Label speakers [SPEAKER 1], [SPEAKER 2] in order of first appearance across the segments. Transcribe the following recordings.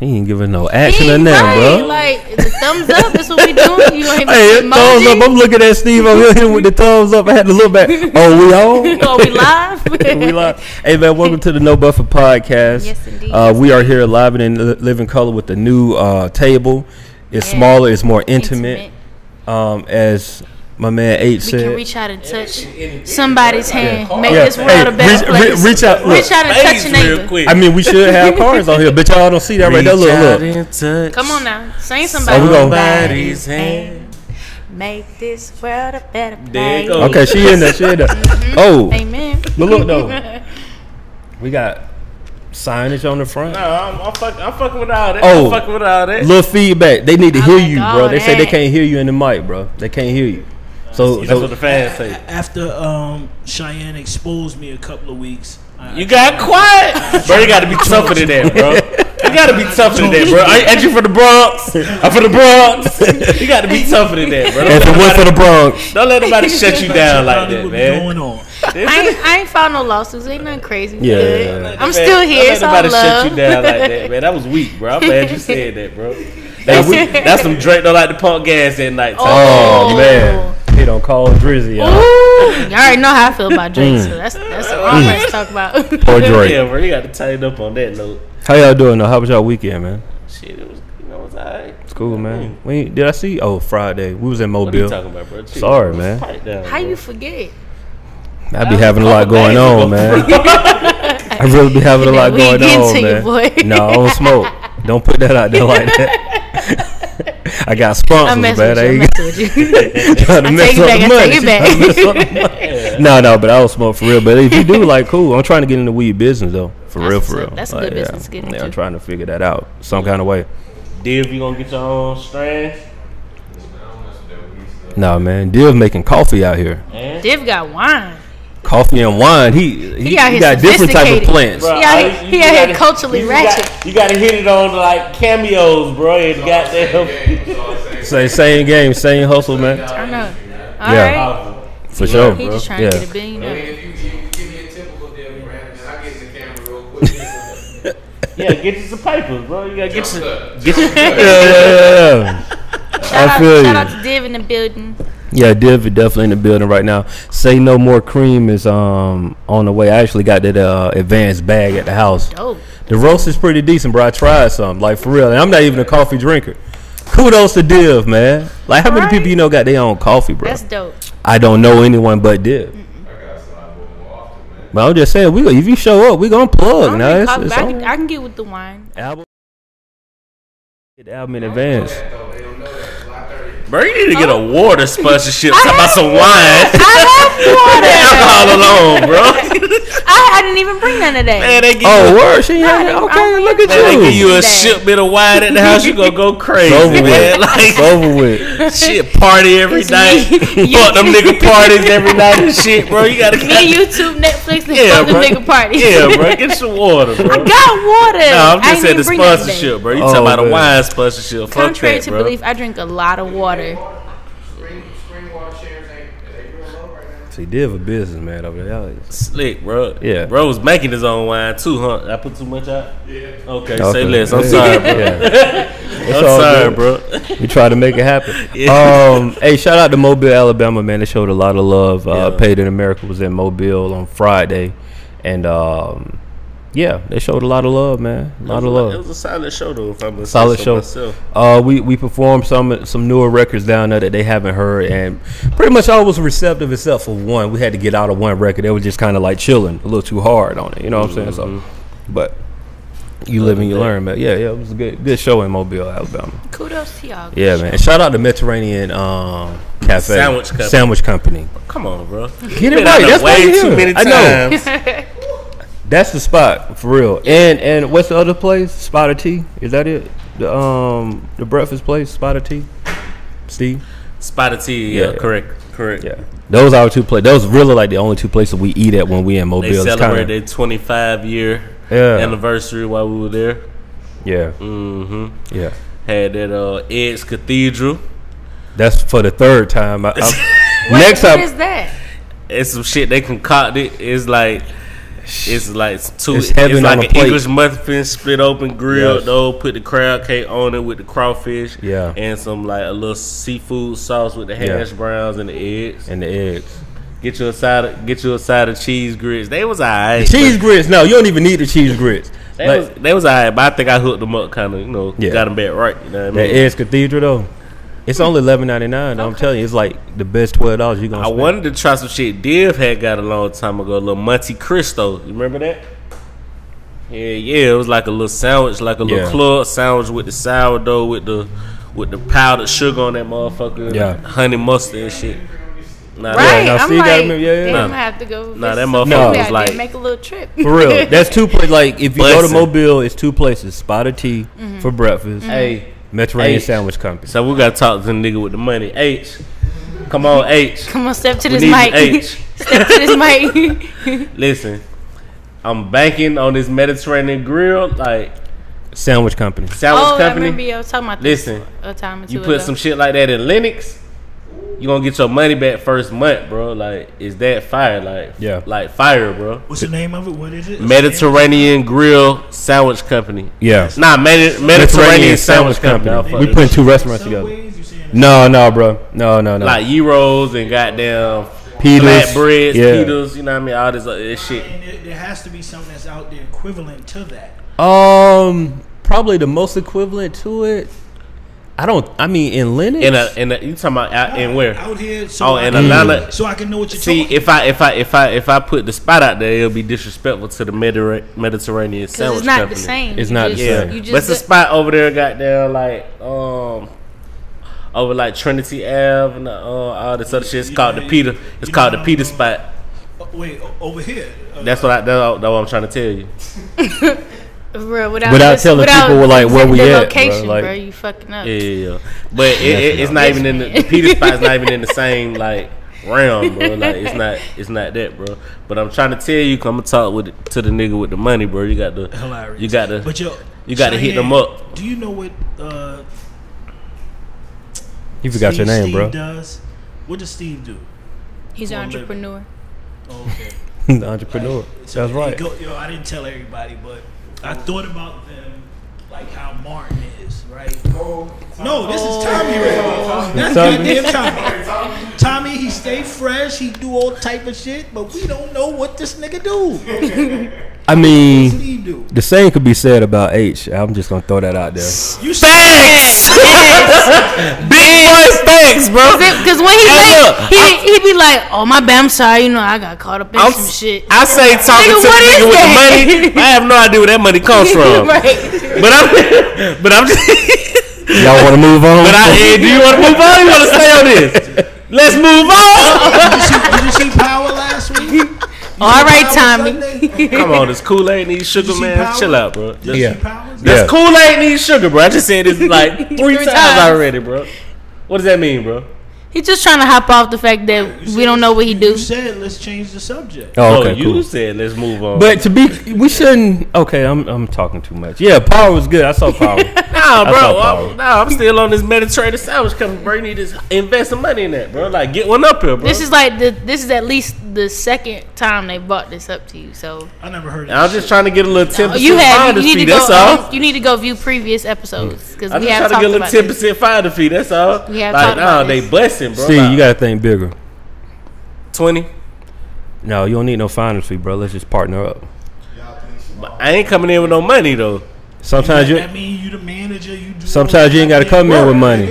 [SPEAKER 1] He ain't giving no action or nothing, bro.
[SPEAKER 2] Like the thumbs up. That's what we doing. You ain't
[SPEAKER 1] Hey,
[SPEAKER 2] emoji.
[SPEAKER 1] thumbs up. I'm looking at Steve over here with the thumbs up. I had to look back. Oh, we on?
[SPEAKER 2] Oh, we live?
[SPEAKER 1] we live. Hey, man, welcome to the No Buffer Podcast.
[SPEAKER 2] Yes, indeed.
[SPEAKER 1] Uh, we are here live and in li- living color with the new uh, table. It's smaller, it's more intimate. Um, as my man H
[SPEAKER 2] We
[SPEAKER 1] said.
[SPEAKER 2] can reach out and touch somebody's hand. Make
[SPEAKER 1] Yeah.
[SPEAKER 2] this world
[SPEAKER 1] Hey,
[SPEAKER 2] a better
[SPEAKER 1] reach- re-
[SPEAKER 2] place.
[SPEAKER 1] reach out, look.
[SPEAKER 2] Reach out and touch
[SPEAKER 3] Ladies,
[SPEAKER 2] a
[SPEAKER 3] real
[SPEAKER 2] neighbor.
[SPEAKER 3] quick.
[SPEAKER 1] I mean, we should have cards on here, but y'all don't see that right there. Look, look.
[SPEAKER 2] Come on now, sing
[SPEAKER 3] Oh,
[SPEAKER 1] we
[SPEAKER 2] somebody.
[SPEAKER 1] gonna-
[SPEAKER 3] Somebody's hand.
[SPEAKER 2] Make this world a better place.
[SPEAKER 3] There you go.
[SPEAKER 1] Okay, she in there. She in there.
[SPEAKER 2] Mm-hmm.
[SPEAKER 1] Oh,
[SPEAKER 2] Amen.
[SPEAKER 1] but look though, we got signage on the front.
[SPEAKER 3] No, I'm, I'm, fuck, I'm fucking with all that.
[SPEAKER 1] Oh.
[SPEAKER 3] I'm fucking with all that.
[SPEAKER 1] Little feedback. They need to
[SPEAKER 2] I
[SPEAKER 1] hear
[SPEAKER 2] like
[SPEAKER 1] you,
[SPEAKER 2] all
[SPEAKER 1] bro. They say they
[SPEAKER 2] that.
[SPEAKER 1] can't hear you in the mic, bro. They can't hear you. So,
[SPEAKER 3] That's
[SPEAKER 1] so
[SPEAKER 3] what the fans say.
[SPEAKER 4] After um, Cheyenne exposed me a couple of weeks, I,
[SPEAKER 3] You got quiet, bro. You got to be tougher than that, bro. You got to be tougher than that, bro. I ain't at you for the Bronx. I'm for the Bronx. You got to be tougher than that, bro.
[SPEAKER 1] and if it went for the Bronx,
[SPEAKER 3] Don't let nobody shut you down like
[SPEAKER 4] probably
[SPEAKER 3] that,
[SPEAKER 4] what be
[SPEAKER 3] man.
[SPEAKER 4] going on.
[SPEAKER 2] I ain't, I ain't found no lawsuits. Ain't nothing crazy.
[SPEAKER 1] Yeah.
[SPEAKER 2] Good. I'm
[SPEAKER 3] Man,
[SPEAKER 2] still here. It's
[SPEAKER 3] Don't
[SPEAKER 2] all
[SPEAKER 3] let nobody shut
[SPEAKER 2] love.
[SPEAKER 3] you down like that, man. That was weak, bro. I'm glad you said that, bro. That's,
[SPEAKER 1] we-
[SPEAKER 3] that's some Drake don't like the punk gas at night.
[SPEAKER 2] Oh.
[SPEAKER 1] oh man, he don't call Drizzy out.
[SPEAKER 2] Ooh, y'all already know how I feel about Drake, so that's that's all I'm gonna talk about.
[SPEAKER 1] Mm. Poor
[SPEAKER 3] Yeah,
[SPEAKER 1] Drake.
[SPEAKER 3] bro. You got to tighten up on that note.
[SPEAKER 1] How y'all doing though? How was y'all weekend, man?
[SPEAKER 3] Shit, it was, you know, it was alright.
[SPEAKER 1] It's cool, man. We did I see? Oh, Friday. We was in
[SPEAKER 3] What are you
[SPEAKER 1] Mobile.
[SPEAKER 3] talking about, bro? Chill.
[SPEAKER 1] Sorry, man.
[SPEAKER 3] Pipe down,
[SPEAKER 2] How
[SPEAKER 3] bro.
[SPEAKER 2] you forget?
[SPEAKER 1] I be having a
[SPEAKER 3] Oh,
[SPEAKER 1] lot going on, man. I really be having a lot
[SPEAKER 2] We
[SPEAKER 1] going
[SPEAKER 2] getting
[SPEAKER 1] on,
[SPEAKER 2] to you,
[SPEAKER 1] man.
[SPEAKER 2] boy.
[SPEAKER 1] No, I don't smoke. Don't put that out there like that. I got sponsors,
[SPEAKER 2] I'm
[SPEAKER 1] man.
[SPEAKER 2] messing with
[SPEAKER 1] I
[SPEAKER 2] you. I'm
[SPEAKER 1] ain't
[SPEAKER 2] messing with you.
[SPEAKER 1] trying to mess
[SPEAKER 2] take it
[SPEAKER 1] up
[SPEAKER 2] back,
[SPEAKER 1] the
[SPEAKER 2] I
[SPEAKER 1] money.
[SPEAKER 2] take it back.
[SPEAKER 1] Trying to mess up the money. No, no, but I don't smoke for real. But if you do, like, cool. I'm trying to get in the weed business though, for real,
[SPEAKER 2] That's what's
[SPEAKER 1] for
[SPEAKER 2] up.
[SPEAKER 1] real.
[SPEAKER 2] That's a
[SPEAKER 1] Like,
[SPEAKER 2] good business to
[SPEAKER 1] Yeah,
[SPEAKER 2] get
[SPEAKER 1] Yeah,
[SPEAKER 2] into.
[SPEAKER 1] I'm trying to figure that out some kind of way.
[SPEAKER 3] Div, you gonna get your own strand?
[SPEAKER 1] Nah, man, Dill's making coffee out here.
[SPEAKER 2] Div got wine.
[SPEAKER 1] Coffee and wine. He he,
[SPEAKER 2] He out
[SPEAKER 1] he
[SPEAKER 2] here
[SPEAKER 1] got different type of
[SPEAKER 2] sophisticated.
[SPEAKER 1] plants.
[SPEAKER 2] He out here- he out here culturally
[SPEAKER 3] you
[SPEAKER 2] ratchet.
[SPEAKER 3] Got, you gotta hit it on like cameos, bro. And goddamn.
[SPEAKER 1] Same same game, same hustle, man.
[SPEAKER 2] I know. All
[SPEAKER 1] Yeah.
[SPEAKER 2] right.
[SPEAKER 1] For sure.
[SPEAKER 2] He just trying
[SPEAKER 1] yeah.
[SPEAKER 2] to get a billionaire.
[SPEAKER 5] If you, you give me a typical deal, man, I get in the camera real quick.
[SPEAKER 3] yeah, get you some papers, bro. You gotta get you.
[SPEAKER 5] Get
[SPEAKER 1] yeah, yeah, yeah, yeah.
[SPEAKER 2] Shout,
[SPEAKER 1] I
[SPEAKER 2] out,
[SPEAKER 1] feel you.
[SPEAKER 2] shout out to Div in the building.
[SPEAKER 1] Yeah, Div is definitely in the building right now. Say no more cream is um on the way. I actually got that uh, advanced bag at the house.
[SPEAKER 2] Oh,
[SPEAKER 1] The roast is pretty decent, bro. I tried some, like for real. And I'm not even a coffee drinker. Kudos to Div, man. Like how many
[SPEAKER 2] Right.
[SPEAKER 1] people you know got their own coffee, bro?
[SPEAKER 2] that's dope.
[SPEAKER 1] I don't know anyone but Div. But I'm just saying, we go- if you show up, we gonna
[SPEAKER 2] I,
[SPEAKER 1] plug.
[SPEAKER 2] don't
[SPEAKER 1] Now
[SPEAKER 2] drink
[SPEAKER 1] it's,
[SPEAKER 2] coffee,
[SPEAKER 1] it's
[SPEAKER 2] but I,
[SPEAKER 1] on.
[SPEAKER 2] can, I can get with the wine.
[SPEAKER 1] album. Get the album in advance.
[SPEAKER 3] Bro, you need to get a water sponsorship. Talk about some
[SPEAKER 2] Oh. I
[SPEAKER 3] wine.
[SPEAKER 2] love water.
[SPEAKER 3] Alcohol alone, bro.
[SPEAKER 2] I, I didn't even bring none of that.
[SPEAKER 3] Man, they give
[SPEAKER 1] Oh,
[SPEAKER 3] you,
[SPEAKER 1] word, she ain't had it.
[SPEAKER 2] I-
[SPEAKER 1] Okay,
[SPEAKER 2] I-
[SPEAKER 1] look at
[SPEAKER 3] man, they give
[SPEAKER 1] you.
[SPEAKER 3] you a
[SPEAKER 2] Dang.
[SPEAKER 3] shit bit of wine at the house. You gonna go crazy,
[SPEAKER 1] Over with.
[SPEAKER 3] man. Like
[SPEAKER 1] It's over with.
[SPEAKER 3] shit, party every
[SPEAKER 2] It's
[SPEAKER 3] night.
[SPEAKER 2] me. You-
[SPEAKER 3] Fuck them nigga parties every night and shit, bro. You gotta
[SPEAKER 2] Me, YouTube, Netflix, and
[SPEAKER 3] Yeah,
[SPEAKER 2] fuck the
[SPEAKER 3] bro.
[SPEAKER 2] nigga party.
[SPEAKER 3] Yeah, bro. Get some water, bro.
[SPEAKER 2] I got water.
[SPEAKER 3] No, I'm
[SPEAKER 2] I
[SPEAKER 3] just
[SPEAKER 2] didn't even bring
[SPEAKER 3] saying the
[SPEAKER 2] none of that.
[SPEAKER 3] sponsorship, bro. You
[SPEAKER 1] Oh,
[SPEAKER 3] talking about
[SPEAKER 1] man.
[SPEAKER 3] a wine sponsorship? Fuck
[SPEAKER 2] Contrary
[SPEAKER 3] that,
[SPEAKER 2] to
[SPEAKER 3] bro.
[SPEAKER 2] belief, I drink a lot of water.
[SPEAKER 1] See, Div a businessman over there.
[SPEAKER 3] Slick, bro.
[SPEAKER 1] Yeah.
[SPEAKER 3] bro was making his own wine too, huh? Did I put too much out. Yeah. Okay, say less. I'm
[SPEAKER 1] Yeah.
[SPEAKER 3] sorry, bro.
[SPEAKER 1] Yeah. It's
[SPEAKER 3] I'm
[SPEAKER 1] all
[SPEAKER 3] sorry,
[SPEAKER 1] good.
[SPEAKER 3] bro.
[SPEAKER 1] We try to make it happen. Um, hey, shout out to Mobile, Alabama, man. They showed a lot of love. Uh,
[SPEAKER 3] Yeah.
[SPEAKER 1] Paid in America was in Mobile on Friday, and um, yeah, they showed a lot of love, man. A lot of
[SPEAKER 3] It
[SPEAKER 1] love.
[SPEAKER 3] was a solid show, though. If I'm
[SPEAKER 1] Solid show. Uh, we we performed some some newer records down there that they haven't heard, and pretty much all was receptive except for one. We had to get out of one record. They were just kind of like chilling a little too hard on it. You know what I'm saying? So,
[SPEAKER 3] Mm-hmm.
[SPEAKER 1] but you live and you learn, man. Yeah, yeah, it was a good good show in Mobile, Alabama.
[SPEAKER 2] Kudos to y'all.
[SPEAKER 1] Yeah, man. And shout out to Mediterranean um, Cafe
[SPEAKER 3] Sandwich Company.
[SPEAKER 1] Sandwich Company.
[SPEAKER 3] Come on, bro.
[SPEAKER 1] Get it
[SPEAKER 3] Been
[SPEAKER 1] right.
[SPEAKER 3] out there
[SPEAKER 1] That's why
[SPEAKER 3] way
[SPEAKER 1] you're
[SPEAKER 3] too
[SPEAKER 1] here.
[SPEAKER 3] many
[SPEAKER 1] I
[SPEAKER 3] times.
[SPEAKER 1] know. That's the spot for real. And and what's the other place? Spotter Tea. Is that it? The um the breakfast place. Spotter Tea. Steve.
[SPEAKER 3] Spotted tea. Yeah,
[SPEAKER 1] Yeah.
[SPEAKER 3] correct, correct.
[SPEAKER 1] Yeah. Those are our two places. Those really like the only two places we eat at when we in Mobile.
[SPEAKER 3] They
[SPEAKER 1] It's
[SPEAKER 3] celebrated
[SPEAKER 1] kinda-
[SPEAKER 3] their 25 year
[SPEAKER 1] Yeah.
[SPEAKER 3] anniversary while we were there.
[SPEAKER 1] yeah.
[SPEAKER 3] Mm-hmm.
[SPEAKER 1] Yeah.
[SPEAKER 3] Had that uh, Ed's Cathedral.
[SPEAKER 1] That's for the third time. I, I,
[SPEAKER 2] Wait,
[SPEAKER 1] next
[SPEAKER 2] what
[SPEAKER 1] time.
[SPEAKER 2] is that?
[SPEAKER 3] It's some shit they concocted. It's like It's like two.
[SPEAKER 1] It's
[SPEAKER 3] It's,
[SPEAKER 1] heaven on
[SPEAKER 3] like
[SPEAKER 1] a
[SPEAKER 3] an
[SPEAKER 1] plate.
[SPEAKER 3] English muffin, split open, grilled
[SPEAKER 1] Yes.
[SPEAKER 3] though. Put the crab cake on it with the crawfish.
[SPEAKER 1] Yeah.
[SPEAKER 3] and some like a little seafood sauce with the
[SPEAKER 1] Yeah.
[SPEAKER 3] hash browns and the eggs.
[SPEAKER 1] and the eggs.
[SPEAKER 3] Get you a side. Of, get you a side of cheese grits. They was alright.
[SPEAKER 1] Cheese grits? No, you don't even need the cheese grits.
[SPEAKER 3] They
[SPEAKER 1] Like,
[SPEAKER 3] was, they was alright, but I think I hooked them up, kind of, you know,
[SPEAKER 1] Yeah.
[SPEAKER 3] got them back right. You know what I
[SPEAKER 1] that
[SPEAKER 3] mean?
[SPEAKER 1] Ed's Cathedral though, it's only eleven ninety nine. I'm telling you, it's like the best twelve dollars you gonna.
[SPEAKER 3] I
[SPEAKER 1] spend.
[SPEAKER 3] wanted to try some shit Div had got a long time ago, a little Monte Cristo. You remember that? Yeah, yeah, it was like a little sandwich, like a little
[SPEAKER 1] Yeah.
[SPEAKER 3] club sandwich with the sourdough with the with the powdered sugar on that motherfucker,
[SPEAKER 1] Yeah.
[SPEAKER 3] honey mustard and shit. Nah,
[SPEAKER 2] Right,
[SPEAKER 1] no,
[SPEAKER 2] I'm
[SPEAKER 1] see, you
[SPEAKER 2] like,
[SPEAKER 1] gotta remember- yeah, yeah,
[SPEAKER 2] damn,
[SPEAKER 1] yeah.
[SPEAKER 2] I have to go.
[SPEAKER 3] Nah,
[SPEAKER 2] visit
[SPEAKER 3] that
[SPEAKER 2] some
[SPEAKER 3] motherfucker
[SPEAKER 2] people
[SPEAKER 1] was
[SPEAKER 2] out there,
[SPEAKER 3] like-
[SPEAKER 2] make a little trip.
[SPEAKER 1] For real, that's two places. Like if you go to
[SPEAKER 3] Blessing.
[SPEAKER 1] Mobile, it's two places: Spot of Tea for breakfast,
[SPEAKER 3] Hey,
[SPEAKER 1] Mediterranean
[SPEAKER 3] Hey.
[SPEAKER 1] Sandwich Company.
[SPEAKER 3] so we gotta talk to the nigga with the money. H, come on, H.
[SPEAKER 2] Come on, step to
[SPEAKER 3] We
[SPEAKER 2] this
[SPEAKER 3] need you,
[SPEAKER 2] mic.
[SPEAKER 3] H.
[SPEAKER 2] step to this mic.
[SPEAKER 3] Listen, I'm banking on this Mediterranean grill, like
[SPEAKER 1] Sandwich Company.
[SPEAKER 3] sandwich
[SPEAKER 2] oh, I
[SPEAKER 3] company.
[SPEAKER 2] remember you was talking about this
[SPEAKER 3] Listen,
[SPEAKER 2] a time or two
[SPEAKER 3] You put
[SPEAKER 2] ago.
[SPEAKER 3] some shit like that in Linux, you gonna get your money back first month, bro. Like, is that fire? Like,
[SPEAKER 1] Yeah.
[SPEAKER 3] like fire, bro.
[SPEAKER 4] What's the name of it? What is it?
[SPEAKER 3] Mediterranean Grill Sandwich Company.
[SPEAKER 1] Yeah,
[SPEAKER 3] Nah, Medi- Mediterranean, Sandwich, Company.
[SPEAKER 1] We putting two restaurants together. No, no, bro. No, no, no.
[SPEAKER 3] Like gyros and goddamn
[SPEAKER 1] Peters,
[SPEAKER 3] flatbreads,
[SPEAKER 1] yeah.
[SPEAKER 3] pitas. You know what I mean? All this, uh, this shit.
[SPEAKER 4] And there, there has to be something that's out there equivalent to that.
[SPEAKER 1] um, probably the most equivalent to it. I don't. I mean, in Linux.
[SPEAKER 3] In a, in a, uh, you talking about out, in where?
[SPEAKER 4] Out here. So
[SPEAKER 3] Oh,
[SPEAKER 4] I
[SPEAKER 3] in
[SPEAKER 4] can-
[SPEAKER 3] Atlanta.
[SPEAKER 4] So I can know what you're
[SPEAKER 3] See,
[SPEAKER 4] talking
[SPEAKER 3] if I if I if I if I put the spot out there, it'll be disrespectful to the Mediter- Mediterranean
[SPEAKER 2] Cause
[SPEAKER 3] Sandwich
[SPEAKER 2] it's not
[SPEAKER 3] Company.
[SPEAKER 2] the same.
[SPEAKER 1] It's
[SPEAKER 2] You
[SPEAKER 1] not the
[SPEAKER 2] just,
[SPEAKER 1] same.
[SPEAKER 2] You just
[SPEAKER 3] but it's a
[SPEAKER 2] look-
[SPEAKER 3] spot over there, goddamn, like um, over like Trinity Ave and uh, all this other shit. It's called the Peter. It's called the Peter spot.
[SPEAKER 4] about. Oh, Wait, o- over here. Uh,
[SPEAKER 3] That's what I. That's what I'm trying to tell you.
[SPEAKER 2] Bro, without,
[SPEAKER 1] Without
[SPEAKER 2] this-
[SPEAKER 1] telling
[SPEAKER 2] without
[SPEAKER 1] people, like, where
[SPEAKER 2] the
[SPEAKER 1] we at, bro,
[SPEAKER 2] location,
[SPEAKER 1] like-
[SPEAKER 2] bro, you fucking up.
[SPEAKER 3] Yeah, yeah, yeah. But it, it, it's not even in the, the Peter spot's not even in the same like realm, bro. Like it's not. It's not that, bro. But I'm trying to tell you, come and talk with to the nigga with the money, bro. You got the.
[SPEAKER 4] hilarious.
[SPEAKER 3] You got the.
[SPEAKER 4] But yo,
[SPEAKER 3] you gotta hit them
[SPEAKER 4] Cheyenne,
[SPEAKER 3] up.
[SPEAKER 4] Do you know what? Uh,
[SPEAKER 1] you forgot your
[SPEAKER 4] Steve-
[SPEAKER 1] name,
[SPEAKER 4] Steve
[SPEAKER 1] bro.
[SPEAKER 4] Does what does Steve do?
[SPEAKER 2] He's an
[SPEAKER 4] Well, maybe.
[SPEAKER 2] entrepreneur.
[SPEAKER 4] Oh, okay.
[SPEAKER 1] the entrepreneur.
[SPEAKER 4] So
[SPEAKER 1] That's
[SPEAKER 4] they
[SPEAKER 1] right.
[SPEAKER 4] Go, yo, I didn't tell everybody, but I thought about them like how Martin is, right? No, this is Tommy right here. That's
[SPEAKER 1] Tommy.
[SPEAKER 4] goddamn Tommy. Tommy, he stay fresh. He do all type of shit, but we don't know what this nigga do.
[SPEAKER 1] I
[SPEAKER 4] What
[SPEAKER 1] mean,
[SPEAKER 4] he do?
[SPEAKER 1] the same could be said about H. I'm just gonna throw that out there.
[SPEAKER 4] You say
[SPEAKER 3] Big boy facts, bro.
[SPEAKER 2] Because when he
[SPEAKER 3] Hey,
[SPEAKER 2] late,
[SPEAKER 3] look,
[SPEAKER 2] he he be like, "Oh my bad, I'm sorry. You know, I got caught up in
[SPEAKER 3] I'm,
[SPEAKER 2] some shit."
[SPEAKER 3] I say talking
[SPEAKER 2] Nigga,
[SPEAKER 3] to
[SPEAKER 2] what
[SPEAKER 3] the
[SPEAKER 2] is
[SPEAKER 3] nigga with
[SPEAKER 2] that?
[SPEAKER 3] the money. I have no idea where that money comes from.
[SPEAKER 2] right.
[SPEAKER 3] But I'm, but I'm just.
[SPEAKER 1] Y'all want to move on?
[SPEAKER 3] But I, eh, do you want to move on? Or you want to stay on this? Let's move
[SPEAKER 1] Oh,
[SPEAKER 3] on.
[SPEAKER 4] Did you see Power last week? You see
[SPEAKER 2] All right,
[SPEAKER 4] Power
[SPEAKER 2] Tommy.
[SPEAKER 4] Sunday?
[SPEAKER 3] Come on, this Kool Aid needs sugar,
[SPEAKER 4] You see
[SPEAKER 3] man.
[SPEAKER 4] power?
[SPEAKER 3] Chill out, bro. That's,
[SPEAKER 1] Yeah.
[SPEAKER 4] You see Power?
[SPEAKER 1] Yeah.
[SPEAKER 3] Kool Aid needs sugar, bro. I just said this like three,
[SPEAKER 2] Three
[SPEAKER 3] times,
[SPEAKER 2] times.
[SPEAKER 3] already, bro. What does that mean, bro?
[SPEAKER 2] He's just trying to hop off the fact that
[SPEAKER 4] You
[SPEAKER 2] we don't know what he
[SPEAKER 4] said-
[SPEAKER 2] do.
[SPEAKER 4] You said let's change the subject.
[SPEAKER 1] oh,
[SPEAKER 3] oh,
[SPEAKER 1] okay,
[SPEAKER 3] you
[SPEAKER 1] cool.
[SPEAKER 3] said let's move on.
[SPEAKER 1] But to be, we shouldn't. Okay, I'm I'm talking too much. Yeah, power was good. I saw power.
[SPEAKER 3] nah,
[SPEAKER 1] thought
[SPEAKER 3] bro,
[SPEAKER 1] power.
[SPEAKER 3] I'm, nah, I'm still on this Mediterranean sandwich company, bro. You need to invest some money in that, bro. Like, get one up here, bro.
[SPEAKER 2] This is like the this is at least the second time they brought this up to you. So
[SPEAKER 4] I never heard. Of
[SPEAKER 3] I'm just trying to get a little ten
[SPEAKER 2] Oh,
[SPEAKER 3] percent
[SPEAKER 2] you had
[SPEAKER 3] finder
[SPEAKER 2] you need
[SPEAKER 3] fee.
[SPEAKER 2] to
[SPEAKER 3] That's
[SPEAKER 2] go
[SPEAKER 3] all.
[SPEAKER 2] you need to go view previous episodes because
[SPEAKER 3] I'm
[SPEAKER 2] we
[SPEAKER 3] just
[SPEAKER 2] have talked
[SPEAKER 3] trying to get a little
[SPEAKER 2] about
[SPEAKER 3] ten
[SPEAKER 2] this.
[SPEAKER 3] percent finder fee. That's all.
[SPEAKER 2] We have
[SPEAKER 3] like
[SPEAKER 2] talked about
[SPEAKER 3] nah, they
[SPEAKER 2] this.
[SPEAKER 3] busting, bro.
[SPEAKER 1] See,
[SPEAKER 3] like,
[SPEAKER 1] you gotta think bigger.
[SPEAKER 3] twenty.
[SPEAKER 1] No, you don't need no finder's fee, bro. Let's just partner up.
[SPEAKER 3] I ain't coming in with no money though.
[SPEAKER 1] Sometimes you,
[SPEAKER 4] That mean you the manager. You do.
[SPEAKER 1] sometimes you ain't gotta come in with money.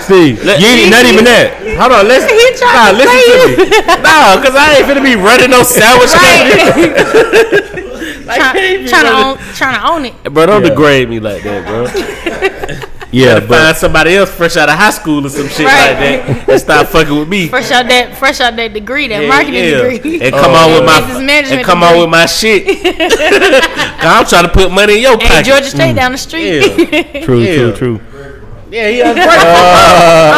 [SPEAKER 1] Steve,
[SPEAKER 3] Let-
[SPEAKER 1] you ain't, not even that.
[SPEAKER 3] Hold on, listen.
[SPEAKER 2] He tried
[SPEAKER 3] Nah,
[SPEAKER 2] to
[SPEAKER 3] listen to me. Nah, cause I ain't finna be running no sandwich company.
[SPEAKER 2] Right.
[SPEAKER 3] Like, I ain't be
[SPEAKER 2] trying to
[SPEAKER 3] running-
[SPEAKER 2] own trying to own it.
[SPEAKER 3] Bro, don't
[SPEAKER 1] Yeah.
[SPEAKER 3] degrade me like that, bro.
[SPEAKER 1] Yeah,
[SPEAKER 3] Find
[SPEAKER 1] but
[SPEAKER 3] somebody else fresh out of high school or some shit
[SPEAKER 2] Right.
[SPEAKER 3] like that and stop fucking with me.
[SPEAKER 2] Fresh out that fresh out that degree, that marketing degree.
[SPEAKER 3] And come
[SPEAKER 1] Oh,
[SPEAKER 3] on with
[SPEAKER 1] yeah.
[SPEAKER 3] my
[SPEAKER 2] Business management
[SPEAKER 3] and come on
[SPEAKER 2] degree.
[SPEAKER 3] with my shit. 'Cause I'm trying to put money in your
[SPEAKER 2] Hey,
[SPEAKER 3] pocket.
[SPEAKER 2] Georgia State down the street.
[SPEAKER 1] true,
[SPEAKER 3] mm. Yeah.
[SPEAKER 1] true, true.
[SPEAKER 3] Yeah, he ungrateful.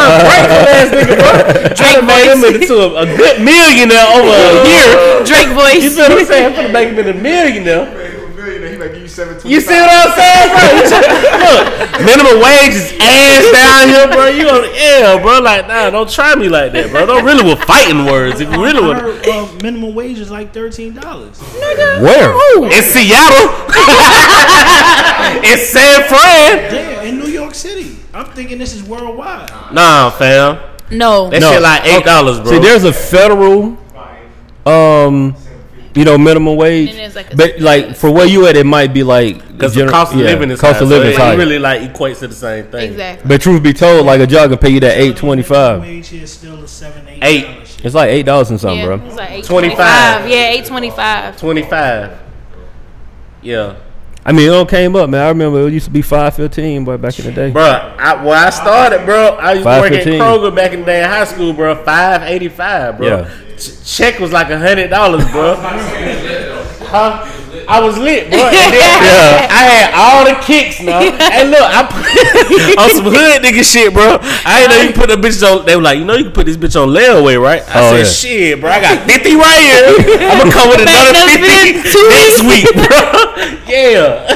[SPEAKER 3] ungrateful ass nigga, bro. Trying to make him into a, a good millionaire over a year.
[SPEAKER 2] Drake
[SPEAKER 3] You
[SPEAKER 2] voice.
[SPEAKER 3] feel what I'm saying? I'm gonna make him into a millionaire.
[SPEAKER 5] millionaire, he might give you seven twenty.
[SPEAKER 3] You see what I'm saying, bro? You try- Look, minimum wage is ass down here, bro. You on L, bro? Like, nah, don't try me like that, bro. Don't really with fighting words. If you really want,
[SPEAKER 4] Our uh, minimum wage is like thirteen dollars.
[SPEAKER 1] Where?
[SPEAKER 3] in Seattle, in San Fran.
[SPEAKER 4] Yeah, in New York City. I'm thinking this is worldwide.
[SPEAKER 3] Nah, fam.
[SPEAKER 2] No.
[SPEAKER 3] That
[SPEAKER 1] No.
[SPEAKER 3] shit like eight dollars, bro.
[SPEAKER 1] See, there's a federal, um, you know, minimum wage.
[SPEAKER 2] And there's like a-
[SPEAKER 1] but like for where you at, it might be like
[SPEAKER 3] because the
[SPEAKER 1] gener-
[SPEAKER 3] cost of
[SPEAKER 1] yeah,
[SPEAKER 3] living is
[SPEAKER 1] cost
[SPEAKER 3] high,
[SPEAKER 1] of
[SPEAKER 3] so
[SPEAKER 1] living is
[SPEAKER 3] it
[SPEAKER 1] high.
[SPEAKER 3] really like equates to the same thing.
[SPEAKER 2] Exactly.
[SPEAKER 1] But truth be told, like a job can pay you that eight twenty
[SPEAKER 4] Minimum
[SPEAKER 1] five.
[SPEAKER 4] Wage here is still a seven eight.
[SPEAKER 3] Eight.
[SPEAKER 4] dollar shit.
[SPEAKER 1] It's like eight dollars and something,
[SPEAKER 2] Yeah,
[SPEAKER 1] bro.
[SPEAKER 2] it was like
[SPEAKER 3] 25.
[SPEAKER 2] 825. Yeah, 825.
[SPEAKER 3] Twenty five. Yeah.
[SPEAKER 1] I mean, it all came up, man. I remember it used to be five fifteen, but back in the day,
[SPEAKER 3] Bro, I, when I started, bro, I used to work at
[SPEAKER 1] 5.15.
[SPEAKER 3] Kroger back in the day in high school, bro. Five eighty five, bro.
[SPEAKER 1] Yeah.
[SPEAKER 3] Ch- check was like a hundred dollars, bro. huh? I was lit, bro. And then I had all the kicks, now. hey, look, I put on some hood nigga shit, bro. I didn't know you put the bitches on. They were like, you know, you can put this bitch on layaway, right? I
[SPEAKER 1] Oh,
[SPEAKER 3] said,
[SPEAKER 1] yeah.
[SPEAKER 3] shit, bro. I got fifty right here. I'm gonna come with another
[SPEAKER 2] Make those
[SPEAKER 3] fifty
[SPEAKER 2] bids two
[SPEAKER 3] next week, bro. yeah.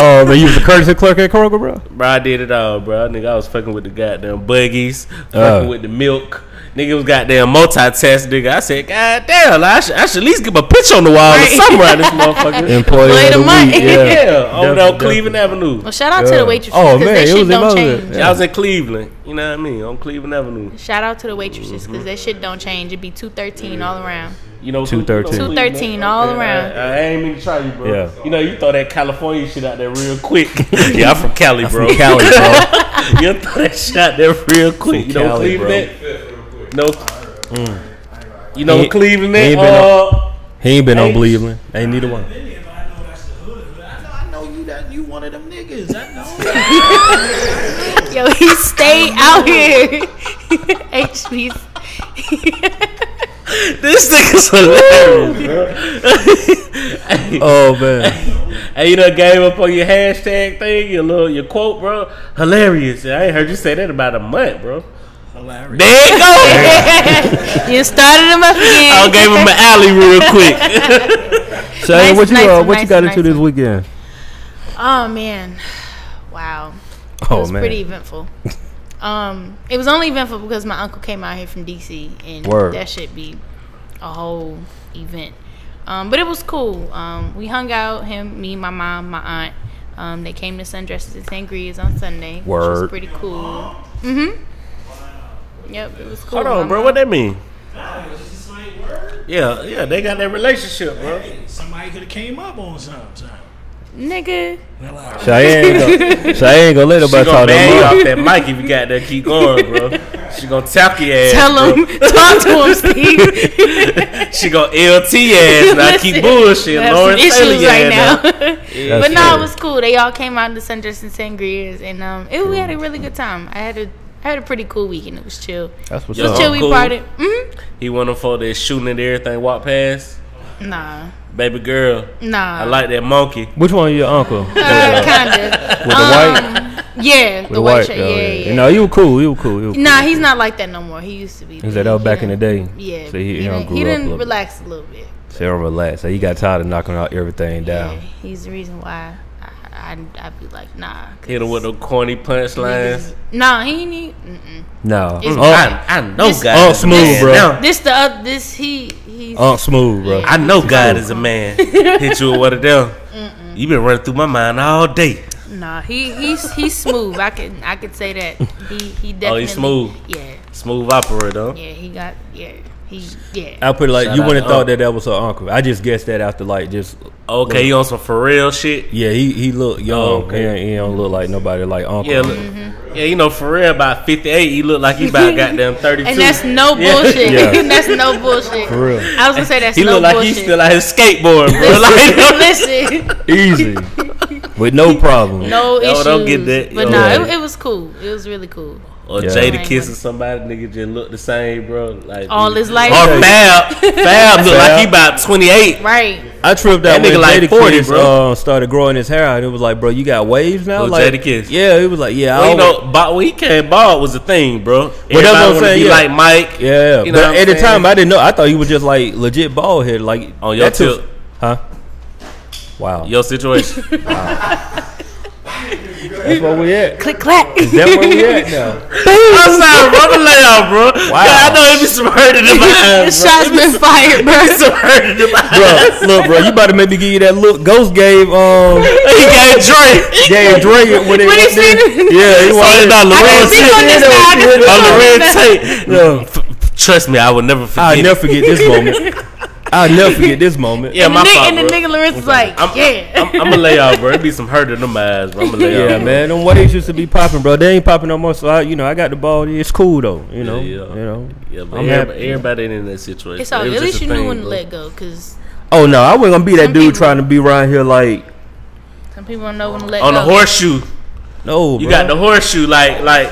[SPEAKER 1] oh, man, you was a courtesy clerk at Kroger, bro.
[SPEAKER 3] Bro, I did it all, bro. Nigga, I was fucking with the goddamn buggies, fucking
[SPEAKER 1] Uh.
[SPEAKER 3] with the milk. Nigga was goddamn multitask, nigga. I said, God damn, I should, I should at least get my picture on the wall or
[SPEAKER 2] Right.
[SPEAKER 3] something around this motherfucker.
[SPEAKER 1] Employee
[SPEAKER 2] Employee
[SPEAKER 1] of
[SPEAKER 2] of
[SPEAKER 1] the
[SPEAKER 2] the month.
[SPEAKER 1] week,
[SPEAKER 3] yeah,
[SPEAKER 1] yeah.
[SPEAKER 3] over there on
[SPEAKER 1] Definitely,
[SPEAKER 3] Cleveland Avenue.
[SPEAKER 2] Well, shout out to
[SPEAKER 1] Yeah.
[SPEAKER 2] the waitress.
[SPEAKER 1] Oh,
[SPEAKER 2] because
[SPEAKER 1] man, it
[SPEAKER 2] that shit
[SPEAKER 1] was
[SPEAKER 2] don't
[SPEAKER 1] emotive.
[SPEAKER 2] change.
[SPEAKER 1] Yeah.
[SPEAKER 3] I was in Cleveland, you know what I mean, on Cleveland Avenue.
[SPEAKER 2] Shout out to the waitresses because that shit don't change. It'd be 213 all around.
[SPEAKER 3] You know,
[SPEAKER 1] 213.
[SPEAKER 3] Cleveland,
[SPEAKER 2] 213
[SPEAKER 3] man.
[SPEAKER 2] all
[SPEAKER 3] Yeah,
[SPEAKER 2] around.
[SPEAKER 3] I, I ain't mean to try you, bro.
[SPEAKER 1] Yeah.
[SPEAKER 3] You know, you throw that California shit out there real quick. yeah, I'm from Cali, bro.
[SPEAKER 1] From Cali, bro.
[SPEAKER 3] you throw that shit out there real quick.
[SPEAKER 1] From
[SPEAKER 3] you know,
[SPEAKER 1] Cali, bro.
[SPEAKER 3] Cleveland. No. Mm. You know,
[SPEAKER 1] He-
[SPEAKER 3] Cleveland.
[SPEAKER 1] he ain't been
[SPEAKER 3] uh,
[SPEAKER 1] He ain't been on
[SPEAKER 3] Ain't-
[SPEAKER 1] Cleveland. Ain't neither one.
[SPEAKER 4] Been here, but I know that's the hood. But I know, I know you that you one of them niggas. I know.
[SPEAKER 2] Yo, he stayed out here. HB's.
[SPEAKER 3] this nigga's hilarious. bro. hey,
[SPEAKER 1] Oh man,
[SPEAKER 3] hey, you done gave up on your hashtag thing, your little your quote, bro. Hilarious. I ain't heard you say that in about a month, bro.
[SPEAKER 4] Hilarious.
[SPEAKER 3] There you go.
[SPEAKER 2] you started him up again.
[SPEAKER 3] I gave him an alley real quick.
[SPEAKER 1] Shane, what you
[SPEAKER 2] nice
[SPEAKER 1] uh,
[SPEAKER 2] one,
[SPEAKER 1] what you
[SPEAKER 2] nice
[SPEAKER 1] got
[SPEAKER 2] one,
[SPEAKER 1] into
[SPEAKER 2] nice
[SPEAKER 1] this weekend?
[SPEAKER 2] Oh man, wow. It
[SPEAKER 1] Oh
[SPEAKER 2] was
[SPEAKER 1] man,
[SPEAKER 2] pretty eventful. um, it was only eventful because my uncle came out here from DC, and
[SPEAKER 1] Word.
[SPEAKER 2] that should be a whole event. Um, but it was cool. Um, we hung out. Him, me, my mom, my aunt. Um, they came to sundresses and sangrias on Sunday, which
[SPEAKER 1] Word.
[SPEAKER 2] was pretty cool. Mm-hmm. Yep, it was cool.
[SPEAKER 3] Hold on,
[SPEAKER 2] My
[SPEAKER 3] bro.
[SPEAKER 2] mom-
[SPEAKER 3] What that mean?
[SPEAKER 4] It's just like, word.
[SPEAKER 3] Yeah, yeah, they got that relationship, bro.
[SPEAKER 4] Hey, somebody could have came up on something. son.
[SPEAKER 2] Nigga,
[SPEAKER 1] Cheyenne, ain't gonna- Cheyenne ain't gonna let
[SPEAKER 3] She
[SPEAKER 1] nobody
[SPEAKER 3] gonna
[SPEAKER 1] talk
[SPEAKER 3] ban
[SPEAKER 1] that
[SPEAKER 3] you off that mic if you got that. Keep going, bro. She gonna tap your ass.
[SPEAKER 2] tell
[SPEAKER 3] bro.
[SPEAKER 2] him, talk to him, Steve.
[SPEAKER 3] She gonna LT ass. and I keep
[SPEAKER 2] Listen,
[SPEAKER 3] bullshit.
[SPEAKER 2] we have
[SPEAKER 3] Lauren
[SPEAKER 2] some
[SPEAKER 3] Taylor
[SPEAKER 2] issues
[SPEAKER 3] your
[SPEAKER 2] right
[SPEAKER 3] ass up.
[SPEAKER 1] That's
[SPEAKER 2] now. but no,
[SPEAKER 1] fair.
[SPEAKER 2] it was cool. They all came out to Sundress and Sangrias, and um, it, we had a really good time. I had a I had a pretty cool weekend. It was chill.
[SPEAKER 1] That's what's
[SPEAKER 2] It was
[SPEAKER 1] up.
[SPEAKER 2] chill. We
[SPEAKER 3] Cool.
[SPEAKER 2] parted. Mm-hmm.
[SPEAKER 3] He went on for that shooting and everything. Walk past,
[SPEAKER 2] Nah,
[SPEAKER 3] baby girl.
[SPEAKER 2] nah.
[SPEAKER 3] I like that monkey.
[SPEAKER 1] Which one your uncle?
[SPEAKER 2] uh, kinda.
[SPEAKER 1] With the white,
[SPEAKER 2] Um, Yeah,
[SPEAKER 1] with
[SPEAKER 2] the white.
[SPEAKER 1] oh,
[SPEAKER 2] shirt. Yeah, yeah.
[SPEAKER 1] No, you were cool. You were cool. You were cool.
[SPEAKER 2] Nah, he's not like that no more. He used to be.
[SPEAKER 1] Was that out back in the day?
[SPEAKER 2] Yeah.
[SPEAKER 1] So he, he, done
[SPEAKER 2] didn't,
[SPEAKER 1] grew
[SPEAKER 2] he
[SPEAKER 1] up a
[SPEAKER 2] didn't
[SPEAKER 1] little bit.
[SPEAKER 2] relax a little bit.
[SPEAKER 1] So he done relaxed. So he got tired of knocking out everything
[SPEAKER 2] Yeah.
[SPEAKER 1] down.
[SPEAKER 2] He's the reason why I I I'd be like nah. 'cause
[SPEAKER 3] Hit him with the corny punchlines.
[SPEAKER 2] Nah, he need. Mm-mm.
[SPEAKER 1] No,
[SPEAKER 2] It's
[SPEAKER 1] Unc
[SPEAKER 3] I, I know
[SPEAKER 2] This-
[SPEAKER 3] God.
[SPEAKER 1] Unc
[SPEAKER 3] is a man.
[SPEAKER 1] Oh. smooth, bro.
[SPEAKER 3] Now,
[SPEAKER 2] This the up. This he he's.
[SPEAKER 3] Uh.
[SPEAKER 1] Unc smooth, bro.
[SPEAKER 3] I know God is a man. Hit you with one of them. You been running through my mind all day.
[SPEAKER 2] Nah, he he's he's smooth. I can I could say that. He he definitely.
[SPEAKER 3] Oh, he's smooth.
[SPEAKER 2] Yeah,
[SPEAKER 3] Smooth operator.
[SPEAKER 2] yeah. He got yeah. He yeah.
[SPEAKER 1] I put it like
[SPEAKER 3] Shout
[SPEAKER 1] you
[SPEAKER 3] out
[SPEAKER 1] wouldn't
[SPEAKER 3] to
[SPEAKER 1] thought
[SPEAKER 3] Unc.
[SPEAKER 1] that that was her uncle. I just guessed that after like just
[SPEAKER 3] Okay, you on some for real shit?
[SPEAKER 1] yeah, he he look young.
[SPEAKER 3] Oh, okay.
[SPEAKER 1] He ain't- he, don't look like nobody like uncle.
[SPEAKER 3] Yeah, look, yeah. You know, for real, about fifty-eight, you look like you about goddamn thirty-two.
[SPEAKER 2] Mm-hmm. and that's no
[SPEAKER 3] Yeah.
[SPEAKER 2] bullshit.
[SPEAKER 1] Yeah.
[SPEAKER 2] that's no bullshit.
[SPEAKER 1] For real.
[SPEAKER 2] I was gonna say that's
[SPEAKER 3] He
[SPEAKER 2] no
[SPEAKER 3] look like
[SPEAKER 2] bullshit.
[SPEAKER 3] he's still out his skateboard, bro. like,
[SPEAKER 2] Listen,
[SPEAKER 1] Easy with no problem.
[SPEAKER 2] no
[SPEAKER 3] Yo,
[SPEAKER 2] issues.
[SPEAKER 3] don't get that.
[SPEAKER 2] But
[SPEAKER 3] Yo.
[SPEAKER 2] no,
[SPEAKER 1] Yeah.
[SPEAKER 2] it, it was cool. It was really cool.
[SPEAKER 3] Or
[SPEAKER 1] Yeah.
[SPEAKER 3] Jada
[SPEAKER 2] Right.
[SPEAKER 3] kissing somebody, nigga just look the same, bro. Like
[SPEAKER 2] All his life.
[SPEAKER 3] Or Fab, Fab look like he about twenty eight.
[SPEAKER 2] Right.
[SPEAKER 1] I tripped out
[SPEAKER 3] That nigga
[SPEAKER 1] when
[SPEAKER 3] like
[SPEAKER 1] Jada
[SPEAKER 3] 40,
[SPEAKER 1] Kiss,
[SPEAKER 3] bro.
[SPEAKER 1] uh, started growing his hair out. and It was like, bro, you got waves now.
[SPEAKER 3] Little
[SPEAKER 1] like
[SPEAKER 3] Jada Kiss.
[SPEAKER 1] Yeah, he was like, yeah,
[SPEAKER 3] Well, you
[SPEAKER 1] I always-
[SPEAKER 3] know, bald, when he came bald was a thing,
[SPEAKER 1] Well,
[SPEAKER 3] bro.
[SPEAKER 1] that's what I'm
[SPEAKER 3] Everybody want to
[SPEAKER 1] saying,
[SPEAKER 3] be
[SPEAKER 1] yeah.
[SPEAKER 3] like Mike.
[SPEAKER 1] yeah.
[SPEAKER 3] you know
[SPEAKER 1] but
[SPEAKER 3] what
[SPEAKER 1] at
[SPEAKER 3] I'm
[SPEAKER 1] the
[SPEAKER 3] saying?
[SPEAKER 1] time, I didn't know. I thought he was just like legit bald head, like
[SPEAKER 3] On your
[SPEAKER 1] that took-
[SPEAKER 3] tip.
[SPEAKER 1] huh? Wow.
[SPEAKER 3] Your situation.
[SPEAKER 1] That's where we at.
[SPEAKER 2] Click clack.
[SPEAKER 1] Is that where we at now?
[SPEAKER 3] I'm sorry, rubber layout, bro.
[SPEAKER 1] Wow.
[SPEAKER 3] Wow. I know it be some hurt in the
[SPEAKER 2] the
[SPEAKER 3] behind, bro.
[SPEAKER 2] shot's been fired, bro.
[SPEAKER 3] It be some hurt in the behind.
[SPEAKER 1] Bro, look, bro, you about to maybe give you that look Ghost gave um
[SPEAKER 3] He got Drake.
[SPEAKER 1] gave Dre it when they
[SPEAKER 2] When he
[SPEAKER 1] went there.
[SPEAKER 2] seen it.
[SPEAKER 1] Yeah, he
[SPEAKER 3] So
[SPEAKER 1] wanted
[SPEAKER 3] it's not
[SPEAKER 2] I
[SPEAKER 3] Lorraine
[SPEAKER 2] can speak on
[SPEAKER 3] Tate.
[SPEAKER 2] this now. I can
[SPEAKER 1] Yeah.
[SPEAKER 2] speak
[SPEAKER 3] On the
[SPEAKER 2] on
[SPEAKER 3] red
[SPEAKER 2] this now.
[SPEAKER 3] tape.
[SPEAKER 1] No.
[SPEAKER 3] F- f- Trust me, I will never forget.
[SPEAKER 1] I'll
[SPEAKER 3] it.
[SPEAKER 1] never forget this moment. I'll never forget this moment.
[SPEAKER 3] Yeah,
[SPEAKER 2] And the
[SPEAKER 3] my
[SPEAKER 2] nigga-
[SPEAKER 3] fault,
[SPEAKER 2] And the
[SPEAKER 3] bro.
[SPEAKER 2] nigga Lorenz is like,
[SPEAKER 3] I'm,
[SPEAKER 2] yeah.
[SPEAKER 3] I'm, I'm, gonna lay out, bro. It be some hurt in them eyes, bro. I'm gonna lay out.
[SPEAKER 1] Yeah, man, them waves used to be popping, bro. They ain't popping no more. So I, you know, I got the ball. It's cool though, you know.
[SPEAKER 3] Yeah,
[SPEAKER 1] You
[SPEAKER 3] yeah.
[SPEAKER 1] know.
[SPEAKER 3] Yeah, but
[SPEAKER 1] I'm
[SPEAKER 3] everybody,
[SPEAKER 1] happy.
[SPEAKER 3] everybody ain't in that situation.
[SPEAKER 2] It's all
[SPEAKER 3] It
[SPEAKER 2] good.
[SPEAKER 3] was
[SPEAKER 2] At least
[SPEAKER 3] just a
[SPEAKER 2] you knew
[SPEAKER 3] thing,
[SPEAKER 2] when to
[SPEAKER 3] bro.
[SPEAKER 2] let go, because
[SPEAKER 1] Oh no, I wasn't gonna be that
[SPEAKER 2] Some
[SPEAKER 1] dude
[SPEAKER 2] people-
[SPEAKER 1] trying to be around here like
[SPEAKER 2] some people don't know when to let
[SPEAKER 3] On
[SPEAKER 2] go.
[SPEAKER 3] the horseshoe,
[SPEAKER 1] no.
[SPEAKER 3] you
[SPEAKER 1] bro.
[SPEAKER 3] got the horseshoe, like like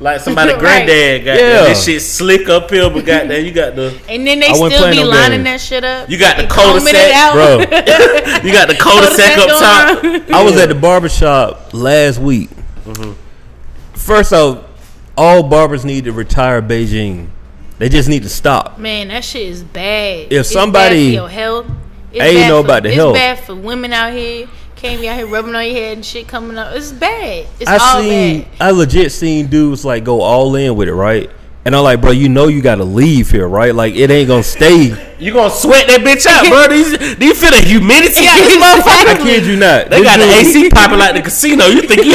[SPEAKER 3] like somebody
[SPEAKER 2] Right.
[SPEAKER 3] granddad got
[SPEAKER 1] Yeah.
[SPEAKER 3] that. this shit slick uphill, but goddamn, you got the
[SPEAKER 2] And then they
[SPEAKER 1] I wasn't
[SPEAKER 2] still
[SPEAKER 1] playing
[SPEAKER 2] be
[SPEAKER 1] no
[SPEAKER 2] lining
[SPEAKER 1] games.
[SPEAKER 2] that shit up.
[SPEAKER 3] You got the
[SPEAKER 2] and combing
[SPEAKER 3] cul-de-sac,
[SPEAKER 2] it out.
[SPEAKER 1] bro.
[SPEAKER 3] you got the cul-de-sac up top.
[SPEAKER 2] going around.
[SPEAKER 1] I was at the barber shop last week.
[SPEAKER 3] Mm-hmm.
[SPEAKER 1] First off, all barbers need to retire Beijing. They just need to stop.
[SPEAKER 2] Man, that shit is bad. If
[SPEAKER 1] somebody-
[SPEAKER 2] bad for your health, it's
[SPEAKER 1] Ain't
[SPEAKER 2] bad
[SPEAKER 1] know
[SPEAKER 2] for,
[SPEAKER 1] about the
[SPEAKER 2] it's
[SPEAKER 1] health.
[SPEAKER 2] bad for women out here. Can't be out here rubbing on your head and shit coming up. It's bad. It's
[SPEAKER 1] I
[SPEAKER 2] all
[SPEAKER 1] seen,
[SPEAKER 2] bad.
[SPEAKER 1] I legit seen dudes like go all in with it, right? And I'm like, bro, you know you gotta leave here, right? Like it ain't gonna stay.
[SPEAKER 3] You gonna sweat that bitch out, bro? These these feel the humidity.
[SPEAKER 2] Yeah,
[SPEAKER 3] in this motherfucker.
[SPEAKER 1] I kid you not.
[SPEAKER 3] They
[SPEAKER 1] This
[SPEAKER 3] got the
[SPEAKER 1] dude-
[SPEAKER 3] AC popping like the casino. You think you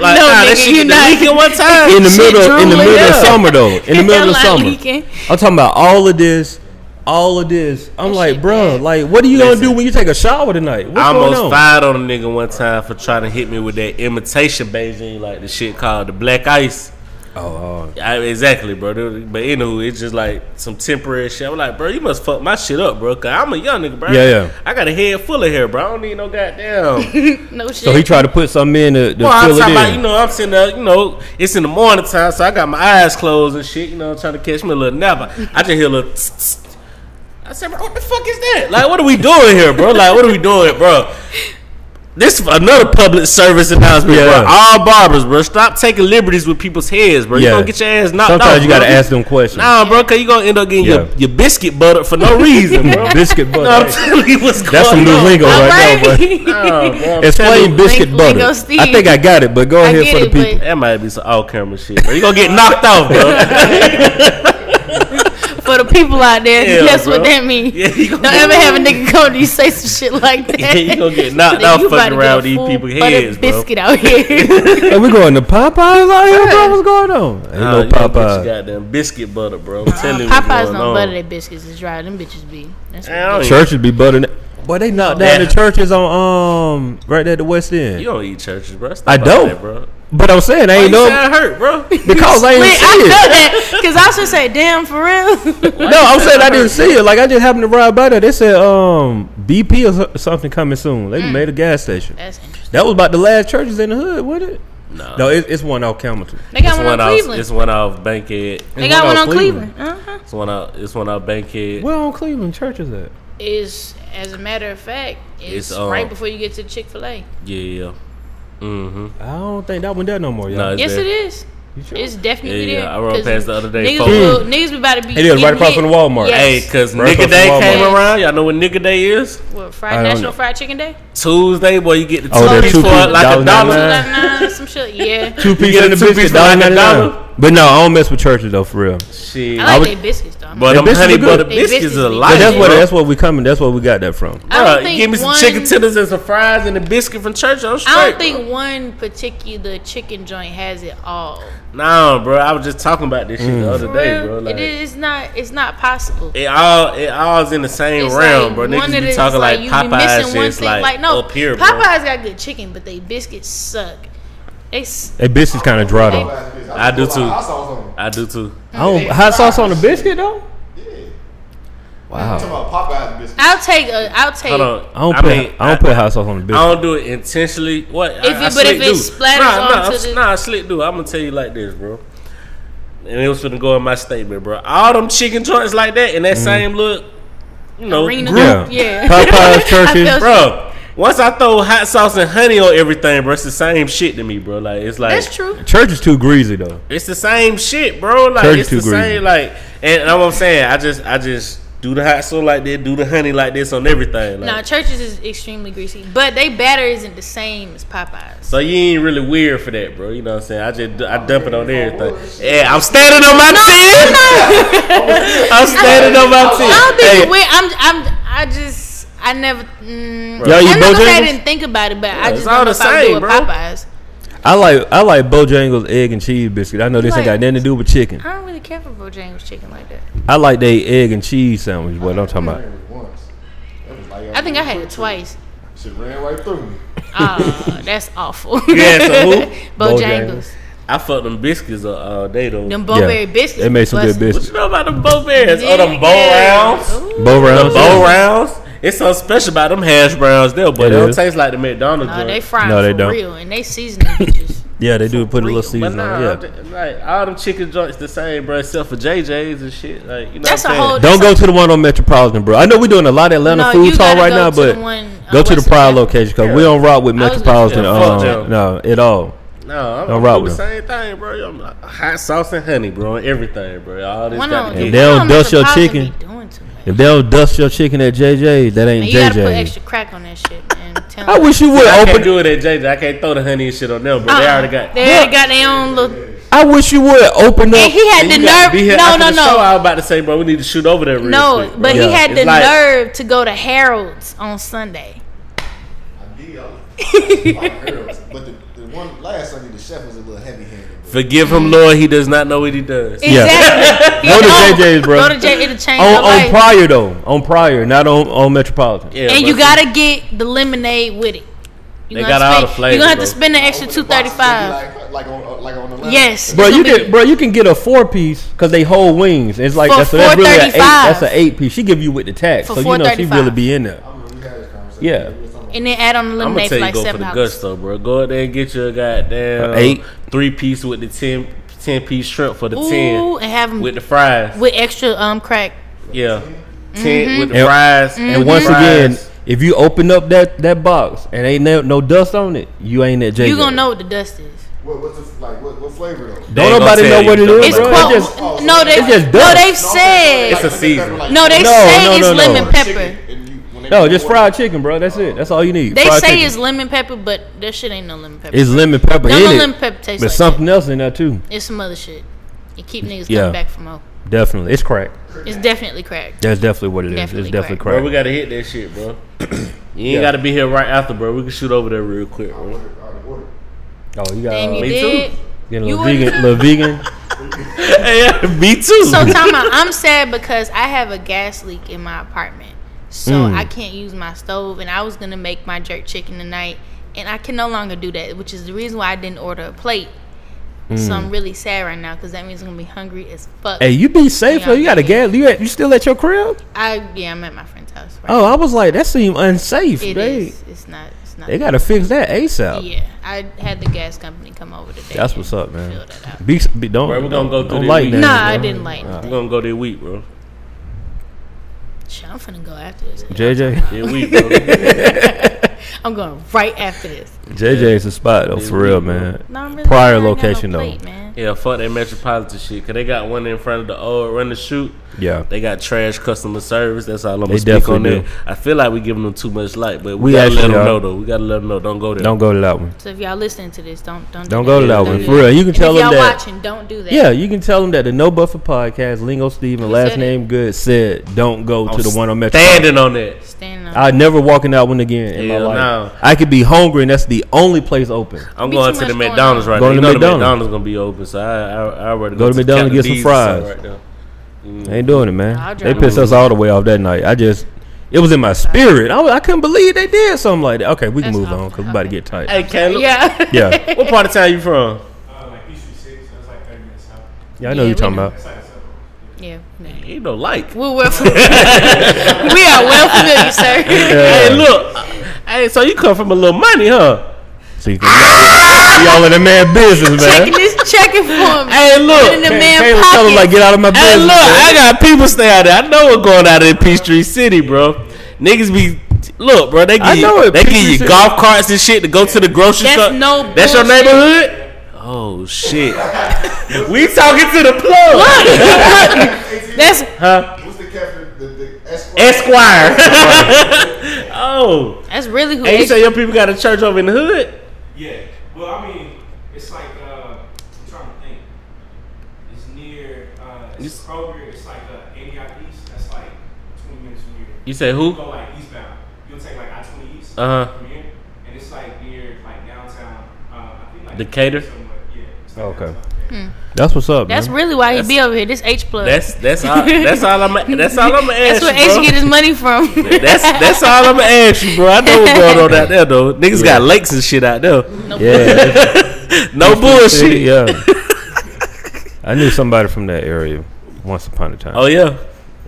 [SPEAKER 3] Like
[SPEAKER 2] No,
[SPEAKER 3] nah,
[SPEAKER 2] nigga,
[SPEAKER 3] that shit
[SPEAKER 2] you
[SPEAKER 3] done
[SPEAKER 2] not.
[SPEAKER 3] leaking one time.
[SPEAKER 1] in the
[SPEAKER 3] Shit
[SPEAKER 1] middle in the
[SPEAKER 3] drooling,
[SPEAKER 1] middle of
[SPEAKER 3] yeah.
[SPEAKER 1] summer though. In the middle of
[SPEAKER 2] Like
[SPEAKER 1] summer.
[SPEAKER 2] leaking.
[SPEAKER 1] I'm talking about all of this, all of this. I'm
[SPEAKER 2] That
[SPEAKER 1] like,
[SPEAKER 2] shit
[SPEAKER 1] bro,
[SPEAKER 2] bad.
[SPEAKER 1] like what are you gonna
[SPEAKER 3] Listen.
[SPEAKER 1] do when you take a shower tonight? What's
[SPEAKER 3] I
[SPEAKER 1] going
[SPEAKER 3] almost
[SPEAKER 1] on?
[SPEAKER 3] fired on a nigga one time for trying to hit me with that imitation Beijing, like the shit called the black ice.
[SPEAKER 1] Oh,
[SPEAKER 3] I, exactly, bro. There- But anywho, it's just like some temporary shit. I'm like, bro, you must fuck my shit up, bro. Cause I'm a young nigga, bro.
[SPEAKER 1] Yeah, yeah.
[SPEAKER 3] I got a head full of hair, bro. I don't need no goddamn.
[SPEAKER 2] No shit.
[SPEAKER 1] so he tried to put something in to, to
[SPEAKER 3] well, I'm
[SPEAKER 1] fill it
[SPEAKER 3] talking
[SPEAKER 1] in.
[SPEAKER 3] about, you know, I'm sitting there, you know, it's in the morning time, so I got my eyes closed and shit, you know, trying to catch me a little nap. I just hear a little. tss, tss. I said, bro, what the fuck is that? Like, what are we doing here, bro? Like, what are we doing, bro? This is another public service announcement,
[SPEAKER 1] Yeah.
[SPEAKER 3] bro. All barbers, bro, stop taking liberties with people's heads, bro.
[SPEAKER 1] Yeah.
[SPEAKER 3] You gonna get your ass knocked
[SPEAKER 1] Sometimes
[SPEAKER 3] off,
[SPEAKER 1] you gotta
[SPEAKER 3] bro.
[SPEAKER 1] ask them questions.
[SPEAKER 3] Nah, bro, cause you gonna end up getting
[SPEAKER 1] Yeah.
[SPEAKER 3] your, your biscuit buttered for no reason, bro.
[SPEAKER 1] biscuit butter.
[SPEAKER 3] No, I'm telling you what's going
[SPEAKER 1] That's some new
[SPEAKER 3] on.
[SPEAKER 1] lingo
[SPEAKER 2] All
[SPEAKER 1] right there, bro.
[SPEAKER 3] Nah, bro, I'm telling
[SPEAKER 1] Explain
[SPEAKER 3] you.
[SPEAKER 1] biscuit
[SPEAKER 2] Lingo
[SPEAKER 1] butter.
[SPEAKER 2] Steve.
[SPEAKER 1] I think I got it, but go
[SPEAKER 2] I
[SPEAKER 1] ahead
[SPEAKER 2] get
[SPEAKER 1] for the
[SPEAKER 2] it, but-
[SPEAKER 1] people.
[SPEAKER 3] That might be some off camera shit. Bro. You gonna get knocked off, bro.
[SPEAKER 2] for the people out there,
[SPEAKER 3] Yeah,
[SPEAKER 2] that's what
[SPEAKER 3] bro.
[SPEAKER 2] that means.
[SPEAKER 3] Yeah, you
[SPEAKER 2] Don't
[SPEAKER 3] gonna-
[SPEAKER 2] ever have a nigga come to you say some shit like that.
[SPEAKER 3] Yeah, you gonna get knocked
[SPEAKER 2] Nigga,
[SPEAKER 3] out
[SPEAKER 2] you
[SPEAKER 3] fucking
[SPEAKER 2] about to get
[SPEAKER 3] around
[SPEAKER 2] a
[SPEAKER 3] these
[SPEAKER 2] full
[SPEAKER 3] people's
[SPEAKER 2] butter
[SPEAKER 3] heads, bro.
[SPEAKER 2] Biscuit out here.
[SPEAKER 1] Are we going to Popeyes out here, bro? What's going on? Ain't
[SPEAKER 3] Nah,
[SPEAKER 1] no
[SPEAKER 3] you gonna get
[SPEAKER 1] Popeyes.
[SPEAKER 3] your goddamn biscuit butter, bro. I'm telling you what's
[SPEAKER 2] Um, Popeyes
[SPEAKER 3] going
[SPEAKER 2] don't
[SPEAKER 3] on.
[SPEAKER 2] butter their biscuits. It's dry. Them bitches be. That's what
[SPEAKER 3] Man, I don't even-
[SPEAKER 1] Churches be buttering. it. Boy, they knocked down
[SPEAKER 3] Yeah.
[SPEAKER 1] the churches on um right there at the West End.
[SPEAKER 3] You don't eat churches, bro. Stop
[SPEAKER 1] I
[SPEAKER 3] all
[SPEAKER 1] don't.
[SPEAKER 3] that, bro.
[SPEAKER 1] But I'm saying I
[SPEAKER 3] Why
[SPEAKER 1] ain't
[SPEAKER 3] you
[SPEAKER 1] know
[SPEAKER 3] sound hurt, bro.
[SPEAKER 1] because I ain't
[SPEAKER 2] Wait,
[SPEAKER 1] see
[SPEAKER 2] I know
[SPEAKER 1] it.
[SPEAKER 2] that because I should say, damn, for real.
[SPEAKER 1] No, I'm saying I didn't see it. Like I just happened to ride by there. They said um BP or so- something coming soon.
[SPEAKER 3] Mm.
[SPEAKER 1] They made a gas station.
[SPEAKER 2] That's interesting.
[SPEAKER 1] That was about the last churches in the hood, wasn't it?
[SPEAKER 3] Nah.
[SPEAKER 1] No, it, it's one out Camelton.
[SPEAKER 2] They got
[SPEAKER 3] It's
[SPEAKER 2] one, on
[SPEAKER 3] one off.
[SPEAKER 2] Cleveland.
[SPEAKER 3] It's one off Bankhead.
[SPEAKER 2] they got one on
[SPEAKER 1] Cleveland.
[SPEAKER 2] Cleveland. Uh-huh.
[SPEAKER 3] It's one off. It's one off Bankhead.
[SPEAKER 1] Where on Cleveland church is that?
[SPEAKER 2] It's as a matter of fact, it's,
[SPEAKER 3] It's, uh,
[SPEAKER 2] right before you get to Chick Fil A.
[SPEAKER 3] Yeah, yeah. Mm-hmm.
[SPEAKER 1] I don't think that one there no more, y'all.
[SPEAKER 3] Nah, it's-
[SPEAKER 2] Yes,
[SPEAKER 3] there.
[SPEAKER 2] it is.
[SPEAKER 1] You sure?
[SPEAKER 2] It's definitely
[SPEAKER 3] Yeah,
[SPEAKER 2] there.
[SPEAKER 3] yeah, I rode
[SPEAKER 2] 'cause
[SPEAKER 3] past the other day,
[SPEAKER 2] Niggas,
[SPEAKER 3] folks.
[SPEAKER 2] will, niggas be about to be.
[SPEAKER 1] It is right
[SPEAKER 2] getting
[SPEAKER 1] across
[SPEAKER 2] hit.
[SPEAKER 1] from Walmart.
[SPEAKER 2] Yes.
[SPEAKER 3] Hey, cause
[SPEAKER 1] Right
[SPEAKER 3] nigga
[SPEAKER 1] across
[SPEAKER 3] day
[SPEAKER 1] from
[SPEAKER 3] came
[SPEAKER 2] Walmart.
[SPEAKER 3] around. Y'all know what nigga day is?
[SPEAKER 2] what
[SPEAKER 1] I
[SPEAKER 2] fried
[SPEAKER 1] don't
[SPEAKER 2] National
[SPEAKER 1] know.
[SPEAKER 2] Fried Chicken Day?
[SPEAKER 3] Tuesday, boy. You get the
[SPEAKER 1] Oh,
[SPEAKER 3] two
[SPEAKER 1] that
[SPEAKER 3] piece
[SPEAKER 1] two
[SPEAKER 3] for
[SPEAKER 1] piece,
[SPEAKER 3] like a
[SPEAKER 1] $1.99.
[SPEAKER 3] dollar.
[SPEAKER 2] Like, nah, some shit. Yeah,
[SPEAKER 1] Two pieces
[SPEAKER 3] get
[SPEAKER 1] and
[SPEAKER 3] a
[SPEAKER 1] a
[SPEAKER 3] two-piece
[SPEAKER 1] biscuit,
[SPEAKER 3] for like
[SPEAKER 1] dollar ninety
[SPEAKER 3] a dollar?
[SPEAKER 1] nine. But no, I don't mess with churches though, for real.
[SPEAKER 3] Shit.
[SPEAKER 2] I
[SPEAKER 1] would-
[SPEAKER 2] like their biscuits though. I'm
[SPEAKER 3] But
[SPEAKER 1] They
[SPEAKER 3] them
[SPEAKER 1] biscuits
[SPEAKER 3] honey
[SPEAKER 1] be good.
[SPEAKER 3] butter
[SPEAKER 2] They
[SPEAKER 3] biscuits
[SPEAKER 2] biscuits
[SPEAKER 3] are
[SPEAKER 2] be
[SPEAKER 3] light.
[SPEAKER 1] But that's
[SPEAKER 2] did.
[SPEAKER 1] where
[SPEAKER 3] bro.
[SPEAKER 1] that's where we coming. That's where we got that from.
[SPEAKER 2] I don't
[SPEAKER 3] Bruh,
[SPEAKER 2] think
[SPEAKER 3] give me
[SPEAKER 2] one-
[SPEAKER 3] some chicken tenders and some fries and a biscuit from church. I'm straight.
[SPEAKER 2] I don't
[SPEAKER 3] bro.
[SPEAKER 2] think one particular chicken joint has it all.
[SPEAKER 3] Nah, bro. I was just talking about this shit
[SPEAKER 1] Mm.
[SPEAKER 3] the other day, bro.
[SPEAKER 2] Real,
[SPEAKER 3] Like,
[SPEAKER 2] it is not. It's not possible.
[SPEAKER 3] it all it all's in the same
[SPEAKER 2] It's
[SPEAKER 3] realm, bro.
[SPEAKER 2] like one
[SPEAKER 3] Niggas
[SPEAKER 2] of
[SPEAKER 3] be
[SPEAKER 2] the-
[SPEAKER 3] talking like,
[SPEAKER 2] you be
[SPEAKER 3] Popeyes
[SPEAKER 2] missing one
[SPEAKER 3] is
[SPEAKER 2] thing.
[SPEAKER 3] like,
[SPEAKER 2] no,
[SPEAKER 3] up here, bro.
[SPEAKER 2] Popeyes got good chicken, but they biscuits suck. They s-
[SPEAKER 1] That biscuit's kind of dry though.
[SPEAKER 3] I do too.
[SPEAKER 5] I saw something.
[SPEAKER 3] I do too.
[SPEAKER 1] I don't hot sauce on the biscuit though.
[SPEAKER 5] I'm talking
[SPEAKER 1] Wow.
[SPEAKER 5] about Popeye's biscuit.
[SPEAKER 2] I'll take a. I'll take.
[SPEAKER 3] Hold on.
[SPEAKER 1] I don't
[SPEAKER 3] I
[SPEAKER 1] put
[SPEAKER 3] mean,
[SPEAKER 1] I don't put hot sauce on the biscuit.
[SPEAKER 3] I don't do it intentionally. What?
[SPEAKER 2] If
[SPEAKER 3] I, I
[SPEAKER 2] it- but
[SPEAKER 3] slick
[SPEAKER 2] if it
[SPEAKER 3] do.
[SPEAKER 2] splatters
[SPEAKER 3] nah, nah,
[SPEAKER 2] onto
[SPEAKER 3] I'm-
[SPEAKER 2] the-
[SPEAKER 3] nah, I slick do. I'm gonna tell you like this, bro. And it was gonna go in my statement, bro. All them chicken joints like that in that
[SPEAKER 1] Mm.
[SPEAKER 3] same look, you know,
[SPEAKER 2] Arena.
[SPEAKER 3] group,
[SPEAKER 1] Yeah.
[SPEAKER 2] Yeah.
[SPEAKER 1] Popeyes churches.
[SPEAKER 2] feel-
[SPEAKER 3] bro. Once I throw hot sauce and honey on everything, bro, it's the same shit to me, bro. Like it's like
[SPEAKER 2] That's true.
[SPEAKER 1] Church is too greasy though.
[SPEAKER 3] It's the same shit, bro. Like it's
[SPEAKER 1] 32
[SPEAKER 3] the
[SPEAKER 1] greasy.
[SPEAKER 3] same. Like, and, and I'm saying, I just, I just, Do the hot sauce like this, do the honey like this on everything.
[SPEAKER 2] No,
[SPEAKER 3] Like,
[SPEAKER 2] churches is extremely greasy, but they batter isn't the same as Popeyes.
[SPEAKER 3] so you ain't really weird for that, bro. You know what I'm saying? I just I dump it on everything. Yeah, I'm standing on my ten. I'm standing on my ten.
[SPEAKER 2] I don't think
[SPEAKER 3] Hey,
[SPEAKER 2] we're. I'm. I'm. I just. I never. Mm,
[SPEAKER 1] Y'all eat
[SPEAKER 2] I never
[SPEAKER 1] Bojangles?
[SPEAKER 2] said I didn't think about it, but I
[SPEAKER 3] it's
[SPEAKER 2] just
[SPEAKER 3] all
[SPEAKER 2] don't know if I
[SPEAKER 3] the
[SPEAKER 2] would do
[SPEAKER 3] same,
[SPEAKER 2] it
[SPEAKER 3] bro.
[SPEAKER 2] Popeyes.
[SPEAKER 1] I like I like Bojangles egg and cheese biscuit. I know this ain't got nothing to do with chicken.
[SPEAKER 2] I don't really care for Bojangles chicken like that.
[SPEAKER 1] I like they egg and cheese sandwich. What I'm talking about?
[SPEAKER 5] Once. That was like-
[SPEAKER 2] I think I had it twice.
[SPEAKER 5] Shit ran right through me.
[SPEAKER 2] Ah, that's awful.
[SPEAKER 3] had some who?
[SPEAKER 2] Bojangles.
[SPEAKER 3] I fucked them biscuits all- all day though.
[SPEAKER 2] Them blueberry biscuits.
[SPEAKER 1] They made some good
[SPEAKER 2] bustin'.
[SPEAKER 3] What
[SPEAKER 1] biscuits.
[SPEAKER 3] you know about them bow bears?
[SPEAKER 2] Yeah.
[SPEAKER 3] Oh, them bow rounds.
[SPEAKER 2] Ooh.
[SPEAKER 1] Bow
[SPEAKER 3] The
[SPEAKER 1] rounds.
[SPEAKER 3] bow rounds. It's something special about them hash browns there, but
[SPEAKER 1] It
[SPEAKER 3] it don't
[SPEAKER 1] is.
[SPEAKER 3] taste like the McDonald's.
[SPEAKER 2] No,
[SPEAKER 3] joint.
[SPEAKER 2] they fry 'em
[SPEAKER 1] No, they
[SPEAKER 2] for
[SPEAKER 1] don't.
[SPEAKER 2] real, and they season them bitches.
[SPEAKER 1] Yeah, they do put a little
[SPEAKER 3] But
[SPEAKER 1] seasoning
[SPEAKER 3] nah,
[SPEAKER 1] on. it, Yeah.
[SPEAKER 3] I'm just- like all them chicken joints the same, bro. Except for JJ's and shit. Like you know,
[SPEAKER 2] That's
[SPEAKER 3] what
[SPEAKER 2] a
[SPEAKER 3] I'm saying?
[SPEAKER 2] whole.
[SPEAKER 1] Don't
[SPEAKER 2] Oh, that's
[SPEAKER 1] go
[SPEAKER 2] a-
[SPEAKER 1] to the one on Metropolitan, bro. I know we're doing a lot of Atlanta
[SPEAKER 2] No,
[SPEAKER 1] food
[SPEAKER 2] you
[SPEAKER 1] talk
[SPEAKER 2] gotta
[SPEAKER 1] right
[SPEAKER 2] go
[SPEAKER 1] now,
[SPEAKER 2] to
[SPEAKER 1] but
[SPEAKER 2] the one uh, on
[SPEAKER 1] go to the
[SPEAKER 2] West
[SPEAKER 1] prior
[SPEAKER 2] Avenue.
[SPEAKER 1] location because we don't rock with
[SPEAKER 2] I was
[SPEAKER 1] Metropolitan.
[SPEAKER 3] gonna- Yeah, fuck
[SPEAKER 1] uh,
[SPEAKER 3] them.
[SPEAKER 1] no, at all.
[SPEAKER 3] No, I'm
[SPEAKER 1] Don't
[SPEAKER 3] gonna
[SPEAKER 1] rock
[SPEAKER 3] do the
[SPEAKER 1] with
[SPEAKER 3] same thing, bro. I'm like, hot sauce and honey, bro. and Everything, bro. All this
[SPEAKER 2] One
[SPEAKER 3] got
[SPEAKER 2] on,
[SPEAKER 3] to
[SPEAKER 1] If
[SPEAKER 2] one
[SPEAKER 3] get.
[SPEAKER 1] they don't
[SPEAKER 2] on
[SPEAKER 1] dust your
[SPEAKER 2] Metropolitan
[SPEAKER 1] chicken-
[SPEAKER 2] be doing too much.
[SPEAKER 1] If they don't dust your chicken at JJ, that ain't
[SPEAKER 2] And you gotta put
[SPEAKER 1] JJ.
[SPEAKER 2] extra crack on that shit, man. I'm telling
[SPEAKER 1] I
[SPEAKER 2] you.
[SPEAKER 1] wish you would
[SPEAKER 3] I can't
[SPEAKER 1] open.
[SPEAKER 3] do it at JJ. I can't throw the honey and shit on them, but they
[SPEAKER 2] Uh-uh.
[SPEAKER 3] already got.
[SPEAKER 2] They already got their own little.
[SPEAKER 1] I wish you would open up.
[SPEAKER 2] And he had
[SPEAKER 3] You
[SPEAKER 2] the
[SPEAKER 3] gotta
[SPEAKER 2] nerve.
[SPEAKER 3] be here
[SPEAKER 2] No,
[SPEAKER 3] after
[SPEAKER 2] no,
[SPEAKER 3] the show.
[SPEAKER 2] no,
[SPEAKER 3] I was about to say, bro, we need to shoot over there. Real
[SPEAKER 2] no.
[SPEAKER 3] quick, bro.
[SPEAKER 2] But he
[SPEAKER 1] Yeah.
[SPEAKER 2] had the
[SPEAKER 3] It's like-
[SPEAKER 2] nerve to go to Harold's on Sunday.
[SPEAKER 5] I did. I was- I heard, but the, the one last Sunday, the chef was a little heavy handed.
[SPEAKER 3] Forgive him, Lord. He does not know what he does.
[SPEAKER 1] Yeah.
[SPEAKER 2] Exactly.
[SPEAKER 1] Go to
[SPEAKER 2] He-
[SPEAKER 1] JJ's, bro. Oh,
[SPEAKER 2] Go to J. It'll change your
[SPEAKER 1] on, on
[SPEAKER 2] life.
[SPEAKER 1] prior though, on prior, not on on Metropolitan.
[SPEAKER 3] Yeah,
[SPEAKER 2] and
[SPEAKER 3] bro.
[SPEAKER 2] you gotta get the lemonade with it. You
[SPEAKER 3] They
[SPEAKER 2] gonna
[SPEAKER 3] got all
[SPEAKER 2] spend-
[SPEAKER 3] the flavors,
[SPEAKER 2] You're gonna have to
[SPEAKER 3] bro.
[SPEAKER 2] spend an extra two thirty five.
[SPEAKER 5] Like, like on like on the line.
[SPEAKER 2] Yes,
[SPEAKER 1] Bro,
[SPEAKER 2] it's
[SPEAKER 1] you
[SPEAKER 2] gonna be-
[SPEAKER 1] can, bro, you can get a four piece because they whole wings. It's like
[SPEAKER 2] For
[SPEAKER 1] that's, so that's really an eight.
[SPEAKER 2] $4.35.
[SPEAKER 1] That's an eight piece. She give you with the tax,
[SPEAKER 2] For
[SPEAKER 1] so you know she
[SPEAKER 2] $4.35.
[SPEAKER 1] really be in there.
[SPEAKER 5] I remember we had this conversation.
[SPEAKER 1] Yeah.
[SPEAKER 5] We were talking about-
[SPEAKER 2] and then add on the
[SPEAKER 3] I'm gonna
[SPEAKER 2] lemonade for
[SPEAKER 3] tell you
[SPEAKER 2] like
[SPEAKER 3] go for
[SPEAKER 2] seven
[SPEAKER 3] the
[SPEAKER 2] dollars.
[SPEAKER 3] gusto, bro. Go out there and get you a goddamn
[SPEAKER 1] Uh, eight.
[SPEAKER 3] three piece with the ten ten piece shrimp for the
[SPEAKER 2] Ooh, um,
[SPEAKER 3] ten
[SPEAKER 2] and have them
[SPEAKER 3] with
[SPEAKER 2] with,
[SPEAKER 3] the fries.
[SPEAKER 2] extra um crack.
[SPEAKER 3] yeah,
[SPEAKER 2] Mm-hmm.
[SPEAKER 3] 10 with the
[SPEAKER 1] And-
[SPEAKER 3] fries.
[SPEAKER 1] And once again, if you open up that that box and ain't no, no dust on it, you ain't at JJ.
[SPEAKER 2] You gonna know what the dust is.
[SPEAKER 5] What, what's the, like, what, what flavor though?
[SPEAKER 3] They
[SPEAKER 1] Don't
[SPEAKER 3] ain't gonna
[SPEAKER 1] nobody know
[SPEAKER 3] tell
[SPEAKER 1] what
[SPEAKER 3] you,
[SPEAKER 1] it is,
[SPEAKER 3] though.
[SPEAKER 2] It's
[SPEAKER 1] bro.
[SPEAKER 2] called
[SPEAKER 1] It's just-
[SPEAKER 2] no. They
[SPEAKER 1] It's just
[SPEAKER 2] no.
[SPEAKER 1] dust.
[SPEAKER 2] They
[SPEAKER 5] No, I'm saying,
[SPEAKER 2] said
[SPEAKER 3] It's a season.
[SPEAKER 2] no. They
[SPEAKER 1] No,
[SPEAKER 2] say
[SPEAKER 1] no,
[SPEAKER 2] it's
[SPEAKER 1] no, no.
[SPEAKER 2] lemon pepper.
[SPEAKER 5] Chicken and you- when they
[SPEAKER 1] no,
[SPEAKER 5] put
[SPEAKER 1] just
[SPEAKER 5] water-
[SPEAKER 1] fried chicken, bro. That's it. That's all you need.
[SPEAKER 2] They
[SPEAKER 1] fried
[SPEAKER 2] say
[SPEAKER 1] chicken.
[SPEAKER 2] it's lemon pepper, but that shit ain't no lemon pepper.
[SPEAKER 1] It's lemon pepper
[SPEAKER 2] no,
[SPEAKER 1] in
[SPEAKER 2] no
[SPEAKER 1] it,
[SPEAKER 2] lemon pepper tastes
[SPEAKER 1] but
[SPEAKER 2] like
[SPEAKER 1] something else in there too.
[SPEAKER 2] that. It's some other shit. It keep niggas
[SPEAKER 1] Yeah.
[SPEAKER 2] coming back from home.
[SPEAKER 1] Definitely, it's crack.
[SPEAKER 2] It's definitely crack.
[SPEAKER 1] That's definitely what it is.
[SPEAKER 2] Definitely
[SPEAKER 1] it's definitely
[SPEAKER 2] crack.
[SPEAKER 1] crack.
[SPEAKER 3] bro, we gotta hit that shit, bro. you ain't gotta be here right after, bro. We can shoot over there real quick, bro.
[SPEAKER 1] Oh, you got
[SPEAKER 2] Damn, you
[SPEAKER 1] uh,
[SPEAKER 3] me
[SPEAKER 2] did.
[SPEAKER 1] getting a
[SPEAKER 2] You
[SPEAKER 1] little
[SPEAKER 2] ordered
[SPEAKER 1] vegan, little vegan.
[SPEAKER 3] yeah, me too.
[SPEAKER 2] So time out. I'm sad because I have a gas leak in my apartment, so
[SPEAKER 1] Mm.
[SPEAKER 2] I can't use my stove. And I was gonna make my jerk chicken tonight, and I can no longer do that, which is the reason why I didn't order a plate. So I'm really sad right now because that means I'm gonna be hungry as fuck.
[SPEAKER 1] Hmm. Hey, you be safe
[SPEAKER 2] Yeah,
[SPEAKER 1] though. You got a
[SPEAKER 2] yeah.
[SPEAKER 1] gas. You at, you still at your crib?
[SPEAKER 2] I yeah, I'm at my friend's house. Right?
[SPEAKER 1] Oh, I was like, that seemed unsafe.
[SPEAKER 2] it
[SPEAKER 1] They
[SPEAKER 2] is. It's not. It's not.
[SPEAKER 1] they gotta fix that asap.
[SPEAKER 2] yeah, I had the gas company come over today.
[SPEAKER 1] That's what's up,
[SPEAKER 2] and
[SPEAKER 1] man.
[SPEAKER 2] Fill that out.
[SPEAKER 1] Be, s- be don't.
[SPEAKER 3] Bro, we gonna
[SPEAKER 1] don't-
[SPEAKER 3] go through
[SPEAKER 1] don't
[SPEAKER 3] this
[SPEAKER 1] like
[SPEAKER 3] week.
[SPEAKER 1] that.
[SPEAKER 2] Nah,
[SPEAKER 1] bro.
[SPEAKER 2] I didn't like
[SPEAKER 3] We're
[SPEAKER 2] that.
[SPEAKER 3] gonna go there week, bro.
[SPEAKER 2] Shit, I'm finna go after this.
[SPEAKER 1] JJ,
[SPEAKER 3] That week, bro.
[SPEAKER 2] I'm going right after this.
[SPEAKER 1] JJ is the spot though, for real, man.
[SPEAKER 2] No, I'm
[SPEAKER 1] Prior
[SPEAKER 2] hungry. I ain't got no
[SPEAKER 1] location, though.
[SPEAKER 2] plate, man.
[SPEAKER 3] yeah, fuck that metropolitan shit. Cause they got one in front of the old run the shoot.
[SPEAKER 1] Yeah,
[SPEAKER 3] They got trash customer service. That's all I'm
[SPEAKER 1] They
[SPEAKER 3] gonna speak on
[SPEAKER 1] definitely
[SPEAKER 3] there.
[SPEAKER 1] do.
[SPEAKER 3] I feel like we giving them too much light, but
[SPEAKER 1] We
[SPEAKER 3] we, gotta let
[SPEAKER 1] actually
[SPEAKER 3] them
[SPEAKER 1] are.
[SPEAKER 3] know though. We gotta let them know. Don't go there.
[SPEAKER 1] don't go to that one.
[SPEAKER 2] So if y'all listening to this, don't don't do
[SPEAKER 1] Don't go to that
[SPEAKER 2] Don't
[SPEAKER 1] one
[SPEAKER 2] do
[SPEAKER 1] for real. You can
[SPEAKER 2] And
[SPEAKER 1] tell
[SPEAKER 2] if
[SPEAKER 1] them
[SPEAKER 2] y'all
[SPEAKER 1] that.
[SPEAKER 2] watching, don't do that.
[SPEAKER 1] Yeah, you can tell them that the No Buffer podcast, Lingo Steve and last
[SPEAKER 2] said it?
[SPEAKER 1] name Good said, don't go to
[SPEAKER 3] I'm
[SPEAKER 1] the one on Metro.
[SPEAKER 3] Standing on that.
[SPEAKER 2] Stand up.
[SPEAKER 1] I never walking that one again in my
[SPEAKER 3] Hell
[SPEAKER 1] life.
[SPEAKER 3] no.
[SPEAKER 1] I could be hungry, and that's the only place open.
[SPEAKER 3] I'm
[SPEAKER 2] Be
[SPEAKER 3] going
[SPEAKER 2] too
[SPEAKER 3] to the
[SPEAKER 2] much going
[SPEAKER 3] McDonald's
[SPEAKER 2] on.
[SPEAKER 3] right
[SPEAKER 1] Go
[SPEAKER 3] now.
[SPEAKER 1] to
[SPEAKER 3] You
[SPEAKER 1] the
[SPEAKER 3] know
[SPEAKER 1] McDonald's.
[SPEAKER 3] the McDonald's gonna be open, so I I, I already
[SPEAKER 1] Go to McDonald's and
[SPEAKER 3] Captain
[SPEAKER 1] get some
[SPEAKER 3] D's or
[SPEAKER 1] fries.
[SPEAKER 3] something Right Mm.
[SPEAKER 1] Ain't doing it,
[SPEAKER 2] I'll
[SPEAKER 1] man. They
[SPEAKER 2] drive
[SPEAKER 1] pissed
[SPEAKER 2] home.
[SPEAKER 1] us all the way off that night. I just, it was in my spirit. I, was- I couldn't believe they did something like that. Okay, we can
[SPEAKER 2] That's
[SPEAKER 1] move on
[SPEAKER 2] awful.
[SPEAKER 1] because we about to get tight.
[SPEAKER 3] there. Hey, Caleb.
[SPEAKER 2] yeah.
[SPEAKER 1] Yeah,
[SPEAKER 3] What part of town you from?
[SPEAKER 6] Uh, like Eastern Six, that's like 30 minutes out.
[SPEAKER 1] yeah, I know
[SPEAKER 2] Yeah,
[SPEAKER 1] you're talking
[SPEAKER 2] we know.
[SPEAKER 1] about.
[SPEAKER 6] That's like a suburb.
[SPEAKER 2] yeah. no.
[SPEAKER 3] You know, like.
[SPEAKER 2] We're well familiar. we are well familiar, sir.
[SPEAKER 1] Yeah.
[SPEAKER 3] Hey, look. Hey, so you come from a little money, huh?
[SPEAKER 1] So you can, y'all in that man business,
[SPEAKER 2] Checking
[SPEAKER 1] man.
[SPEAKER 2] this checking for me.
[SPEAKER 3] Hey,
[SPEAKER 2] in the
[SPEAKER 3] look.
[SPEAKER 2] man
[SPEAKER 1] Caleb tell him
[SPEAKER 2] pocket.
[SPEAKER 1] like, get out of my
[SPEAKER 3] Hey,
[SPEAKER 1] business.
[SPEAKER 3] look.
[SPEAKER 1] man.
[SPEAKER 3] I got people stay out there. I know what's going out in Peachtree City, bro. Niggas be. Look, bro, they
[SPEAKER 1] I
[SPEAKER 3] give
[SPEAKER 1] know
[SPEAKER 3] you,
[SPEAKER 1] it,
[SPEAKER 3] they give
[SPEAKER 1] Peachtree
[SPEAKER 3] you
[SPEAKER 1] City.
[SPEAKER 3] golf carts and shit to go to the grocery
[SPEAKER 2] That's
[SPEAKER 3] store.
[SPEAKER 2] no
[SPEAKER 3] That's your
[SPEAKER 2] bullshit.
[SPEAKER 3] neighborhood? Oh, shit. we talking to the plug.
[SPEAKER 2] That's
[SPEAKER 3] Huh?
[SPEAKER 5] What's the captain? The, the,
[SPEAKER 3] Esquire. oh.
[SPEAKER 2] That's really who.
[SPEAKER 3] And you
[SPEAKER 2] they-
[SPEAKER 3] say your people got a church over in the hood?
[SPEAKER 6] Yeah. Well, I mean, it's like uh, I'm trying to think. It's near. Uh, it's
[SPEAKER 3] It's-
[SPEAKER 6] Kroger. It's like uh, Antioch East. That's like 20 minutes from here.
[SPEAKER 3] You say
[SPEAKER 6] You
[SPEAKER 3] who?
[SPEAKER 6] go like eastbound. You'll take like I-20 east.
[SPEAKER 3] Uh-huh.
[SPEAKER 6] From here, and it's like near like downtown. Uh, I think like
[SPEAKER 3] Decatur?
[SPEAKER 6] somewhere. Yeah. it's like
[SPEAKER 1] Oh, Okay.
[SPEAKER 6] downtown Decatur.
[SPEAKER 1] That's what's up,
[SPEAKER 2] Hmm. that's
[SPEAKER 1] man.
[SPEAKER 2] really why he
[SPEAKER 3] That's-
[SPEAKER 2] be over here. This H plus.
[SPEAKER 3] That's that's all that's all I'm that's all I'm
[SPEAKER 2] That's
[SPEAKER 3] asking.
[SPEAKER 2] where H get his money from.
[SPEAKER 3] That's that's all I'm gonna ask you, bro. I know what's going on out there, though. Niggas
[SPEAKER 1] Yeah.
[SPEAKER 3] got lakes and shit out there.
[SPEAKER 1] yeah,
[SPEAKER 3] No bullshit.
[SPEAKER 1] yeah. I knew somebody from that area once upon a time.
[SPEAKER 3] Oh yeah.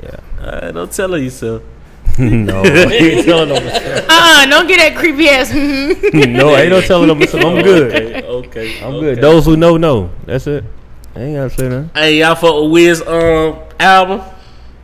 [SPEAKER 1] Yeah.
[SPEAKER 3] Uh, don't tell her yourself.
[SPEAKER 1] no,
[SPEAKER 2] Uh-uh, don't get that creepy ass. mhm.
[SPEAKER 1] no, ain't no telling them. I'm good.
[SPEAKER 3] Okay. okay,
[SPEAKER 1] I'm
[SPEAKER 3] okay.
[SPEAKER 1] good. Those who know know. That's it. I ain't gotta say nothing.
[SPEAKER 3] Hey, y'all fuck with Wiz um album.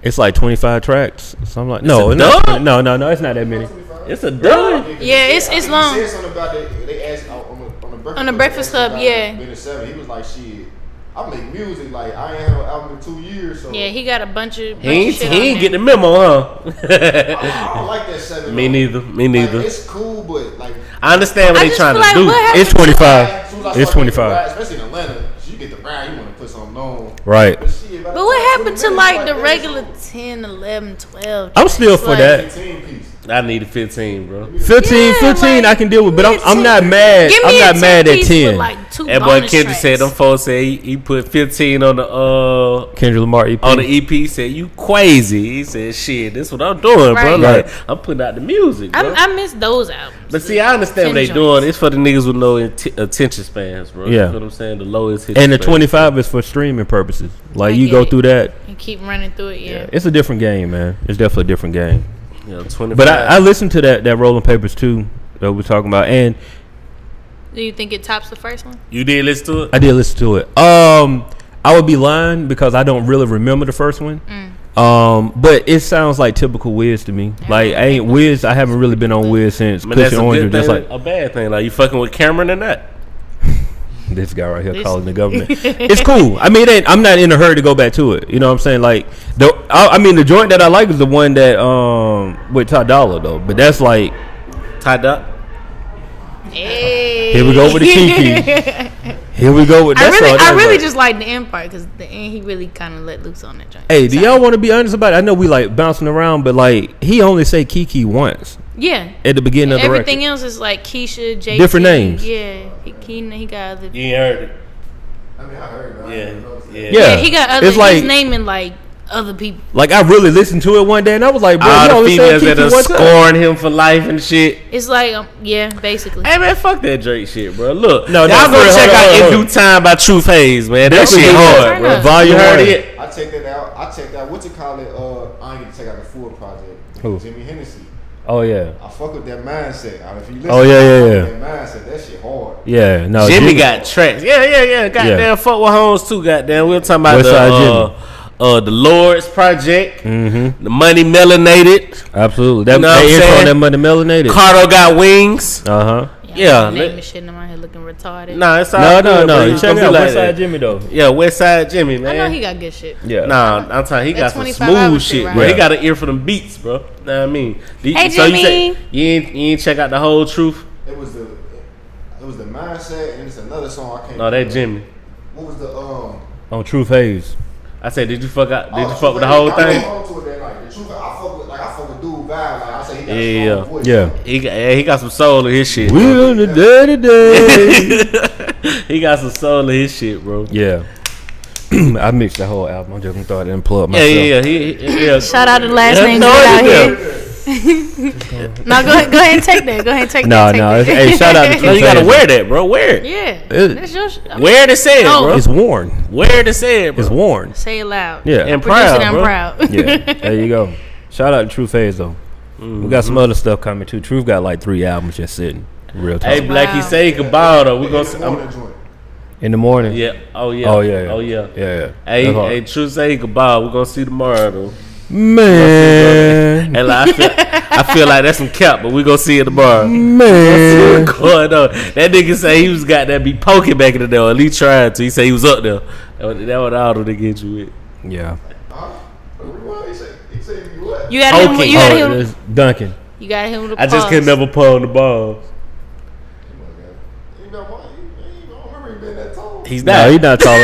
[SPEAKER 1] It's like 25 tracks. So I'm like, no,
[SPEAKER 3] a
[SPEAKER 1] it's not-
[SPEAKER 3] dub?
[SPEAKER 1] no, no, no. It's not that many.
[SPEAKER 3] It's a dub.
[SPEAKER 2] Yeah, it's- it's long.
[SPEAKER 5] He said something about they, they asked on, on, the,
[SPEAKER 2] On
[SPEAKER 5] on the breakfast
[SPEAKER 2] the Breakfast
[SPEAKER 5] they asked
[SPEAKER 2] Club,
[SPEAKER 5] about
[SPEAKER 2] yeah.
[SPEAKER 5] Being a seven, he was like, "Shit, I make music. Like I ain't had no album in two years, so
[SPEAKER 2] yeah, he got a bunch of. Bunch
[SPEAKER 3] He ain't,
[SPEAKER 2] of shit
[SPEAKER 3] he
[SPEAKER 2] on
[SPEAKER 3] ain't
[SPEAKER 2] there.
[SPEAKER 3] get the memo,
[SPEAKER 5] I,
[SPEAKER 3] huh?
[SPEAKER 5] I don't like that seven.
[SPEAKER 3] Me
[SPEAKER 5] though.
[SPEAKER 3] neither. Me
[SPEAKER 5] Like,
[SPEAKER 3] neither.
[SPEAKER 5] it's cool, but like
[SPEAKER 3] I understand what
[SPEAKER 2] I
[SPEAKER 3] they
[SPEAKER 2] just
[SPEAKER 3] trying to
[SPEAKER 2] feel like
[SPEAKER 3] do.
[SPEAKER 2] what happened
[SPEAKER 1] It's
[SPEAKER 2] to-
[SPEAKER 1] 25.
[SPEAKER 5] soon as I
[SPEAKER 1] Uh, It's
[SPEAKER 5] start getting
[SPEAKER 1] 25.
[SPEAKER 5] the ride, especially in Atlanta. You get the ride, you want to put something on.
[SPEAKER 1] Right.
[SPEAKER 5] But, shit, by the
[SPEAKER 2] But
[SPEAKER 5] time
[SPEAKER 2] what
[SPEAKER 5] 20
[SPEAKER 2] happened to
[SPEAKER 5] minutes,
[SPEAKER 2] like the
[SPEAKER 5] damn,
[SPEAKER 2] regular 10, 11, 12?
[SPEAKER 1] I'm still for
[SPEAKER 2] Like-
[SPEAKER 1] that.
[SPEAKER 5] Fifteen piece.
[SPEAKER 3] I need a 15, bro.
[SPEAKER 1] 15,
[SPEAKER 2] Yeah,
[SPEAKER 1] 15,
[SPEAKER 2] like,
[SPEAKER 1] I can deal with, but I'm, I'm not
[SPEAKER 2] give
[SPEAKER 1] mad.
[SPEAKER 2] Give me
[SPEAKER 1] I'm
[SPEAKER 2] a
[SPEAKER 1] not
[SPEAKER 2] 10
[SPEAKER 1] mad at
[SPEAKER 2] piece with,
[SPEAKER 1] 10.
[SPEAKER 2] Like two
[SPEAKER 3] That boy
[SPEAKER 2] bonus
[SPEAKER 3] Kendrick
[SPEAKER 2] tracks.
[SPEAKER 3] said them folks said he, he put 15 on the uh
[SPEAKER 1] Kendrick Lamar EP.
[SPEAKER 3] on the EP said you crazy. He said shit, this what I'm doing, bro.
[SPEAKER 2] Right.
[SPEAKER 3] Like
[SPEAKER 1] Right.
[SPEAKER 3] I'm putting out the music, bro.
[SPEAKER 2] I, I miss those albums.
[SPEAKER 3] but see, I understand what they
[SPEAKER 2] Ten
[SPEAKER 3] doing.
[SPEAKER 2] joints.
[SPEAKER 3] It's for the niggas with low int- attention spans, bro.
[SPEAKER 1] Yeah.
[SPEAKER 3] you know what I'm saying. The lowest hit
[SPEAKER 1] and the 25 is for streaming purposes. Like,
[SPEAKER 2] I
[SPEAKER 1] you
[SPEAKER 2] get
[SPEAKER 1] go
[SPEAKER 2] it.
[SPEAKER 1] through that.
[SPEAKER 2] And keep running through it, yeah.
[SPEAKER 1] It's a different game, man. It's definitely a different game.
[SPEAKER 3] Yeah, 25.
[SPEAKER 1] But I, I listened to that, that Rolling Papers too that we're talking about, and
[SPEAKER 2] Do you think it tops the first one?
[SPEAKER 3] you did listen to it.
[SPEAKER 1] I did listen to it. Um, I would be lying because I don't really remember the first one.
[SPEAKER 2] Mm.
[SPEAKER 1] Um, but it sounds like typical Wiz to me. Like, I ain't Wiz. I haven't really been on Wiz since
[SPEAKER 3] I mean, that's
[SPEAKER 1] Cushion
[SPEAKER 3] a
[SPEAKER 1] Orange was
[SPEAKER 3] good
[SPEAKER 1] just
[SPEAKER 3] thing,
[SPEAKER 1] like
[SPEAKER 3] a bad thing. Like you fucking with Cameron and that.
[SPEAKER 1] this guy right here
[SPEAKER 2] This-
[SPEAKER 1] calling the government. it's cool. I mean, it ain't, I'm not in a hurry to go back to it. You know what I'm saying? Like the, I, I mean, the joint that I like is the one that um with Ty Dolla though. But that's like
[SPEAKER 3] Tied up.
[SPEAKER 2] Hey.
[SPEAKER 1] here we go with the Kiki. here we go with
[SPEAKER 2] I
[SPEAKER 1] that
[SPEAKER 2] really,
[SPEAKER 1] song.
[SPEAKER 2] I
[SPEAKER 1] That's
[SPEAKER 2] really
[SPEAKER 1] like-
[SPEAKER 2] just like the end part because the end he really kind of let loose on that joint.
[SPEAKER 1] Hey, do
[SPEAKER 2] Sorry.
[SPEAKER 1] y'all want to be honest about it? I know we like bouncing around, but like he only say Kiki once
[SPEAKER 2] Yeah.
[SPEAKER 1] at the beginning of the
[SPEAKER 2] Everything
[SPEAKER 1] record.
[SPEAKER 2] else is like Keisha, Jay.
[SPEAKER 1] Different names.
[SPEAKER 2] Yeah. He, he, he got other.
[SPEAKER 3] You ain't heard it.
[SPEAKER 5] I mean, I heard. But I didn't know
[SPEAKER 3] Yeah,
[SPEAKER 5] it was that.
[SPEAKER 3] yeah.
[SPEAKER 1] Yeah,
[SPEAKER 2] Yeah, he got other.
[SPEAKER 1] It's like
[SPEAKER 2] he's naming like other people.
[SPEAKER 1] like I really listened to it one day and I was like, bro, he
[SPEAKER 3] All the
[SPEAKER 1] only say
[SPEAKER 3] females that
[SPEAKER 1] Kiki
[SPEAKER 3] are
[SPEAKER 1] once. time.
[SPEAKER 3] scoring him for life and shit.
[SPEAKER 2] It's like um, yeah, basically.
[SPEAKER 3] Hey man, fuck that Drake shit, bro. Look,
[SPEAKER 1] No,
[SPEAKER 3] y'all
[SPEAKER 1] no,
[SPEAKER 3] go
[SPEAKER 1] for real, hold
[SPEAKER 3] check
[SPEAKER 1] on,
[SPEAKER 3] out
[SPEAKER 1] hold
[SPEAKER 3] "In
[SPEAKER 1] on.
[SPEAKER 3] Due Time" by True Phase, man. That
[SPEAKER 1] Definitely
[SPEAKER 3] shit hard,
[SPEAKER 2] Turn
[SPEAKER 3] bro.
[SPEAKER 2] up.
[SPEAKER 1] Volume
[SPEAKER 3] You heard
[SPEAKER 1] one.
[SPEAKER 3] it?
[SPEAKER 5] I checked that out. I checked out what to call it. Uh, I ain't to take out the full project.
[SPEAKER 1] Who?
[SPEAKER 5] Jimmy Hennessy.
[SPEAKER 1] Oh yeah,
[SPEAKER 5] I fuck with that mindset. I mean, if you listen,
[SPEAKER 1] Oh, yeah, yeah,
[SPEAKER 5] I
[SPEAKER 1] yeah.
[SPEAKER 5] fuck with That mindset, that shit hard.
[SPEAKER 1] yeah. No,
[SPEAKER 3] Jimmy got tracks. Yeah, yeah, yeah. Goddamn,
[SPEAKER 1] Oh, Yeah.
[SPEAKER 3] fuck with Holmes too. Goddamn, we were talking about
[SPEAKER 1] West Side
[SPEAKER 3] the uh, uh, the Lord's Project,
[SPEAKER 1] Mm-hmm.
[SPEAKER 3] the Money Melanated.
[SPEAKER 1] absolutely. That,
[SPEAKER 3] You know what
[SPEAKER 1] that
[SPEAKER 3] I'm
[SPEAKER 1] intro
[SPEAKER 3] saying?
[SPEAKER 1] and that money melanated.
[SPEAKER 3] Cardo got wings.
[SPEAKER 1] uh huh.
[SPEAKER 3] yeah,
[SPEAKER 2] Name
[SPEAKER 3] let-
[SPEAKER 2] and shit, and I'm out here looking retarded.
[SPEAKER 3] Nah, it's all
[SPEAKER 1] No, no,
[SPEAKER 3] good, bro.
[SPEAKER 1] no.
[SPEAKER 3] You
[SPEAKER 1] You check
[SPEAKER 3] gonna
[SPEAKER 1] it
[SPEAKER 3] be
[SPEAKER 1] out
[SPEAKER 3] like
[SPEAKER 1] West Side
[SPEAKER 3] that.
[SPEAKER 1] Jimmy though.
[SPEAKER 3] Yeah, West Side Jimmy,
[SPEAKER 2] I
[SPEAKER 3] man.
[SPEAKER 2] know he got good shit.
[SPEAKER 1] Yeah.
[SPEAKER 3] Nah, I'm talking. He
[SPEAKER 2] That
[SPEAKER 3] got some
[SPEAKER 2] 25
[SPEAKER 3] smooth
[SPEAKER 2] hours
[SPEAKER 3] shit,
[SPEAKER 2] shit,
[SPEAKER 3] bro. He
[SPEAKER 1] right?
[SPEAKER 3] got an ear for them beats, bro. Know what I mean? The-
[SPEAKER 2] Hey,
[SPEAKER 3] You, say-
[SPEAKER 2] Jimmy.
[SPEAKER 3] you ain't you ain't check out the whole truth?
[SPEAKER 5] It was the it was the mindset, and it's another song I can't.
[SPEAKER 3] No, that Jimmy.
[SPEAKER 5] What was the um?
[SPEAKER 1] On True Phase.
[SPEAKER 3] I said, did you fuck out? Did
[SPEAKER 5] oh,
[SPEAKER 3] you fuck with the
[SPEAKER 5] Tupac,
[SPEAKER 3] whole
[SPEAKER 5] I
[SPEAKER 3] thing?
[SPEAKER 5] went home to it that night. The truth, I fuck with like I fuck with dude vibe. Like I say, he got
[SPEAKER 3] Yeah,
[SPEAKER 5] a strong
[SPEAKER 3] yeah.
[SPEAKER 5] voice.
[SPEAKER 1] Yeah.
[SPEAKER 3] He got, yeah, he got some soul in his shit.
[SPEAKER 1] We
[SPEAKER 3] bro.
[SPEAKER 1] on the dirty day.
[SPEAKER 3] he got some soul in his shit, bro. Yeah,
[SPEAKER 1] yeah. I mixed the whole album. I'm just gonna throw it in and plug
[SPEAKER 3] yeah,
[SPEAKER 1] myself.
[SPEAKER 3] yeah. He, he- yeah.
[SPEAKER 2] Shout out to the last
[SPEAKER 3] Yeah,
[SPEAKER 2] name
[SPEAKER 3] no,
[SPEAKER 2] out
[SPEAKER 3] yeah.
[SPEAKER 2] here. No, go ahead, go ahead and take that. Go ahead and take
[SPEAKER 1] Nah,
[SPEAKER 2] that. take
[SPEAKER 1] nah,
[SPEAKER 2] that.
[SPEAKER 1] hey, shout out to
[SPEAKER 3] No, you gotta wear that, bro. Wear it.
[SPEAKER 2] yeah,
[SPEAKER 1] It-
[SPEAKER 2] that's your. Sh- I'm-
[SPEAKER 3] Wear it and say it,
[SPEAKER 2] Oh.
[SPEAKER 3] bro.
[SPEAKER 1] It's worn.
[SPEAKER 3] Wear it and say it,
[SPEAKER 1] It's
[SPEAKER 3] bro.
[SPEAKER 1] worn.
[SPEAKER 2] say it loud.
[SPEAKER 1] Yeah.
[SPEAKER 3] And
[SPEAKER 2] Produce
[SPEAKER 3] proud,
[SPEAKER 2] it, I'm
[SPEAKER 3] bro.
[SPEAKER 2] proud.
[SPEAKER 1] yeah, there you go. Shout out to True Phase though. We got some other stuff coming too. Truth got like three albums just sitting. Real talk.
[SPEAKER 3] Hey, Blackie,
[SPEAKER 2] Wow.
[SPEAKER 3] say you can ball though. We
[SPEAKER 5] In
[SPEAKER 3] gonna.
[SPEAKER 5] the
[SPEAKER 3] I'm-
[SPEAKER 5] morning joint.
[SPEAKER 1] in the morning.
[SPEAKER 3] yeah. Oh yeah.
[SPEAKER 1] Oh yeah.
[SPEAKER 3] Oh yeah.
[SPEAKER 1] Yeah. yeah.
[SPEAKER 3] Hey,
[SPEAKER 1] That's hard.
[SPEAKER 3] hey, true say he can ball. We're gonna see tomorrow though.
[SPEAKER 1] man,
[SPEAKER 3] And like, I feel, I feel like that's some cap, but we gonna see it tomorrow.
[SPEAKER 1] man.
[SPEAKER 3] What's going on? That nigga say he was got that be poking back in the day, or at least trying to. He say he was up there. That what that what all the nigga hit you with.
[SPEAKER 1] Yeah.
[SPEAKER 5] Huh? Rewind. He said, he said, you what? that?
[SPEAKER 2] You gotta hit him. with- You gotta hit
[SPEAKER 1] Oh,
[SPEAKER 2] him.
[SPEAKER 1] it's Duncan.
[SPEAKER 2] You gotta hit him with a
[SPEAKER 3] I just could
[SPEAKER 2] pause.
[SPEAKER 3] never pull on the balls.
[SPEAKER 5] Come on, guys. He been what? He- he- I don't remember he been that tall.
[SPEAKER 3] He's
[SPEAKER 1] No,
[SPEAKER 3] not.
[SPEAKER 1] he's not tall at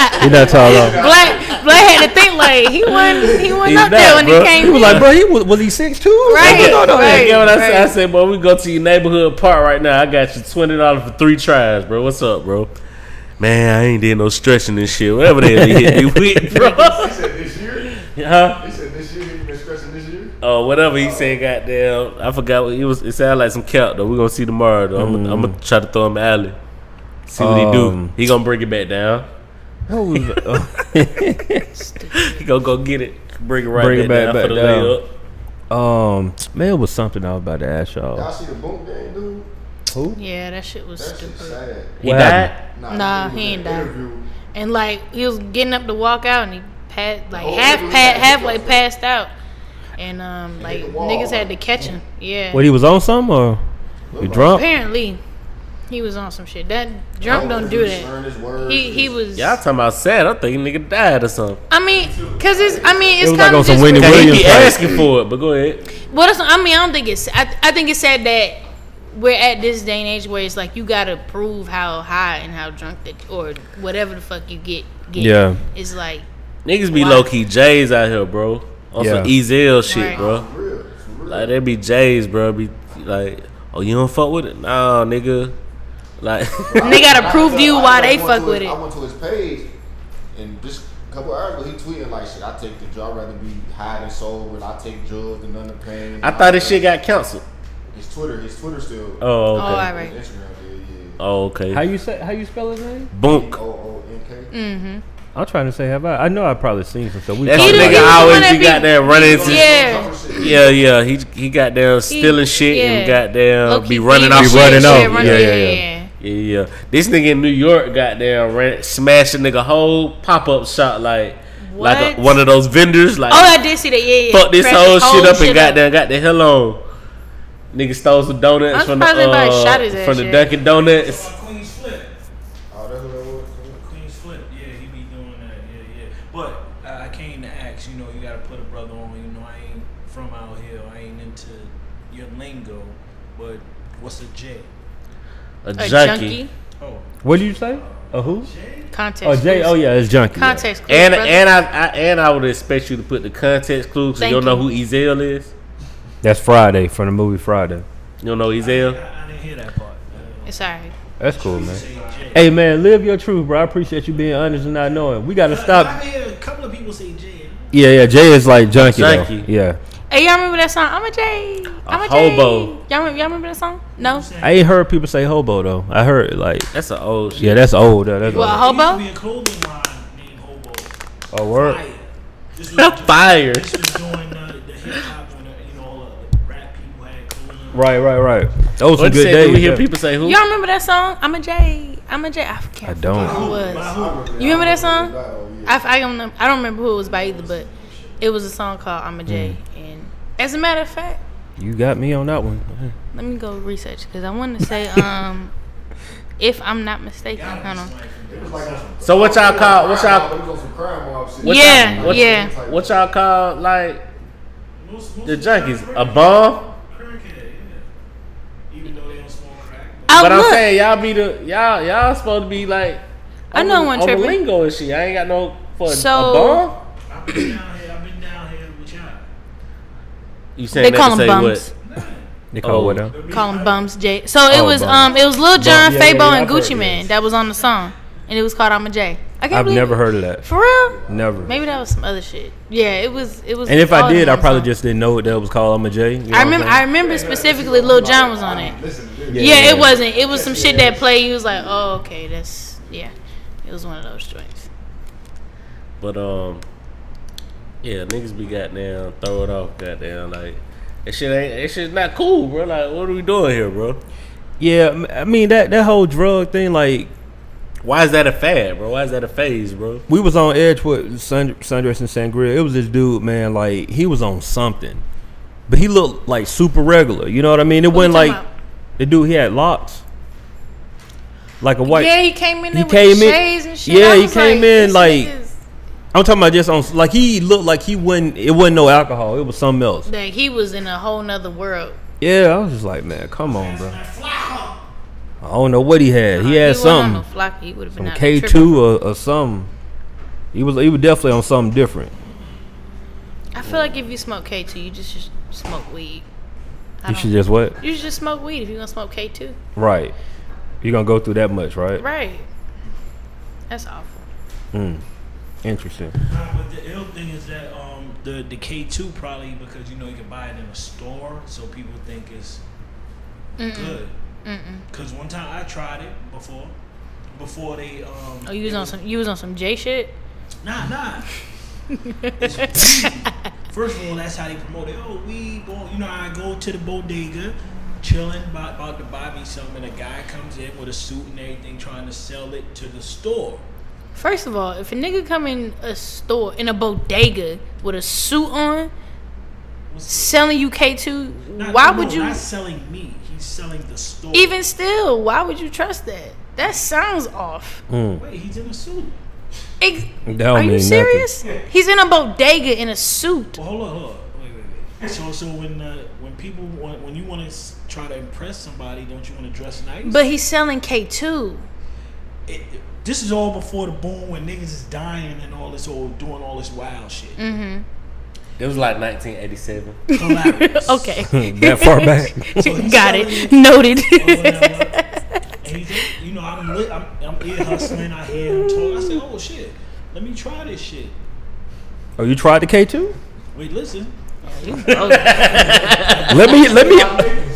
[SPEAKER 1] all. he's not tall at all.
[SPEAKER 2] Black, Black had to think like he wasn't. He wasn't
[SPEAKER 3] He's
[SPEAKER 2] up there
[SPEAKER 3] not,
[SPEAKER 2] when
[SPEAKER 3] bro.
[SPEAKER 2] he came.
[SPEAKER 1] He was like, bro, he was, was he six two?
[SPEAKER 2] Right.
[SPEAKER 1] No, no, no.
[SPEAKER 2] Right.
[SPEAKER 3] You know what I said? I said, boy, we go to your neighborhood park right now. I got you twenty dollars for three tries, bro. What's up, bro? Man, I ain't did no stretching this shit. Whatever they hit me with, bro.
[SPEAKER 5] He said this year.
[SPEAKER 3] Huh?
[SPEAKER 5] He said this year. He been stressing this year.
[SPEAKER 3] Oh, whatever he said. Goddamn, I forgot what he was. It sounded like some cap though. We gonna see tomorrow though. I'm, gonna, I'm gonna try to throw him an alley. See what he do.
[SPEAKER 1] Mm. Um,
[SPEAKER 3] He gonna bring it back down.
[SPEAKER 1] How was it? Oh,
[SPEAKER 3] He gonna go get it. Bring it right
[SPEAKER 1] Bring it back-
[SPEAKER 3] back, down
[SPEAKER 1] back
[SPEAKER 3] for the
[SPEAKER 1] down.
[SPEAKER 3] layup.
[SPEAKER 1] Um, man, it was something I was about to ask
[SPEAKER 5] Y'all
[SPEAKER 1] y'all.
[SPEAKER 5] see the boom game, dude?
[SPEAKER 2] yeah, that shit was
[SPEAKER 5] That shit's
[SPEAKER 2] stupid.
[SPEAKER 5] sad.
[SPEAKER 3] He
[SPEAKER 1] What
[SPEAKER 3] died.
[SPEAKER 2] Nah,
[SPEAKER 5] dude was
[SPEAKER 2] he
[SPEAKER 5] in
[SPEAKER 2] ain't
[SPEAKER 5] the
[SPEAKER 2] die.
[SPEAKER 5] interview.
[SPEAKER 2] And like he was getting up to walk out, and he pat like
[SPEAKER 5] Oh,
[SPEAKER 2] half
[SPEAKER 5] he was
[SPEAKER 2] pat
[SPEAKER 5] like-
[SPEAKER 2] halfway passed out, and um like
[SPEAKER 5] hit the wall.
[SPEAKER 2] niggas had to catch him. Yeah.
[SPEAKER 1] What he was on something or he drunk?
[SPEAKER 2] Apparently, he was on some shit. That drunk
[SPEAKER 5] I
[SPEAKER 2] don't
[SPEAKER 5] know
[SPEAKER 2] do
[SPEAKER 5] if Oh, he was slurring
[SPEAKER 2] that.
[SPEAKER 5] his words,
[SPEAKER 2] He he
[SPEAKER 5] just-
[SPEAKER 2] was.
[SPEAKER 3] Y'all talking about sad? I think nigga died or something.
[SPEAKER 2] I mean, cause it's. I mean,
[SPEAKER 1] It
[SPEAKER 2] it's
[SPEAKER 1] was like
[SPEAKER 2] kind
[SPEAKER 1] on
[SPEAKER 2] of
[SPEAKER 1] some
[SPEAKER 2] just.
[SPEAKER 1] Wendy
[SPEAKER 2] what-
[SPEAKER 3] Cause he
[SPEAKER 1] Williams
[SPEAKER 3] be
[SPEAKER 1] type.
[SPEAKER 3] asking for it, but go ahead.
[SPEAKER 2] Well, that's, I mean, I don't think it's. I, I think it's sad that we're at this day and age where it's like you gotta prove how high and how drunk that or whatever the fuck you get. get.
[SPEAKER 1] Yeah.
[SPEAKER 2] It's like
[SPEAKER 3] Niggas be
[SPEAKER 2] Why?
[SPEAKER 3] low key J's out here, bro. On some
[SPEAKER 1] Yeah.
[SPEAKER 3] Ezel shit,
[SPEAKER 2] Right.
[SPEAKER 3] bro.
[SPEAKER 5] For real, for real.
[SPEAKER 3] Like they be J's, bro. Be like, oh, you don't fuck with it? Nah, nigga. Like,
[SPEAKER 2] they gotta
[SPEAKER 5] I
[SPEAKER 2] prove
[SPEAKER 5] tell-
[SPEAKER 2] to you
[SPEAKER 5] I
[SPEAKER 2] why
[SPEAKER 5] know
[SPEAKER 2] they
[SPEAKER 5] I went
[SPEAKER 2] fuck
[SPEAKER 5] to
[SPEAKER 2] with
[SPEAKER 5] his- I
[SPEAKER 2] it.
[SPEAKER 5] went to his page, and just a couple hours ago, he tweeting like, "Shit, I take the job. I'd rather be high than sober. And I take drugs than none of the pain." and
[SPEAKER 3] I
[SPEAKER 5] all
[SPEAKER 3] thought
[SPEAKER 5] that."
[SPEAKER 3] this shit got canceled.
[SPEAKER 5] His Twitter, his Twitter still.
[SPEAKER 2] Oh,
[SPEAKER 3] Oh, okay.
[SPEAKER 2] all right.
[SPEAKER 5] His Instagram, yeah,
[SPEAKER 3] Oh, okay.
[SPEAKER 1] How you say? How you spell his name?
[SPEAKER 5] yeah. O
[SPEAKER 3] Bunk.
[SPEAKER 5] O N K.
[SPEAKER 2] Mm.
[SPEAKER 1] I'm trying to say, have I? I know I probably seen some stuff. We
[SPEAKER 3] That's
[SPEAKER 2] He
[SPEAKER 3] the
[SPEAKER 2] the-
[SPEAKER 1] probably-
[SPEAKER 2] he was
[SPEAKER 3] nigga
[SPEAKER 2] the one
[SPEAKER 3] always
[SPEAKER 2] that
[SPEAKER 3] be
[SPEAKER 2] be-
[SPEAKER 3] goddamn running into.
[SPEAKER 2] Yeah.
[SPEAKER 3] Yeah, yeah. He he got down stealing shit and
[SPEAKER 2] yeah.
[SPEAKER 3] goddamn
[SPEAKER 2] Low-key
[SPEAKER 3] be running off.
[SPEAKER 2] feeding
[SPEAKER 1] running
[SPEAKER 2] shit,
[SPEAKER 1] off.
[SPEAKER 2] shit, running-
[SPEAKER 1] Yeah, yeah, yeah.
[SPEAKER 3] Yeah, yeah. This nigga in New York goddamn ran smashed a nigga whole pop up shop like like a,
[SPEAKER 2] What?
[SPEAKER 3] one of those vendors like
[SPEAKER 2] Oh, I did see that. Yeah, yeah.
[SPEAKER 3] fuck this
[SPEAKER 2] Cracked
[SPEAKER 3] whole,
[SPEAKER 2] the
[SPEAKER 3] shit up and goddamn got the hell on. Nigga stole some
[SPEAKER 2] I
[SPEAKER 3] donuts
[SPEAKER 2] was
[SPEAKER 3] from the
[SPEAKER 2] surprised everybody
[SPEAKER 3] uh,
[SPEAKER 2] shot his ass
[SPEAKER 3] from the
[SPEAKER 2] yet.
[SPEAKER 3] Dunkin' Donuts.
[SPEAKER 4] Queen's Flip.
[SPEAKER 5] Oh, that's what that was.
[SPEAKER 4] Queen's Flip. Yeah, he be doing that. Yeah, yeah. But I, I came to ask, you know, you gotta put a brother on. You know, I ain't from out here. I ain't into your lingo. But what's a J?
[SPEAKER 3] A,
[SPEAKER 2] A
[SPEAKER 3] junkie.
[SPEAKER 2] junkie.
[SPEAKER 4] Oh,
[SPEAKER 1] What did you say? A who?
[SPEAKER 2] Context.
[SPEAKER 1] Oh, J.
[SPEAKER 2] clues.
[SPEAKER 1] Oh yeah, it's junkie. yeah.
[SPEAKER 2] Context. clues,
[SPEAKER 3] And
[SPEAKER 2] brother.
[SPEAKER 3] and I, I and I would expect you to put the context clue so you
[SPEAKER 2] Thank
[SPEAKER 3] don't know who
[SPEAKER 2] you.
[SPEAKER 3] Ezel is.
[SPEAKER 1] That's Friday from the movie Friday.
[SPEAKER 3] You don't know
[SPEAKER 4] I,
[SPEAKER 3] Ezel?
[SPEAKER 4] I didn't hear that part. Uh,
[SPEAKER 2] It's alright.
[SPEAKER 1] That's cool, man.
[SPEAKER 4] Say J.
[SPEAKER 1] Hey man, live your truth, bro. I appreciate you being honest and not knowing. We gotta
[SPEAKER 4] I
[SPEAKER 1] stop.
[SPEAKER 4] hear a couple of people say J.
[SPEAKER 1] Yeah, yeah. Jay is like junkie. though.
[SPEAKER 3] Junkie.
[SPEAKER 1] Yeah.
[SPEAKER 2] Hey, y'all remember that song? I'm a J. I'm a, J.
[SPEAKER 3] hobo.
[SPEAKER 2] Y'all remember, y'all remember that song? No.
[SPEAKER 1] I ain't heard people say hobo though. I heard like,
[SPEAKER 3] That's an old shit.
[SPEAKER 1] yeah, that's old. uh, That's
[SPEAKER 2] Well,
[SPEAKER 1] old.
[SPEAKER 2] hobo?
[SPEAKER 4] There used to be a clothing line named Hobo.
[SPEAKER 1] Oh, word.
[SPEAKER 4] Fire. This was,
[SPEAKER 3] Fire.
[SPEAKER 4] this was during uh, the hip hop when uh, you know all of the rap people had clothing. Right.
[SPEAKER 1] Right, right, right. Those were
[SPEAKER 3] What you
[SPEAKER 1] good
[SPEAKER 3] say? Do
[SPEAKER 1] days.
[SPEAKER 3] we hear
[SPEAKER 1] yeah.
[SPEAKER 3] people say who?
[SPEAKER 2] Y'all remember that song? I'm a J. I'm a J. I can't.
[SPEAKER 1] I don't.
[SPEAKER 2] Who it
[SPEAKER 4] By
[SPEAKER 2] was?
[SPEAKER 4] who?
[SPEAKER 2] You remember that song?
[SPEAKER 5] Oh, yeah.
[SPEAKER 2] I, I don't know. I don't remember who it was by either, but it was a song called "I'm a J."
[SPEAKER 3] Mm.
[SPEAKER 2] And as a matter of fact,
[SPEAKER 1] You got me on that one.
[SPEAKER 2] let me go research because I want to say, um, if I'm not mistaken, hold on.
[SPEAKER 5] It was like on some-
[SPEAKER 3] So what y'all call- what y'all-
[SPEAKER 5] It was on some crime mob shit.
[SPEAKER 3] What
[SPEAKER 2] yeah,
[SPEAKER 3] y'all- what-
[SPEAKER 2] yeah.
[SPEAKER 3] What y'all call like the junkies? A bomb?
[SPEAKER 4] Crackhead, yeah. Even though they don't smoke crack. But
[SPEAKER 2] Oh,
[SPEAKER 3] But I'm
[SPEAKER 2] look.
[SPEAKER 3] saying y'all be the y'all y'all supposed to be like
[SPEAKER 2] I know
[SPEAKER 3] over-
[SPEAKER 2] one
[SPEAKER 3] over
[SPEAKER 2] tripping.
[SPEAKER 3] lingo and shit. I ain't got no for a-
[SPEAKER 2] So-
[SPEAKER 3] a bomb.
[SPEAKER 4] I've been down here. I've been down here with y'all.
[SPEAKER 3] You
[SPEAKER 2] They
[SPEAKER 3] saying
[SPEAKER 2] call
[SPEAKER 3] say
[SPEAKER 2] them bums.
[SPEAKER 1] They call
[SPEAKER 3] Oh.
[SPEAKER 1] it what?
[SPEAKER 2] Call them bums. J. So it
[SPEAKER 1] Oh,
[SPEAKER 2] was
[SPEAKER 1] bums.
[SPEAKER 2] um it was Lil John,
[SPEAKER 1] yeah,
[SPEAKER 2] Fabo,
[SPEAKER 1] yeah, I've
[SPEAKER 2] and
[SPEAKER 1] heard
[SPEAKER 2] Gucci
[SPEAKER 1] it.
[SPEAKER 2] Man that was on the song, and it was called "I'm a J." I can't
[SPEAKER 1] I've
[SPEAKER 2] believe
[SPEAKER 1] never
[SPEAKER 2] it.
[SPEAKER 1] heard of that.
[SPEAKER 2] For real?
[SPEAKER 1] Never.
[SPEAKER 2] Maybe that was some other shit. Yeah, it was. It was.
[SPEAKER 1] And if
[SPEAKER 2] all
[SPEAKER 1] I
[SPEAKER 2] in
[SPEAKER 1] did, I
[SPEAKER 2] one
[SPEAKER 1] probably
[SPEAKER 2] song.
[SPEAKER 1] just didn't know what that was called. I'm a J. You know
[SPEAKER 2] I
[SPEAKER 1] what I'm
[SPEAKER 2] remember. I
[SPEAKER 1] saying?
[SPEAKER 2] remember specifically Lil John was on it.
[SPEAKER 5] Listen to this.
[SPEAKER 2] Yeah, it wasn't. It was some shit that played. You was like, oh, okay, that's yeah. It was one of those joints.
[SPEAKER 3] But um, yeah, niggas be goddamn throw it off, goddamn like. That shit ain't. That shit's not cool, bro. Like, what are we doing here, bro?
[SPEAKER 1] Yeah, m- I mean that that whole drug thing. Like
[SPEAKER 3] Why is that a fad, bro? Why is that a phase, bro?
[SPEAKER 1] we was on edge with Sund- Sundress and Sangria. It was this dude, man. Like he was on something, but he looked like super regular. You know what I mean? It
[SPEAKER 2] What
[SPEAKER 1] wasn't
[SPEAKER 2] we
[SPEAKER 1] like
[SPEAKER 2] talking
[SPEAKER 1] the dude. He had locks, like a white.
[SPEAKER 2] yeah, he came in.
[SPEAKER 1] he
[SPEAKER 2] There
[SPEAKER 1] came
[SPEAKER 2] with
[SPEAKER 1] in-
[SPEAKER 2] shades and shit.
[SPEAKER 1] yeah,
[SPEAKER 2] I
[SPEAKER 1] he
[SPEAKER 2] was
[SPEAKER 1] came
[SPEAKER 2] like,
[SPEAKER 1] in
[SPEAKER 2] this
[SPEAKER 1] like-
[SPEAKER 2] nigga's-
[SPEAKER 1] I'm talking about just on like he looked like he wouldn't. It wasn't no alcohol. It was something else.
[SPEAKER 2] Like he was in a whole nother world.
[SPEAKER 1] Yeah, I was just like, man, come on, bro. I don't know what he had. He
[SPEAKER 2] Uh,
[SPEAKER 1] had
[SPEAKER 2] wasn't on no
[SPEAKER 1] something,
[SPEAKER 2] flock, he would've been
[SPEAKER 1] some
[SPEAKER 2] out
[SPEAKER 1] K
[SPEAKER 2] there
[SPEAKER 1] two or, or something. He was he was definitely on something different.
[SPEAKER 2] tripping. I feel like if you smoke K two, you just, just smoke weed. I
[SPEAKER 1] You
[SPEAKER 2] don't-
[SPEAKER 1] should just what?
[SPEAKER 2] You should just smoke weed if you're gonna smoke K two.
[SPEAKER 1] Right. You're gonna go through that much, right?
[SPEAKER 2] Right. That's awful.
[SPEAKER 1] Interesting.
[SPEAKER 4] Nah, but the ill thing is that um, the the K two probably because you know you can buy it in a store, so people think it's good. Because one time I tried it before, before they um.
[SPEAKER 2] Oh, you was on some you was on some J shit.
[SPEAKER 4] Nah, nah. It's weed. First of all, that's how they promote it. Oh, we go. You know, I go to the bodega, chilling, about, about to buy me something. And a guy comes in with a suit and everything, trying to sell it to the store.
[SPEAKER 2] First of all, if a nigga come in a store in a bodega with a suit on, selling you K two,
[SPEAKER 4] Not-
[SPEAKER 2] why
[SPEAKER 4] no,
[SPEAKER 2] would you
[SPEAKER 4] Not selling me. He's selling the store.
[SPEAKER 2] even still? Why would you trust that? That sounds off.
[SPEAKER 4] wait, he's in a suit.
[SPEAKER 2] Ex-
[SPEAKER 1] That
[SPEAKER 2] Are
[SPEAKER 1] don't mean
[SPEAKER 2] you
[SPEAKER 1] nothing.
[SPEAKER 2] serious? He's in a bodega in a suit.
[SPEAKER 4] Well, hold on, hold on. Wait, wait, wait. So, so when uh, when people want when you want to s- try to impress somebody, don't you want to dress nice?
[SPEAKER 2] But he's selling K two.
[SPEAKER 4] it, this is all before the boom when niggas is dying and all this old doing all this wild shit.
[SPEAKER 1] Mm-hmm.
[SPEAKER 3] It was like 1987.
[SPEAKER 4] Hilarious.
[SPEAKER 2] Okay.
[SPEAKER 1] that far back.
[SPEAKER 2] Got it. Noted.
[SPEAKER 4] or whatever. and he just, you know, I'm, li- I'm, I'm ear hustling. I hear him talk. I said, oh shit, let me try this shit.
[SPEAKER 1] Oh, you tried the K two?
[SPEAKER 4] Wait, listen.
[SPEAKER 1] Let me let me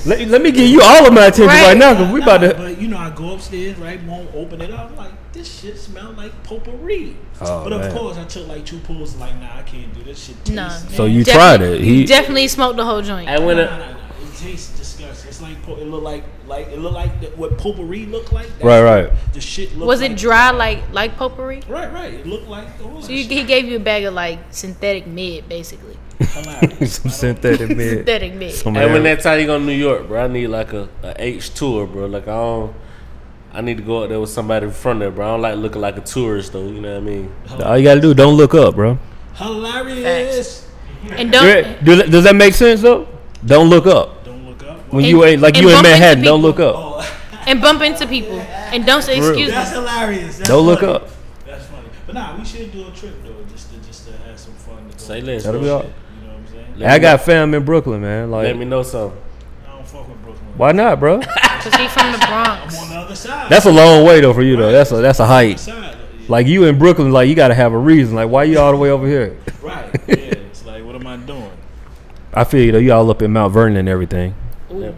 [SPEAKER 1] let, me- let me give you all of my attention right,
[SPEAKER 2] Right.
[SPEAKER 1] now because we
[SPEAKER 4] Nah,
[SPEAKER 1] about to.
[SPEAKER 4] But you know, I go upstairs, right? Won't open it up. I'm like, this shit smell like potpourri.
[SPEAKER 1] Oh,
[SPEAKER 4] but of
[SPEAKER 1] man.
[SPEAKER 4] course, I took like two pulls. Like, nah, I can't do this shit.
[SPEAKER 2] No.
[SPEAKER 4] Tastes,
[SPEAKER 1] So you
[SPEAKER 2] Definitely-
[SPEAKER 1] tried it. He
[SPEAKER 2] definitely smoked the whole joint.
[SPEAKER 3] I went
[SPEAKER 4] Nah,
[SPEAKER 3] up.
[SPEAKER 4] nah, nah. It tastes disgusting. It's like po- it look like like it look like the, what potpourri looked like. That's
[SPEAKER 1] right, right.
[SPEAKER 4] what The shit looked
[SPEAKER 2] Was
[SPEAKER 4] like.
[SPEAKER 2] it dry like like potpourri?
[SPEAKER 4] Right, right. It looked like the
[SPEAKER 2] So you, he gave you a bag of like synthetic mid, basically.
[SPEAKER 4] hilarious.
[SPEAKER 1] Some synthetic mid.
[SPEAKER 2] Synthetic mid.
[SPEAKER 1] Some
[SPEAKER 3] And when
[SPEAKER 1] air.
[SPEAKER 3] that time you go to New York, bro, I need like a, a H tour, bro. Like I don't. I need to go out there with somebody in front of, bro. I don't like looking like a tourist, though. You know what I mean?
[SPEAKER 1] All you gotta do, don't look up, bro.
[SPEAKER 4] Hilarious.
[SPEAKER 2] And don't
[SPEAKER 1] Do- do- does that make sense though? Don't look up
[SPEAKER 4] Don't look up. Oh,
[SPEAKER 1] when
[SPEAKER 2] And-
[SPEAKER 1] you ain't like
[SPEAKER 2] and
[SPEAKER 1] you in
[SPEAKER 2] bump into
[SPEAKER 1] Manhattan. Don't
[SPEAKER 2] people.
[SPEAKER 1] look up.
[SPEAKER 2] and bump into people. And don't say
[SPEAKER 1] Real.
[SPEAKER 2] excuse
[SPEAKER 4] That's
[SPEAKER 2] me.
[SPEAKER 4] hilarious. That's
[SPEAKER 1] Don't look
[SPEAKER 4] funny.
[SPEAKER 1] up.
[SPEAKER 4] That's funny. But nah, we should do a trip though, just to just to have some fun. To go
[SPEAKER 3] Say
[SPEAKER 4] do
[SPEAKER 3] less.
[SPEAKER 1] That'll
[SPEAKER 3] bro.
[SPEAKER 1] be all.
[SPEAKER 4] shit, You know what I'm saying?
[SPEAKER 1] I got fam in Brooklyn, man.
[SPEAKER 3] Let me
[SPEAKER 1] Like,
[SPEAKER 3] know something.
[SPEAKER 4] I don't fuck with Brooklyn.
[SPEAKER 1] why not, bro?
[SPEAKER 2] Because he from the Bronx.
[SPEAKER 4] I'm on the other side.
[SPEAKER 1] That's a long way though for you though. That's a that's a
[SPEAKER 4] the
[SPEAKER 1] height.
[SPEAKER 4] side.
[SPEAKER 1] Like you in Brooklyn, like you gotta have a reason. Like, why you all the way over here?
[SPEAKER 4] Right. Yeah. It's like, what am I doing?
[SPEAKER 1] I feel you though. You all up in Mount Vernon and everything.
[SPEAKER 2] Ooh.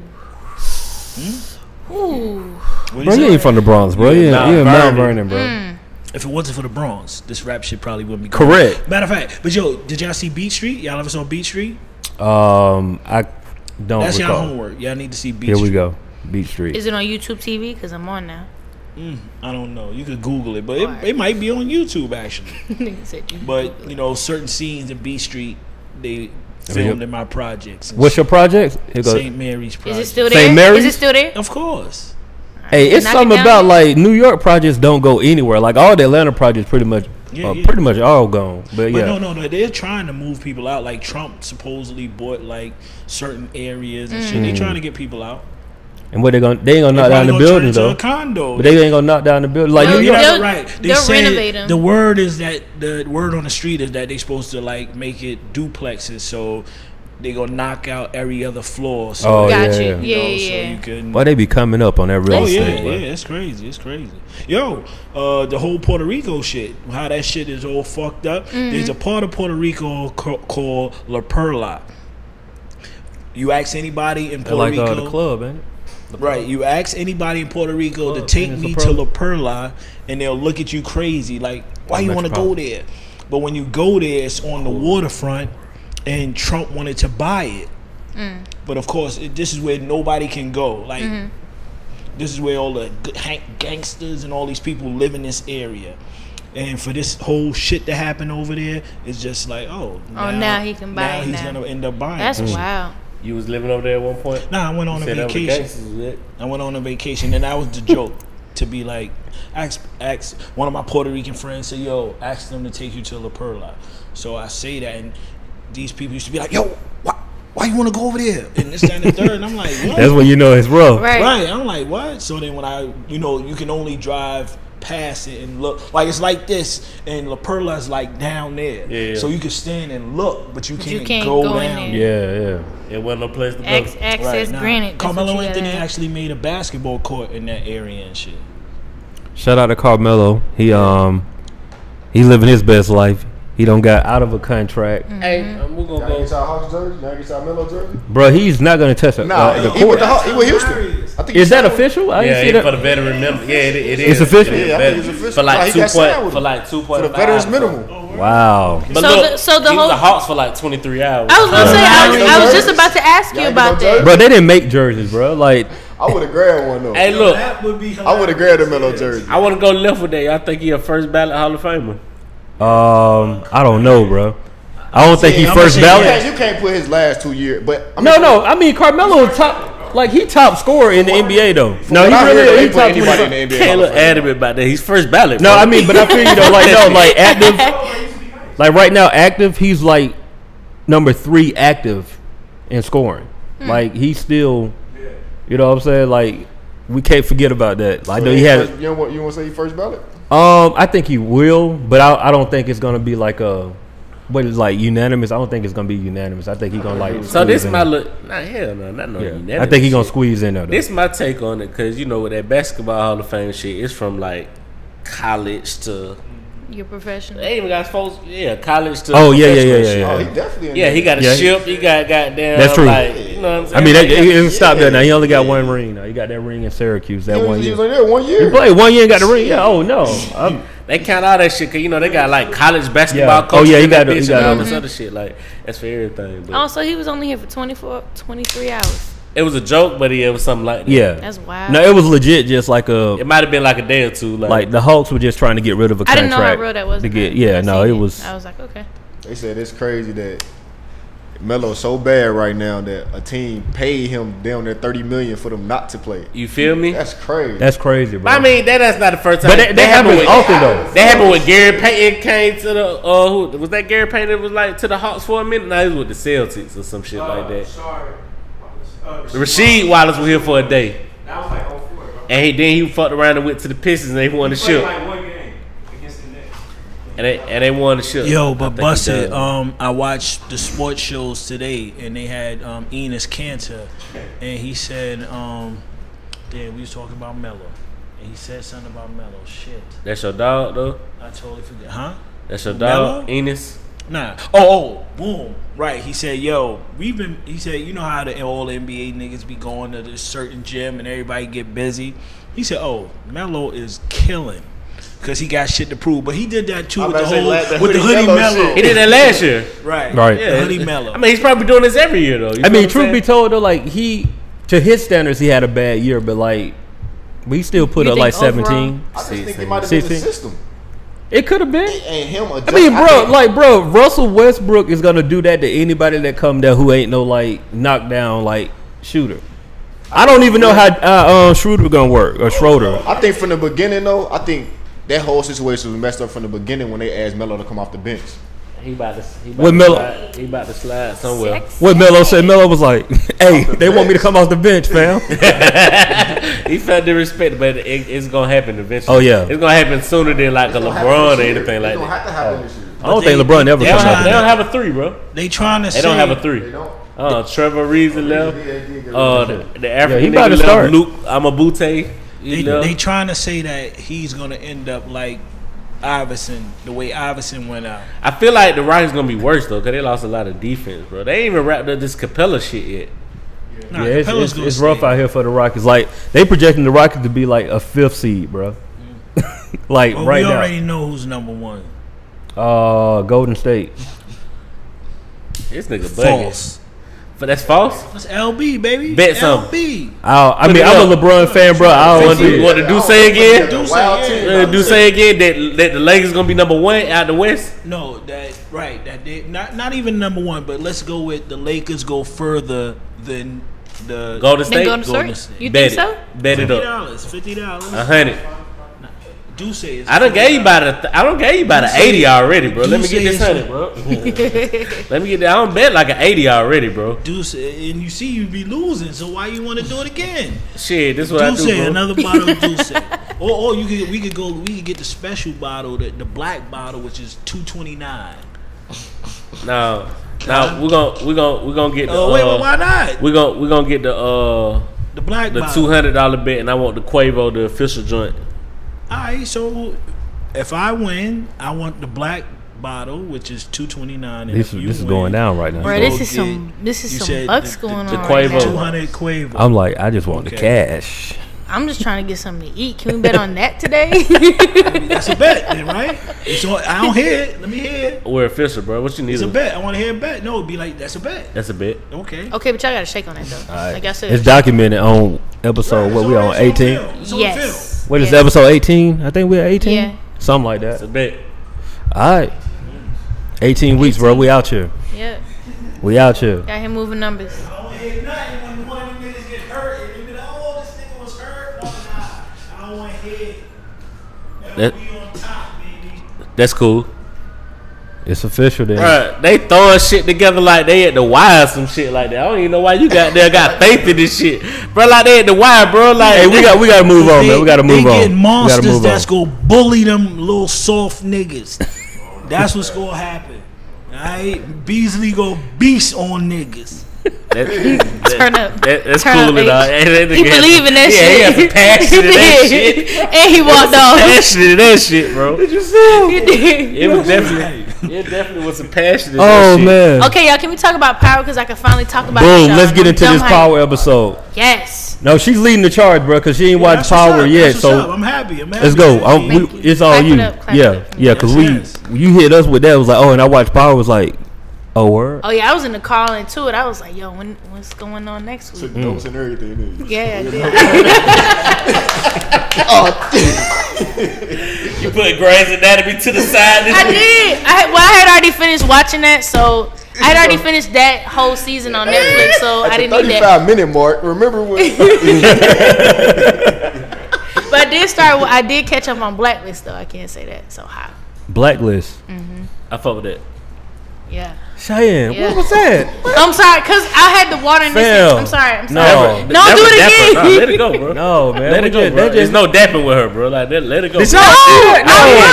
[SPEAKER 4] What
[SPEAKER 1] Bro, you ain't from the Bronx, bro. You,
[SPEAKER 3] Mount
[SPEAKER 1] you in Mount Vernon,
[SPEAKER 3] Vernon.
[SPEAKER 1] bro.
[SPEAKER 2] Hmm.
[SPEAKER 4] If it wasn't for the Bronx, this rap shit probably wouldn't be going.
[SPEAKER 1] Correct.
[SPEAKER 4] Matter of fact, but yo, did y'all see Beat Street? Y'all ever saw Beat Street?
[SPEAKER 1] Um, I don't
[SPEAKER 4] That's y'all
[SPEAKER 1] recall.
[SPEAKER 4] homework. Y'all need to see Beat
[SPEAKER 1] Here
[SPEAKER 4] Street.
[SPEAKER 1] we go, Beach Street.
[SPEAKER 2] Is it on YouTube TV? Because I'm on now.
[SPEAKER 4] I don't know. You could Google it, but it,
[SPEAKER 2] Alright.
[SPEAKER 4] it might be on YouTube actually.
[SPEAKER 2] Nigga said you-
[SPEAKER 4] But you know, certain scenes in B Street they filmed in my projects. and
[SPEAKER 1] What's your project? Here goes.
[SPEAKER 4] St. Mary's
[SPEAKER 2] Is
[SPEAKER 4] project?
[SPEAKER 2] it still there?
[SPEAKER 1] Saint Oh, Mary's?
[SPEAKER 2] Is it still there?
[SPEAKER 4] Of course.
[SPEAKER 1] Hey, it's
[SPEAKER 2] Knock it
[SPEAKER 1] something
[SPEAKER 2] down.
[SPEAKER 1] about like New York projects don't go anywhere. Like all the Atlanta projects, pretty much,
[SPEAKER 4] Yeah,
[SPEAKER 1] are
[SPEAKER 4] yeah.
[SPEAKER 1] pretty much all gone. But,
[SPEAKER 4] But
[SPEAKER 1] yeah,
[SPEAKER 4] no, no, no. They're trying to move people out. Like Trump supposedly bought like certain areas and shit. They're
[SPEAKER 2] Mm.
[SPEAKER 4] trying to get people out.
[SPEAKER 1] and what they gonna they ain't gonna knock down
[SPEAKER 4] Probably
[SPEAKER 1] the
[SPEAKER 4] gonna turn
[SPEAKER 1] building
[SPEAKER 4] into
[SPEAKER 1] though.
[SPEAKER 4] A condo.
[SPEAKER 1] But they ain't gonna knock down the building. Like
[SPEAKER 2] No,
[SPEAKER 1] New
[SPEAKER 4] you
[SPEAKER 1] York,
[SPEAKER 2] They'll-
[SPEAKER 4] got it right. They
[SPEAKER 2] they'll
[SPEAKER 4] said
[SPEAKER 2] renovate 'em.
[SPEAKER 4] the word is that the word on the street is that they supposed to like make it duplexes. So they gonna knock out every other floor. So
[SPEAKER 1] Oh,
[SPEAKER 2] Got
[SPEAKER 1] yeah,
[SPEAKER 2] you.
[SPEAKER 1] yeah.
[SPEAKER 2] Yeah,
[SPEAKER 4] you know,
[SPEAKER 2] yeah,
[SPEAKER 4] so you
[SPEAKER 2] yeah.
[SPEAKER 4] can
[SPEAKER 1] why they be coming up on that real
[SPEAKER 4] Oh yeah,
[SPEAKER 1] estate? bro?
[SPEAKER 4] yeah, it's crazy, it's crazy. Yo, uh, the whole Puerto Rico shit, how that shit is all fucked up. There's a
[SPEAKER 2] Mm-hmm.
[SPEAKER 4] part of Puerto Rico ca- called La Perla. You ask anybody in
[SPEAKER 1] They're
[SPEAKER 4] Puerto
[SPEAKER 1] Like
[SPEAKER 4] Rico,
[SPEAKER 1] uh, the club, ain't it?
[SPEAKER 4] right? You ask anybody in Puerto
[SPEAKER 3] Oh,
[SPEAKER 4] Rico
[SPEAKER 1] Club,
[SPEAKER 4] to take
[SPEAKER 1] and it's
[SPEAKER 4] me
[SPEAKER 1] La Perla.
[SPEAKER 4] to La Perla, and they'll look at you crazy, like, why you want to go
[SPEAKER 1] Metropolitan.
[SPEAKER 4] there? But when you go there, it's on the waterfront, and Trump wanted to buy it.
[SPEAKER 2] Mm.
[SPEAKER 4] But of course, it, this is where nobody can go. Like,
[SPEAKER 2] Mm-hmm.
[SPEAKER 4] this is where all the g- hang- gangsters and all these people live in this area. And for this whole shit to happen over there, it's just like, oh, now,
[SPEAKER 2] now he can buy
[SPEAKER 4] now
[SPEAKER 2] it
[SPEAKER 4] he's
[SPEAKER 2] now.
[SPEAKER 4] gonna end up buying.
[SPEAKER 2] That's
[SPEAKER 4] it.
[SPEAKER 1] Mm.
[SPEAKER 2] wild.
[SPEAKER 3] You was living over there at one point.
[SPEAKER 4] Nah, I went on a
[SPEAKER 3] Said that was
[SPEAKER 4] vacation.
[SPEAKER 3] gangsters, was it?
[SPEAKER 4] I went on a vacation, and that was the joke. to be like, ask, ask one of my Puerto Rican friends, say, yo, ask them to take you to La Perla. So I say that, and these people used to be like, yo, why, why you want to go over there? And this, that, and the third. And I'm like, what?
[SPEAKER 1] That's when you know it's real.
[SPEAKER 2] Right.
[SPEAKER 4] Right. I'm like, what? So then when I, you know, you can only drive past it and look. Like it's like this, and La Perla is like down there.
[SPEAKER 3] Yeah, yeah.
[SPEAKER 4] So you can stand and look, but you can't,
[SPEAKER 2] you can't
[SPEAKER 4] go,
[SPEAKER 2] go in
[SPEAKER 4] down.
[SPEAKER 2] there.
[SPEAKER 1] Yeah, yeah.
[SPEAKER 3] It wasn't no place to go.
[SPEAKER 2] X access
[SPEAKER 4] now,
[SPEAKER 2] granted. That's what
[SPEAKER 4] Carmelo
[SPEAKER 2] you gotta
[SPEAKER 4] Anthony
[SPEAKER 2] have.
[SPEAKER 4] actually made a basketball court in that area and shit.
[SPEAKER 1] Shout out to Carmelo. He um he living his best life. He don't got out of a contract,
[SPEAKER 2] Mm.
[SPEAKER 3] Hey,
[SPEAKER 2] Mm-hmm.
[SPEAKER 3] um, we're gonna
[SPEAKER 5] Y'all get
[SPEAKER 3] go.
[SPEAKER 5] y'all Hawks jersey? Y'all get y'all Melo jersey?
[SPEAKER 1] bro. He's not gonna touch it.
[SPEAKER 5] Nah,
[SPEAKER 1] uh, the
[SPEAKER 5] he, with
[SPEAKER 1] court.
[SPEAKER 5] the Haw- he with Houston. I think
[SPEAKER 1] Is
[SPEAKER 5] he-
[SPEAKER 1] that official? I
[SPEAKER 3] Yeah,
[SPEAKER 1] didn't see
[SPEAKER 3] it,
[SPEAKER 1] that.
[SPEAKER 3] for the veteran minimum. Yeah, it, it
[SPEAKER 1] It's
[SPEAKER 3] is.
[SPEAKER 1] official?
[SPEAKER 3] It is
[SPEAKER 5] Yeah, I think it's
[SPEAKER 3] veteran.
[SPEAKER 5] official.
[SPEAKER 3] For
[SPEAKER 5] Nah, he
[SPEAKER 3] like two
[SPEAKER 5] got signed
[SPEAKER 3] point,
[SPEAKER 5] with
[SPEAKER 3] for
[SPEAKER 5] him.
[SPEAKER 3] like two
[SPEAKER 5] for
[SPEAKER 3] point
[SPEAKER 5] the veterans minimum.
[SPEAKER 1] wow.
[SPEAKER 3] But
[SPEAKER 2] So
[SPEAKER 3] look,
[SPEAKER 2] the- so the
[SPEAKER 3] he was
[SPEAKER 2] whole-
[SPEAKER 3] the Hawks for like twenty three hours.
[SPEAKER 2] I was
[SPEAKER 1] Uh,
[SPEAKER 2] gonna say I was,
[SPEAKER 5] Y'all
[SPEAKER 2] I was
[SPEAKER 5] ain't
[SPEAKER 2] just
[SPEAKER 5] no
[SPEAKER 2] about to ask you
[SPEAKER 5] Y'all ain't
[SPEAKER 2] about that.
[SPEAKER 5] no jerseys.
[SPEAKER 1] Bro, they didn't make jerseys, bro. Like
[SPEAKER 5] I would have grabbed one though.
[SPEAKER 3] hey, look,
[SPEAKER 4] That would be
[SPEAKER 5] I would have grabbed a Melo jersey.
[SPEAKER 3] I want to go left with that. Y'all think he a first ballot Hall of Famer?
[SPEAKER 1] um I don't know, bro. I don't think he
[SPEAKER 4] Yeah, I'm
[SPEAKER 1] first
[SPEAKER 4] gonna say
[SPEAKER 5] You
[SPEAKER 1] ballot.
[SPEAKER 5] can't, you can't put his last two years, but I mean,
[SPEAKER 1] No, no. I mean Carmelo top like he top scorer in the NBA though. No,
[SPEAKER 5] what I
[SPEAKER 1] he
[SPEAKER 5] heard,
[SPEAKER 1] really
[SPEAKER 5] they
[SPEAKER 1] he
[SPEAKER 5] put
[SPEAKER 1] top
[SPEAKER 5] anybody
[SPEAKER 1] 25.
[SPEAKER 5] in the NBA. Hall
[SPEAKER 3] Taylor
[SPEAKER 5] of Fame.
[SPEAKER 3] adamant about that. He's first ballot.
[SPEAKER 1] No,
[SPEAKER 3] bro.
[SPEAKER 1] I mean, but I feel you know, like no, like
[SPEAKER 6] Oh,
[SPEAKER 1] active, like right now, active. He's like number three active in scoring. Like he's still, you know, what I'm saying like we can't forget about that. I know he
[SPEAKER 5] had.
[SPEAKER 1] had.
[SPEAKER 5] You don't want, you want to say he first ballot?
[SPEAKER 1] Um, I think he will, but I, I don't think it's gonna be like a. What is like unanimous? I don't think it's gonna be unanimous. I think he's gonna like.
[SPEAKER 3] so this
[SPEAKER 1] squeeze in.
[SPEAKER 3] my look. Nah, hell no, not no.
[SPEAKER 1] Yeah.
[SPEAKER 3] unanimous
[SPEAKER 1] I think he's gonna
[SPEAKER 3] shit.
[SPEAKER 1] squeeze in there. Though.
[SPEAKER 3] This my take on it because you know with that basketball Hall of Fame shit, it's from like college to
[SPEAKER 2] You're professional.
[SPEAKER 3] they even got folks. Yeah, college to
[SPEAKER 1] Oh, yeah, yeah,
[SPEAKER 3] professional
[SPEAKER 1] yeah,
[SPEAKER 3] shit.
[SPEAKER 1] yeah,
[SPEAKER 5] Oh, he definitely. in
[SPEAKER 3] Yeah,
[SPEAKER 5] there.
[SPEAKER 3] he got a
[SPEAKER 1] Yeah, he-
[SPEAKER 3] ship. He got goddamn.
[SPEAKER 1] That's true.
[SPEAKER 3] Like, you know what I'm saying?
[SPEAKER 1] I mean, that,
[SPEAKER 3] Like,
[SPEAKER 1] it, it stopped there. Now he only got
[SPEAKER 5] yeah.
[SPEAKER 1] one ring. Now he got that ring in Syracuse. That
[SPEAKER 5] He
[SPEAKER 1] one
[SPEAKER 5] was, he
[SPEAKER 1] year.
[SPEAKER 5] was in there one
[SPEAKER 1] You
[SPEAKER 5] year.
[SPEAKER 1] play one year and got the ring. Yeah. Oh no. I'm-
[SPEAKER 3] they count all that shit because you know they got like college basketball
[SPEAKER 1] Yeah. Oh,
[SPEAKER 3] coaches.
[SPEAKER 1] yeah, he
[SPEAKER 3] in that
[SPEAKER 1] got it, he
[SPEAKER 3] bitch
[SPEAKER 1] got
[SPEAKER 3] and all
[SPEAKER 1] it.
[SPEAKER 3] this other shit. Like that's for everything. But
[SPEAKER 2] Also, he was only here for 24, 23 hours.
[SPEAKER 3] it was a joke, but yeah, it was something like that.
[SPEAKER 1] yeah.
[SPEAKER 2] That's wild.
[SPEAKER 1] No, it was legit. Just like a
[SPEAKER 3] It might have been like a day or two. Like,
[SPEAKER 1] like the Hawks were just trying to get rid of a
[SPEAKER 2] I
[SPEAKER 1] contract.
[SPEAKER 2] didn't know how real that was.
[SPEAKER 1] To get,
[SPEAKER 2] man.
[SPEAKER 1] yeah.
[SPEAKER 2] I
[SPEAKER 1] No,
[SPEAKER 2] seen
[SPEAKER 1] it was.
[SPEAKER 2] I was like, okay.
[SPEAKER 5] They said it's crazy that Melo's so bad right now that a team paid him down there thirty million for them not to play.
[SPEAKER 3] you feel me?
[SPEAKER 5] That's crazy.
[SPEAKER 1] That's crazy, bro.
[SPEAKER 3] I mean, that, that's not the first time.
[SPEAKER 1] but that, that happens often though.
[SPEAKER 3] That happened when Gary Payton came to the uh who was that Gary Payton that was like to the Hawks for a minute? No, he was with the Celtics or some shit like that.
[SPEAKER 6] Sorry. Uh,
[SPEAKER 3] Rasheed Wallace was here for a day.
[SPEAKER 6] That was like 04, bro.
[SPEAKER 3] And he, then he fucked around and went to the Pistons and they won the
[SPEAKER 6] He played
[SPEAKER 3] ship.
[SPEAKER 6] like one game against the Knicks.
[SPEAKER 3] And they and they won the ship.
[SPEAKER 4] Yo, but bust it.
[SPEAKER 3] Um,
[SPEAKER 4] Um, I watched the sports shows today, and they had um, Enos Cantor, and he said, um, "Damn, we was talking about Mello," and he said something about Mello. Shit,
[SPEAKER 3] That's your dog though.
[SPEAKER 4] I totally forget. Huh?
[SPEAKER 3] That's your
[SPEAKER 4] Melo?
[SPEAKER 3] dog, Enos.
[SPEAKER 4] Nah. Oh, oh, boom. Right. He said, "Yo, we've been." He said, "You know how the all NBA niggas be going to this certain gym and everybody get busy." He said, "Oh, Melo is killing." Cause he got shit to prove, but he did that too
[SPEAKER 5] I'm
[SPEAKER 4] with the
[SPEAKER 5] about to say,
[SPEAKER 4] whole
[SPEAKER 5] like, that
[SPEAKER 4] with the
[SPEAKER 5] hoodie
[SPEAKER 4] hoodie
[SPEAKER 5] Melo
[SPEAKER 4] mellow,
[SPEAKER 3] He did that last year.
[SPEAKER 4] right?
[SPEAKER 1] Right.
[SPEAKER 4] the hoodie mellow.
[SPEAKER 3] I mean, he's probably doing this every year though. You
[SPEAKER 1] I
[SPEAKER 3] know
[SPEAKER 1] mean,
[SPEAKER 3] what
[SPEAKER 1] truth
[SPEAKER 3] I'm
[SPEAKER 1] be
[SPEAKER 3] saying?
[SPEAKER 1] told though, like he to his standards, he had a bad year, but like we still put
[SPEAKER 2] You
[SPEAKER 1] up like
[SPEAKER 2] think overall?
[SPEAKER 1] seventeen.
[SPEAKER 5] I just think it
[SPEAKER 3] Sixteen.
[SPEAKER 5] might have been the
[SPEAKER 1] Sixteen.
[SPEAKER 5] system
[SPEAKER 1] It could have been.
[SPEAKER 5] and him.
[SPEAKER 1] I
[SPEAKER 5] Adjust,
[SPEAKER 1] mean, bro,
[SPEAKER 5] think-
[SPEAKER 1] like, bro, Russell Westbrook is gonna do that to anybody that come there who ain't no like knockdown like shooter. I don't even know how uh, uh, Schroeder gonna work or Schroeder.
[SPEAKER 5] I think from the beginning though, I think that whole situation was messed up from the beginning when they asked Melo to come off the bench.
[SPEAKER 3] he about to he about
[SPEAKER 1] With
[SPEAKER 3] to
[SPEAKER 1] Melo-
[SPEAKER 3] slide- he about to slide somewhere.
[SPEAKER 1] What Melo said, Melo was like, "Hey, they want me to come off the bench, fam."
[SPEAKER 3] he felt disrespected, but it, it's gonna happen eventually.
[SPEAKER 1] Oh, yeah.
[SPEAKER 3] it's gonna happen sooner than like a LeBron or anything like
[SPEAKER 5] don't
[SPEAKER 3] that.
[SPEAKER 5] have to happen this year.
[SPEAKER 1] I don't
[SPEAKER 4] they-
[SPEAKER 1] think LeBron ever
[SPEAKER 3] They don't,
[SPEAKER 1] come
[SPEAKER 3] have,
[SPEAKER 1] off.
[SPEAKER 3] they don't have a three, bro.
[SPEAKER 4] They trying to
[SPEAKER 3] They
[SPEAKER 4] say
[SPEAKER 3] don't have a three.
[SPEAKER 5] They don't.
[SPEAKER 3] Uh, Trevor Reason left. Uh, the, the
[SPEAKER 1] Yeah,
[SPEAKER 3] African
[SPEAKER 1] he
[SPEAKER 3] nigga
[SPEAKER 1] about to
[SPEAKER 3] left.
[SPEAKER 1] start.
[SPEAKER 3] Luke Amabute.
[SPEAKER 4] They,
[SPEAKER 3] You know,
[SPEAKER 4] they trying to say that he's gonna end up like Iverson, the way Iverson went out.
[SPEAKER 3] I feel like the Rockets gonna be worse though, cause they lost a lot of defense, bro. They ain't even wrapped up this Capella shit yet.
[SPEAKER 4] Nah,
[SPEAKER 1] Yeah, it's,
[SPEAKER 4] Capella's
[SPEAKER 1] it's,
[SPEAKER 4] gonna
[SPEAKER 1] it's
[SPEAKER 4] stay.
[SPEAKER 1] rough out here for the Rockets. Like they projecting the Rockets to be like a fifth seed, bro. like
[SPEAKER 4] But
[SPEAKER 1] right
[SPEAKER 4] we
[SPEAKER 1] now,
[SPEAKER 4] already know who's number one.
[SPEAKER 1] uh, Golden State.
[SPEAKER 3] This nigga bugging. But that's false.
[SPEAKER 4] That's LB, baby.
[SPEAKER 3] Bet some.
[SPEAKER 4] LB.
[SPEAKER 1] I'll, I
[SPEAKER 3] Put
[SPEAKER 1] mean,
[SPEAKER 3] it
[SPEAKER 1] I'm a
[SPEAKER 3] up.
[SPEAKER 1] LeBron fan, bro. I don't want
[SPEAKER 3] What
[SPEAKER 1] to.
[SPEAKER 3] do- what the do say again?
[SPEAKER 5] Do
[SPEAKER 4] say again.
[SPEAKER 3] Uh, do say again that that the Lakers gonna be number one out the West.
[SPEAKER 4] No, that right. That they, not not even number one, but let's go with the Lakers go further than The
[SPEAKER 3] Golden State.
[SPEAKER 2] Then go to
[SPEAKER 4] Golden
[SPEAKER 2] search.
[SPEAKER 4] State.
[SPEAKER 2] You
[SPEAKER 3] bet
[SPEAKER 2] think
[SPEAKER 3] it.
[SPEAKER 2] so?
[SPEAKER 3] Bet it
[SPEAKER 4] fifty
[SPEAKER 3] up.
[SPEAKER 4] dollars, fifty dollars.
[SPEAKER 3] A hundred.
[SPEAKER 4] Do say it's
[SPEAKER 3] Uh-huh. I done gave you
[SPEAKER 4] $40.
[SPEAKER 3] about a th- I don't gave you about an eighty already, bro.
[SPEAKER 4] you
[SPEAKER 3] Let me get
[SPEAKER 4] say
[SPEAKER 3] this
[SPEAKER 4] it's
[SPEAKER 3] hundred, bro. Let me get that. I don't bet like an eighty already, bro.
[SPEAKER 4] Do say, and you see you be losing, so why you want to do it again?
[SPEAKER 3] Shit, this is what I
[SPEAKER 4] Juice,
[SPEAKER 3] do, bro.
[SPEAKER 4] another bottle of juice. or, or you could we could go we could get the special bottle, the, the black bottle, which is two twenty nine.
[SPEAKER 3] No, no, we're gonna we're gonna we're gonna get the.
[SPEAKER 4] Oh wait,
[SPEAKER 3] uh,
[SPEAKER 4] but why not?
[SPEAKER 3] We're gonna we're gonna get the uh
[SPEAKER 4] The black
[SPEAKER 3] the
[SPEAKER 4] bottle.
[SPEAKER 3] two hundred dollar bet, and I want the Quavo, the official joint.
[SPEAKER 4] All right, so if I win, I want the black bottle, which is two twenty nine.
[SPEAKER 1] This, is- this is going down right now.
[SPEAKER 2] Bro,
[SPEAKER 4] You
[SPEAKER 2] this
[SPEAKER 4] gonna
[SPEAKER 2] is
[SPEAKER 4] get-
[SPEAKER 2] some this is
[SPEAKER 4] you
[SPEAKER 2] some
[SPEAKER 4] said
[SPEAKER 2] bucks
[SPEAKER 4] the-
[SPEAKER 2] going
[SPEAKER 3] the
[SPEAKER 2] on right
[SPEAKER 3] Quavo.
[SPEAKER 4] Two
[SPEAKER 2] now.
[SPEAKER 4] hundred Quavo.
[SPEAKER 1] I'm like, I just want the
[SPEAKER 4] Okay.
[SPEAKER 1] cash.
[SPEAKER 2] I'm just trying to get something to eat. Can we bet on that today?
[SPEAKER 4] That's a bet, then, right? It's on, I don't hear it. Let me hear it.
[SPEAKER 3] We're official, bro. What you need?
[SPEAKER 4] It's a
[SPEAKER 3] is-
[SPEAKER 4] bet. I want to hear a bet. No, it'd be like that's a bet.
[SPEAKER 3] That's a bet.
[SPEAKER 4] Okay.
[SPEAKER 2] okay, but y'all got to shake on that though. Like I said,
[SPEAKER 1] It's documented on episode. what
[SPEAKER 4] It's
[SPEAKER 1] we
[SPEAKER 4] on-
[SPEAKER 1] on?
[SPEAKER 4] it's
[SPEAKER 1] Eighteen.
[SPEAKER 4] film. It's on film.
[SPEAKER 2] yes.
[SPEAKER 1] What is
[SPEAKER 2] yes.
[SPEAKER 1] episode eighteen? I think we're eighteen.
[SPEAKER 2] Yeah.
[SPEAKER 1] Something like
[SPEAKER 3] It's a
[SPEAKER 1] that.
[SPEAKER 3] bet.
[SPEAKER 1] All right. Eighteen weeks, bro. We out here.
[SPEAKER 2] Yep.
[SPEAKER 1] We out here.
[SPEAKER 2] Got him moving numbers.
[SPEAKER 4] I don't hear nothing when one of them niggas get hurt. And you be like, oh, this nigga was hurt. Oh, nah. I don't want to hear it.
[SPEAKER 3] That-
[SPEAKER 4] we on top, baby.
[SPEAKER 3] That's cool.
[SPEAKER 1] It's official then.
[SPEAKER 3] Bruh, they throwing shit together like they at the wire, some shit like that. I don't even know why you got there got faith in this shit, bro. Like they at the wire, bro. Like
[SPEAKER 1] Hey, we got we got to move on, man. We got to
[SPEAKER 4] they
[SPEAKER 1] move on.
[SPEAKER 4] They get monsters
[SPEAKER 1] we gotta move
[SPEAKER 4] that's
[SPEAKER 1] on.
[SPEAKER 4] gonna bully them little soft niggas. that's what's gonna happen. Alright? Beasley go beast on niggas.
[SPEAKER 3] That- that-
[SPEAKER 2] Turn up.
[SPEAKER 3] that- that's
[SPEAKER 2] Turn
[SPEAKER 3] cool
[SPEAKER 2] up,
[SPEAKER 3] and all.
[SPEAKER 2] bitch.
[SPEAKER 3] And that
[SPEAKER 2] He
[SPEAKER 3] nigga has-
[SPEAKER 2] believe in that
[SPEAKER 3] yeah,
[SPEAKER 2] shit. Oh,
[SPEAKER 3] he has some passion in that shit.
[SPEAKER 2] and he walked off.
[SPEAKER 3] Passion in that shit, bro.
[SPEAKER 2] You did.
[SPEAKER 3] It was definitely, it definitely was some passion in that
[SPEAKER 1] Oh
[SPEAKER 3] shit.
[SPEAKER 1] man.
[SPEAKER 2] Okay, y'all, can we talk about power? Because I can finally talk about it,
[SPEAKER 1] Boom.
[SPEAKER 2] y'all.
[SPEAKER 1] Let's get
[SPEAKER 2] I'm
[SPEAKER 1] into
[SPEAKER 2] dumb
[SPEAKER 1] this
[SPEAKER 2] hype.
[SPEAKER 1] power episode.
[SPEAKER 2] Yes.
[SPEAKER 1] No, she's leading the charge, bro, because she ain't watched
[SPEAKER 4] That's what's
[SPEAKER 1] Power
[SPEAKER 4] up.
[SPEAKER 1] yet.
[SPEAKER 4] That's what's
[SPEAKER 1] so
[SPEAKER 4] up. I'm happy. I'm happy.
[SPEAKER 1] Let's go. I'm,
[SPEAKER 2] Thank
[SPEAKER 1] we,
[SPEAKER 2] you.
[SPEAKER 1] it's all
[SPEAKER 2] Clap it
[SPEAKER 1] you.
[SPEAKER 2] up, clap it
[SPEAKER 1] yeah,
[SPEAKER 2] up.
[SPEAKER 1] yeah. Cause
[SPEAKER 4] Yes,
[SPEAKER 1] we you hit us with that it was like, oh, and I watched Power was like, oh, word.
[SPEAKER 2] Oh yeah, I was in the call and to it. I was like, yo, when what's going on next
[SPEAKER 5] Took
[SPEAKER 2] week?
[SPEAKER 5] notes and everything. didn't you?
[SPEAKER 2] Yeah, I did.
[SPEAKER 3] You put Grey's Anatomy to the side.
[SPEAKER 2] I did. I had, well, I had already finished watching that, so I had already finished that whole season on Netflix, so I didn't need that.
[SPEAKER 5] Thirty-five minute mark. Remember when?
[SPEAKER 2] But I did start. I did catch up on Blacklist, though. I can't say that. So high.
[SPEAKER 1] Blacklist.
[SPEAKER 3] I fuck with that.
[SPEAKER 2] Yeah.
[SPEAKER 1] Cheyenne,
[SPEAKER 2] Yeah.
[SPEAKER 1] what was that?
[SPEAKER 2] I'm sorry, cause I had the water in this.
[SPEAKER 1] Fail.
[SPEAKER 2] I'm sorry. I'm
[SPEAKER 1] No.
[SPEAKER 2] sorry.
[SPEAKER 1] That
[SPEAKER 2] Don't do
[SPEAKER 3] was
[SPEAKER 2] it
[SPEAKER 3] dapper,
[SPEAKER 2] again.
[SPEAKER 3] bro. Let it go, bro.
[SPEAKER 1] No, man.
[SPEAKER 3] Let
[SPEAKER 1] we
[SPEAKER 3] it go,
[SPEAKER 1] just- that
[SPEAKER 3] bro. There's
[SPEAKER 1] just-
[SPEAKER 3] no dapping with her, bro. Like, let, let it go.
[SPEAKER 1] Did y'all
[SPEAKER 3] bro.
[SPEAKER 1] see that?
[SPEAKER 2] No,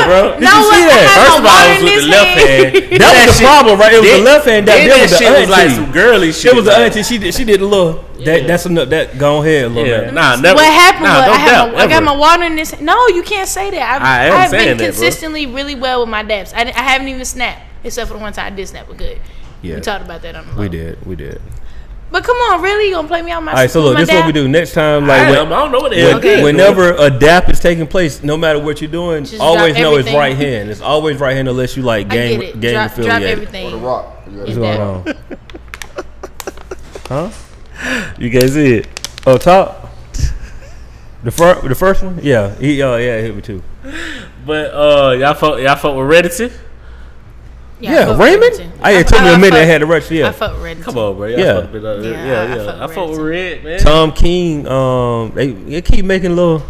[SPEAKER 3] bro.
[SPEAKER 2] No,
[SPEAKER 1] Did you
[SPEAKER 2] what?
[SPEAKER 1] see
[SPEAKER 2] I
[SPEAKER 1] that?
[SPEAKER 2] had
[SPEAKER 3] First
[SPEAKER 2] my
[SPEAKER 3] of all, it
[SPEAKER 2] water
[SPEAKER 3] was
[SPEAKER 2] in
[SPEAKER 3] with
[SPEAKER 2] this
[SPEAKER 3] the left hand.
[SPEAKER 2] hand.
[SPEAKER 1] That was the
[SPEAKER 3] shit-
[SPEAKER 1] problem, right? It was the
[SPEAKER 3] then-
[SPEAKER 1] left hand
[SPEAKER 3] Then
[SPEAKER 1] dapper. It
[SPEAKER 3] that
[SPEAKER 1] was the
[SPEAKER 3] shit was like
[SPEAKER 1] auntie.
[SPEAKER 3] some girly shit.
[SPEAKER 1] It was the
[SPEAKER 3] like-
[SPEAKER 1] auntie. She did. She did a little. That, that's enough. That go ahead, little
[SPEAKER 3] Yeah,
[SPEAKER 1] man.
[SPEAKER 3] Oh, nah, never.
[SPEAKER 2] what happened
[SPEAKER 3] Nah,
[SPEAKER 2] was
[SPEAKER 3] don't
[SPEAKER 2] I, had
[SPEAKER 3] doubt,
[SPEAKER 2] my, I got my
[SPEAKER 3] ever.
[SPEAKER 2] water in this. No, you can't say that. I've,
[SPEAKER 3] I am
[SPEAKER 2] I've
[SPEAKER 3] saying
[SPEAKER 2] been
[SPEAKER 3] that, bro.
[SPEAKER 2] consistently really well with my dabs. I, didn't- I haven't even snapped except for the one time I did snap. We're good.
[SPEAKER 1] Yeah.
[SPEAKER 2] We talked about that on the
[SPEAKER 1] We
[SPEAKER 2] low.
[SPEAKER 1] did. We did.
[SPEAKER 2] But come on, really, you gonna play me out my?
[SPEAKER 1] All right. So look,
[SPEAKER 2] my
[SPEAKER 1] this is what
[SPEAKER 2] dab?
[SPEAKER 1] we do next time.
[SPEAKER 3] I,
[SPEAKER 1] Like
[SPEAKER 3] am,
[SPEAKER 1] when,
[SPEAKER 3] I don't know what the
[SPEAKER 1] when-
[SPEAKER 3] hell.
[SPEAKER 2] Okay.
[SPEAKER 3] it is.
[SPEAKER 1] whenever a dap is taking place, no matter what you're doing,
[SPEAKER 2] Just
[SPEAKER 1] always
[SPEAKER 2] drop
[SPEAKER 1] know it's
[SPEAKER 2] everything.
[SPEAKER 1] right hand. It's always right hand unless you like
[SPEAKER 2] I
[SPEAKER 1] game
[SPEAKER 2] get it.
[SPEAKER 1] game
[SPEAKER 2] drop, drop
[SPEAKER 1] affiliated.
[SPEAKER 5] or the
[SPEAKER 2] everything.
[SPEAKER 5] Rock? You gotta-
[SPEAKER 1] What's going on? huh?
[SPEAKER 3] you guys see it.
[SPEAKER 1] Oh, top. The first, the first one. Yeah. He. Oh, yeah. He hit me too.
[SPEAKER 3] But uh, y'all fuck, y'all fuck with Reddit.
[SPEAKER 1] Yeah.
[SPEAKER 2] I fuck with
[SPEAKER 1] Raymond.
[SPEAKER 2] Reddington.
[SPEAKER 1] I, it took me a
[SPEAKER 2] I
[SPEAKER 1] minute. I
[SPEAKER 2] fuck-
[SPEAKER 1] had to rush.
[SPEAKER 2] I
[SPEAKER 1] Yeah.
[SPEAKER 2] fuck with Reddington.
[SPEAKER 3] Come on, bro. Y'all
[SPEAKER 1] Yeah.
[SPEAKER 3] fuck with, uh, yeah,
[SPEAKER 2] Yeah,
[SPEAKER 3] yeah,
[SPEAKER 2] I- I
[SPEAKER 3] yeah.
[SPEAKER 2] fuck
[SPEAKER 3] I
[SPEAKER 2] with
[SPEAKER 3] fuck with Red, man.
[SPEAKER 1] Tom King. Um. They, they keep making little.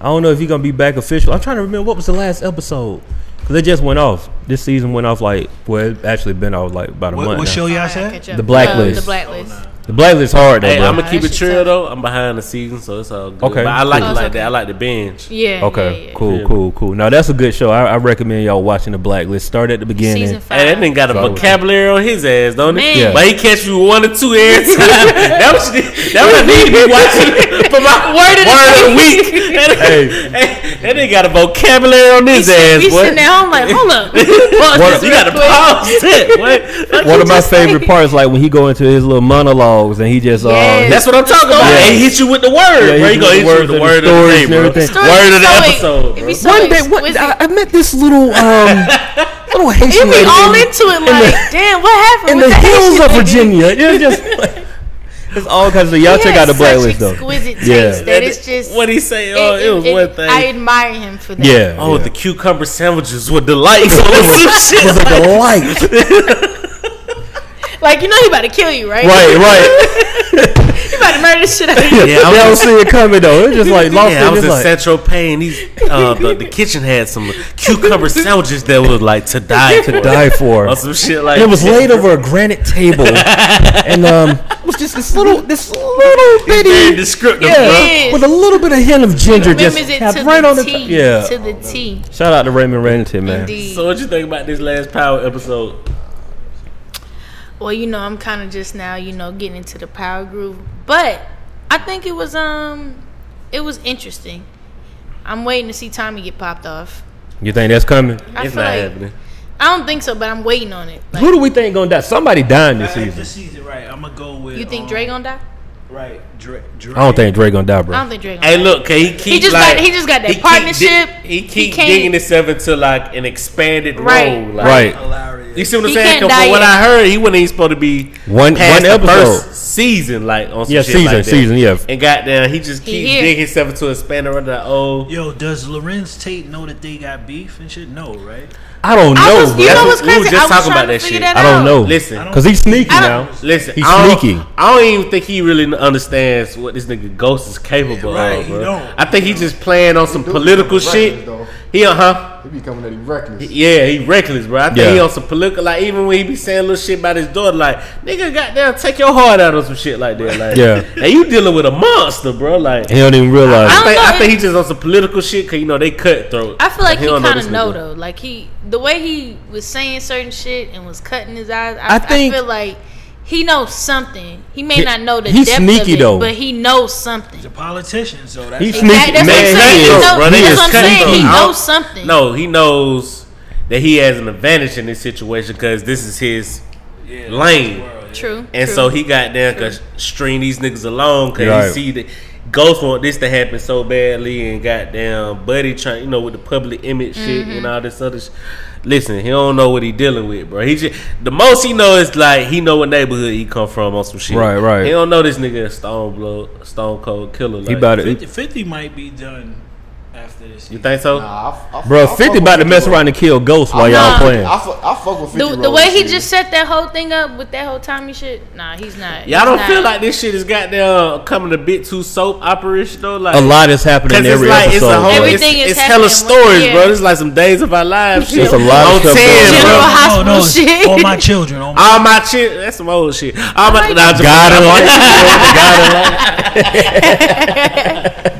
[SPEAKER 1] I don't know if he's gonna be back official. I'm trying to remember what was the last episode. Cause it just went off. This season went off like well, it actually been off like about a
[SPEAKER 4] What,
[SPEAKER 1] month.
[SPEAKER 4] what
[SPEAKER 1] now.
[SPEAKER 4] show y'all
[SPEAKER 2] Alright, I'll
[SPEAKER 4] said?
[SPEAKER 2] catch up.
[SPEAKER 1] The Blacklist.
[SPEAKER 2] Uh, the blacklist.
[SPEAKER 1] The Blacklist hard though,
[SPEAKER 3] Hey,
[SPEAKER 1] bro.
[SPEAKER 3] I'm gonna
[SPEAKER 2] Nah,
[SPEAKER 3] keep
[SPEAKER 2] that
[SPEAKER 3] it
[SPEAKER 2] shit's
[SPEAKER 3] trill
[SPEAKER 2] up.
[SPEAKER 3] though. I'm behind the season, so it's all good.
[SPEAKER 1] Okay,
[SPEAKER 3] but I like
[SPEAKER 2] cool.
[SPEAKER 3] it like
[SPEAKER 2] Okay.
[SPEAKER 3] that. I like the binge.
[SPEAKER 2] Yeah.
[SPEAKER 1] okay,
[SPEAKER 2] yeah, yeah.
[SPEAKER 1] cool,
[SPEAKER 3] Yeah.
[SPEAKER 1] cool, cool. Now that's a good show. I, I recommend y'all watching the Blacklist. Start at the beginning.
[SPEAKER 2] Season five.
[SPEAKER 3] Hey, that nigga got a
[SPEAKER 1] Sorry.
[SPEAKER 3] vocabulary on his ass, don't
[SPEAKER 2] Man.
[SPEAKER 3] he?
[SPEAKER 1] Yeah.
[SPEAKER 3] But he catch me one or two every time. that was that was me be watching for my word of, the week. That,
[SPEAKER 1] Hey.
[SPEAKER 3] hey, that nigga got a vocabulary on his
[SPEAKER 2] sit-
[SPEAKER 3] ass,
[SPEAKER 2] we
[SPEAKER 3] boy.
[SPEAKER 2] sitting at home like, hold up. Pause
[SPEAKER 1] What-
[SPEAKER 2] this
[SPEAKER 3] You
[SPEAKER 2] real
[SPEAKER 3] got to
[SPEAKER 2] quick.
[SPEAKER 3] pause it. What?
[SPEAKER 1] One of my
[SPEAKER 2] Just like-
[SPEAKER 1] favorite parts, like when he go into his little monologues and he just,
[SPEAKER 2] Yes.
[SPEAKER 1] uh,
[SPEAKER 3] That's what I'm talking about.
[SPEAKER 1] Yeah.
[SPEAKER 3] He hit you with the word.
[SPEAKER 1] Yeah,
[SPEAKER 3] bro.
[SPEAKER 1] he
[SPEAKER 3] He gonna hit you with the word
[SPEAKER 1] words
[SPEAKER 3] of the day,
[SPEAKER 1] and the
[SPEAKER 3] bro.
[SPEAKER 1] stories and
[SPEAKER 2] Story
[SPEAKER 3] Word of the
[SPEAKER 2] so
[SPEAKER 3] episode,
[SPEAKER 2] It
[SPEAKER 3] bro.
[SPEAKER 2] be so
[SPEAKER 1] one day, one,
[SPEAKER 2] exquisite.
[SPEAKER 1] I, I met this little, um, little Haitian
[SPEAKER 2] It be
[SPEAKER 1] lady
[SPEAKER 2] all
[SPEAKER 1] in,
[SPEAKER 2] into it,
[SPEAKER 1] the-
[SPEAKER 2] like, damn, what happened?
[SPEAKER 1] in the
[SPEAKER 2] with that
[SPEAKER 1] hills
[SPEAKER 2] Haitian
[SPEAKER 1] of
[SPEAKER 2] nigga?
[SPEAKER 1] Virginia. It's just, it's all kinds of y'all
[SPEAKER 2] He
[SPEAKER 1] check out
[SPEAKER 2] has
[SPEAKER 1] the
[SPEAKER 2] such
[SPEAKER 1] Blacklist though.
[SPEAKER 2] Exquisite taste
[SPEAKER 1] Yeah.
[SPEAKER 2] that it's just.
[SPEAKER 3] what he say? Oh, it, was one thing.
[SPEAKER 2] I admire him for that.
[SPEAKER 1] Yeah.
[SPEAKER 3] oh,
[SPEAKER 1] yeah.
[SPEAKER 3] the cucumber sandwiches with the lights on some shit.
[SPEAKER 1] was a delight.
[SPEAKER 2] Like you know he about to kill you, right?
[SPEAKER 1] right, right.
[SPEAKER 2] scared the shit out of you.
[SPEAKER 1] yeah, I don't see it coming though. It's just like lost
[SPEAKER 3] Yeah, I was
[SPEAKER 1] in
[SPEAKER 3] in
[SPEAKER 1] like,
[SPEAKER 3] Central Pain. These uh, the, the kitchen had some cucumber sandwiches that was like to die
[SPEAKER 1] to
[SPEAKER 3] for.
[SPEAKER 1] die for.
[SPEAKER 3] or some shit like
[SPEAKER 1] And it was
[SPEAKER 3] that.
[SPEAKER 1] laid over a granite table, and um, it was just this little, this little
[SPEAKER 3] Very
[SPEAKER 1] bitty,
[SPEAKER 3] descriptive, bro.
[SPEAKER 1] yeah,
[SPEAKER 2] Yes.
[SPEAKER 1] with a little bit of hint of ginger, just
[SPEAKER 2] Remembers it
[SPEAKER 1] tapped
[SPEAKER 2] to
[SPEAKER 1] right
[SPEAKER 2] the
[SPEAKER 1] on the,
[SPEAKER 2] T.
[SPEAKER 1] top. yeah.
[SPEAKER 2] To the T.
[SPEAKER 1] Shout out to Raymond Remington, man.
[SPEAKER 2] Indeed.
[SPEAKER 3] So what you think about this last Power episode?
[SPEAKER 2] well, you know, I'm kind of just now, you know, getting into the power groove, but I think it was um, it was interesting. I'm waiting to see Tommy get popped off.
[SPEAKER 1] You think that's coming?
[SPEAKER 2] I
[SPEAKER 3] it's
[SPEAKER 2] feel
[SPEAKER 3] not
[SPEAKER 2] like
[SPEAKER 3] happening.
[SPEAKER 2] I don't think so, but I'm waiting on it. Like,
[SPEAKER 1] Who do we think gonna die? Somebody dying this
[SPEAKER 4] This
[SPEAKER 1] season.
[SPEAKER 4] season, right? I'm gonna go with.
[SPEAKER 2] you think
[SPEAKER 4] um,
[SPEAKER 2] Dre gonna die?
[SPEAKER 4] Right, Dre. Dre.
[SPEAKER 1] I don't think Dre gonna die,
[SPEAKER 2] I don't
[SPEAKER 1] bro.
[SPEAKER 2] think Dre. Gonna
[SPEAKER 3] Hey,
[SPEAKER 2] die.
[SPEAKER 3] look, can he keep
[SPEAKER 2] He just
[SPEAKER 3] like,
[SPEAKER 2] got- he just got that
[SPEAKER 3] he keep
[SPEAKER 2] partnership.
[SPEAKER 3] dig- he
[SPEAKER 2] He
[SPEAKER 3] keep
[SPEAKER 2] can't-
[SPEAKER 3] digging himself into like an expanded
[SPEAKER 2] Right.
[SPEAKER 3] role, like,
[SPEAKER 1] Right.
[SPEAKER 4] Hilarious.
[SPEAKER 3] You see what I'm
[SPEAKER 2] He
[SPEAKER 3] saying?
[SPEAKER 2] can't
[SPEAKER 3] 'Cause
[SPEAKER 2] die
[SPEAKER 3] From what
[SPEAKER 2] yet.
[SPEAKER 3] I heard, he wasn't even supposed to be
[SPEAKER 1] One-
[SPEAKER 3] past
[SPEAKER 1] one
[SPEAKER 3] the
[SPEAKER 1] episode.
[SPEAKER 3] first season, like on some
[SPEAKER 1] Yeah,
[SPEAKER 3] shit
[SPEAKER 1] season,
[SPEAKER 3] like that.
[SPEAKER 1] season, yeah.
[SPEAKER 3] And goddamn, he just
[SPEAKER 2] He
[SPEAKER 3] keeps
[SPEAKER 2] here.
[SPEAKER 3] digging himself into expanded role. Like, oh,
[SPEAKER 4] Yo, does Lorenz Tate know that they got beef and shit? No, right?
[SPEAKER 1] I don't
[SPEAKER 2] I
[SPEAKER 1] know,
[SPEAKER 2] was, you
[SPEAKER 1] bro.
[SPEAKER 2] know what's
[SPEAKER 3] We were
[SPEAKER 2] crazy?
[SPEAKER 3] just
[SPEAKER 2] I was
[SPEAKER 3] talking
[SPEAKER 2] trying
[SPEAKER 3] about
[SPEAKER 2] to
[SPEAKER 3] that
[SPEAKER 2] figure
[SPEAKER 3] shit.
[SPEAKER 2] that
[SPEAKER 1] I
[SPEAKER 2] out.
[SPEAKER 1] don't know.
[SPEAKER 3] Listen.
[SPEAKER 1] cause he's sneaky
[SPEAKER 2] I
[SPEAKER 1] now.
[SPEAKER 2] don't-
[SPEAKER 3] Listen,
[SPEAKER 1] He's
[SPEAKER 3] I don't,
[SPEAKER 1] sneaky.
[SPEAKER 3] I don't even think he really understands what this nigga Ghost is capable
[SPEAKER 4] Yeah, right,
[SPEAKER 3] of,
[SPEAKER 4] he
[SPEAKER 3] bro.
[SPEAKER 4] don't.
[SPEAKER 3] I think he's just playing on some
[SPEAKER 5] do
[SPEAKER 3] political
[SPEAKER 5] become
[SPEAKER 3] shit.
[SPEAKER 5] reckless,
[SPEAKER 3] He uh huh.
[SPEAKER 5] He be coming at him reckless.
[SPEAKER 3] Yeah, he reckless, bro. I think
[SPEAKER 1] Yeah.
[SPEAKER 3] he on some political. Like even when he be saying little shit about his daughter, like nigga, goddamn, take your heart out on some shit like that. Like,
[SPEAKER 1] Yeah.
[SPEAKER 3] and you dealing with a monster, bro. Like,
[SPEAKER 1] He don't even realize. it.
[SPEAKER 2] I
[SPEAKER 3] I
[SPEAKER 2] don't
[SPEAKER 3] think,
[SPEAKER 2] know
[SPEAKER 3] I think he just on some political shit because you know they cutthroat.
[SPEAKER 2] I feel like he
[SPEAKER 3] don't
[SPEAKER 2] kind
[SPEAKER 3] this
[SPEAKER 2] of know
[SPEAKER 3] nigga.
[SPEAKER 2] though. Like he, the way he was saying certain shit and was cutting his eyes.
[SPEAKER 1] I
[SPEAKER 2] I, I
[SPEAKER 1] think-
[SPEAKER 2] feel like he knows something. He may
[SPEAKER 1] He-
[SPEAKER 2] not know the
[SPEAKER 1] he's
[SPEAKER 2] depth
[SPEAKER 1] sneaky,
[SPEAKER 2] of it,
[SPEAKER 1] though.
[SPEAKER 2] but he knows something.
[SPEAKER 4] The politician, so that's.
[SPEAKER 1] He's
[SPEAKER 2] Exact-
[SPEAKER 1] sneaky.
[SPEAKER 2] that's what I'm
[SPEAKER 1] Man,
[SPEAKER 2] saying.
[SPEAKER 1] he
[SPEAKER 2] He
[SPEAKER 1] is,
[SPEAKER 2] know-
[SPEAKER 1] bro.
[SPEAKER 2] that's
[SPEAKER 1] He
[SPEAKER 2] what I'm
[SPEAKER 1] is
[SPEAKER 2] saying. He
[SPEAKER 1] cutthroat.
[SPEAKER 3] I don't-
[SPEAKER 2] knows something.
[SPEAKER 3] No, he knows that he has an advantage in this situation because this is his
[SPEAKER 4] yeah,
[SPEAKER 3] lane.
[SPEAKER 2] True.
[SPEAKER 3] And
[SPEAKER 2] true.
[SPEAKER 3] so he got down to string these niggas along because
[SPEAKER 1] Right.
[SPEAKER 3] he see that Ghost want this to happen so badly and goddamn Buddy trying, you know, with the public image shit
[SPEAKER 2] Mm-hmm.
[SPEAKER 3] and all this other shit. Listen, he don't know what he dealing with, bro. He just the most he know is like he know what neighborhood he come from on some shit.
[SPEAKER 1] Right, right.
[SPEAKER 3] He don't know this nigga a stone blood, stone cold killer. Like,
[SPEAKER 1] He about it,
[SPEAKER 4] 50, 50 might be done after this.
[SPEAKER 3] You
[SPEAKER 4] season.
[SPEAKER 3] think so?
[SPEAKER 5] Nah, I, f- I f- I
[SPEAKER 1] bro.
[SPEAKER 5] fuck
[SPEAKER 1] Fifty
[SPEAKER 5] with
[SPEAKER 1] about to mess
[SPEAKER 5] 50
[SPEAKER 1] around and kill Ghost while y'all
[SPEAKER 2] Nah.
[SPEAKER 1] playing.
[SPEAKER 5] I fuck, I fuck with 50
[SPEAKER 2] the, the
[SPEAKER 5] Roll
[SPEAKER 2] way he
[SPEAKER 5] shit.
[SPEAKER 2] just set that whole thing up with that whole Tommy shit. Nah, he's not.
[SPEAKER 3] Y'all don't
[SPEAKER 2] He's
[SPEAKER 3] feel
[SPEAKER 2] not.
[SPEAKER 3] like this shit is goddamn coming a bit too soap operish though. Like
[SPEAKER 1] A lot is happening
[SPEAKER 3] Cause
[SPEAKER 1] in
[SPEAKER 3] it's
[SPEAKER 1] every
[SPEAKER 3] like it's
[SPEAKER 1] episode.
[SPEAKER 3] a whole
[SPEAKER 1] bro.
[SPEAKER 2] Everything
[SPEAKER 3] it's,
[SPEAKER 2] is
[SPEAKER 3] it's hella
[SPEAKER 2] happening once a
[SPEAKER 3] stories,
[SPEAKER 2] year.
[SPEAKER 3] bro. It's like some days of our lives. shit.
[SPEAKER 1] It's a lot of
[SPEAKER 3] on
[SPEAKER 1] stuff going
[SPEAKER 3] ten,
[SPEAKER 1] on.
[SPEAKER 3] bro.
[SPEAKER 2] General Hospital
[SPEAKER 4] Oh, no,
[SPEAKER 2] shit.
[SPEAKER 4] All my children. All my
[SPEAKER 3] All my shit. That's some old shit. All my nah, I'm just-
[SPEAKER 1] gotta like it. Gotta like it.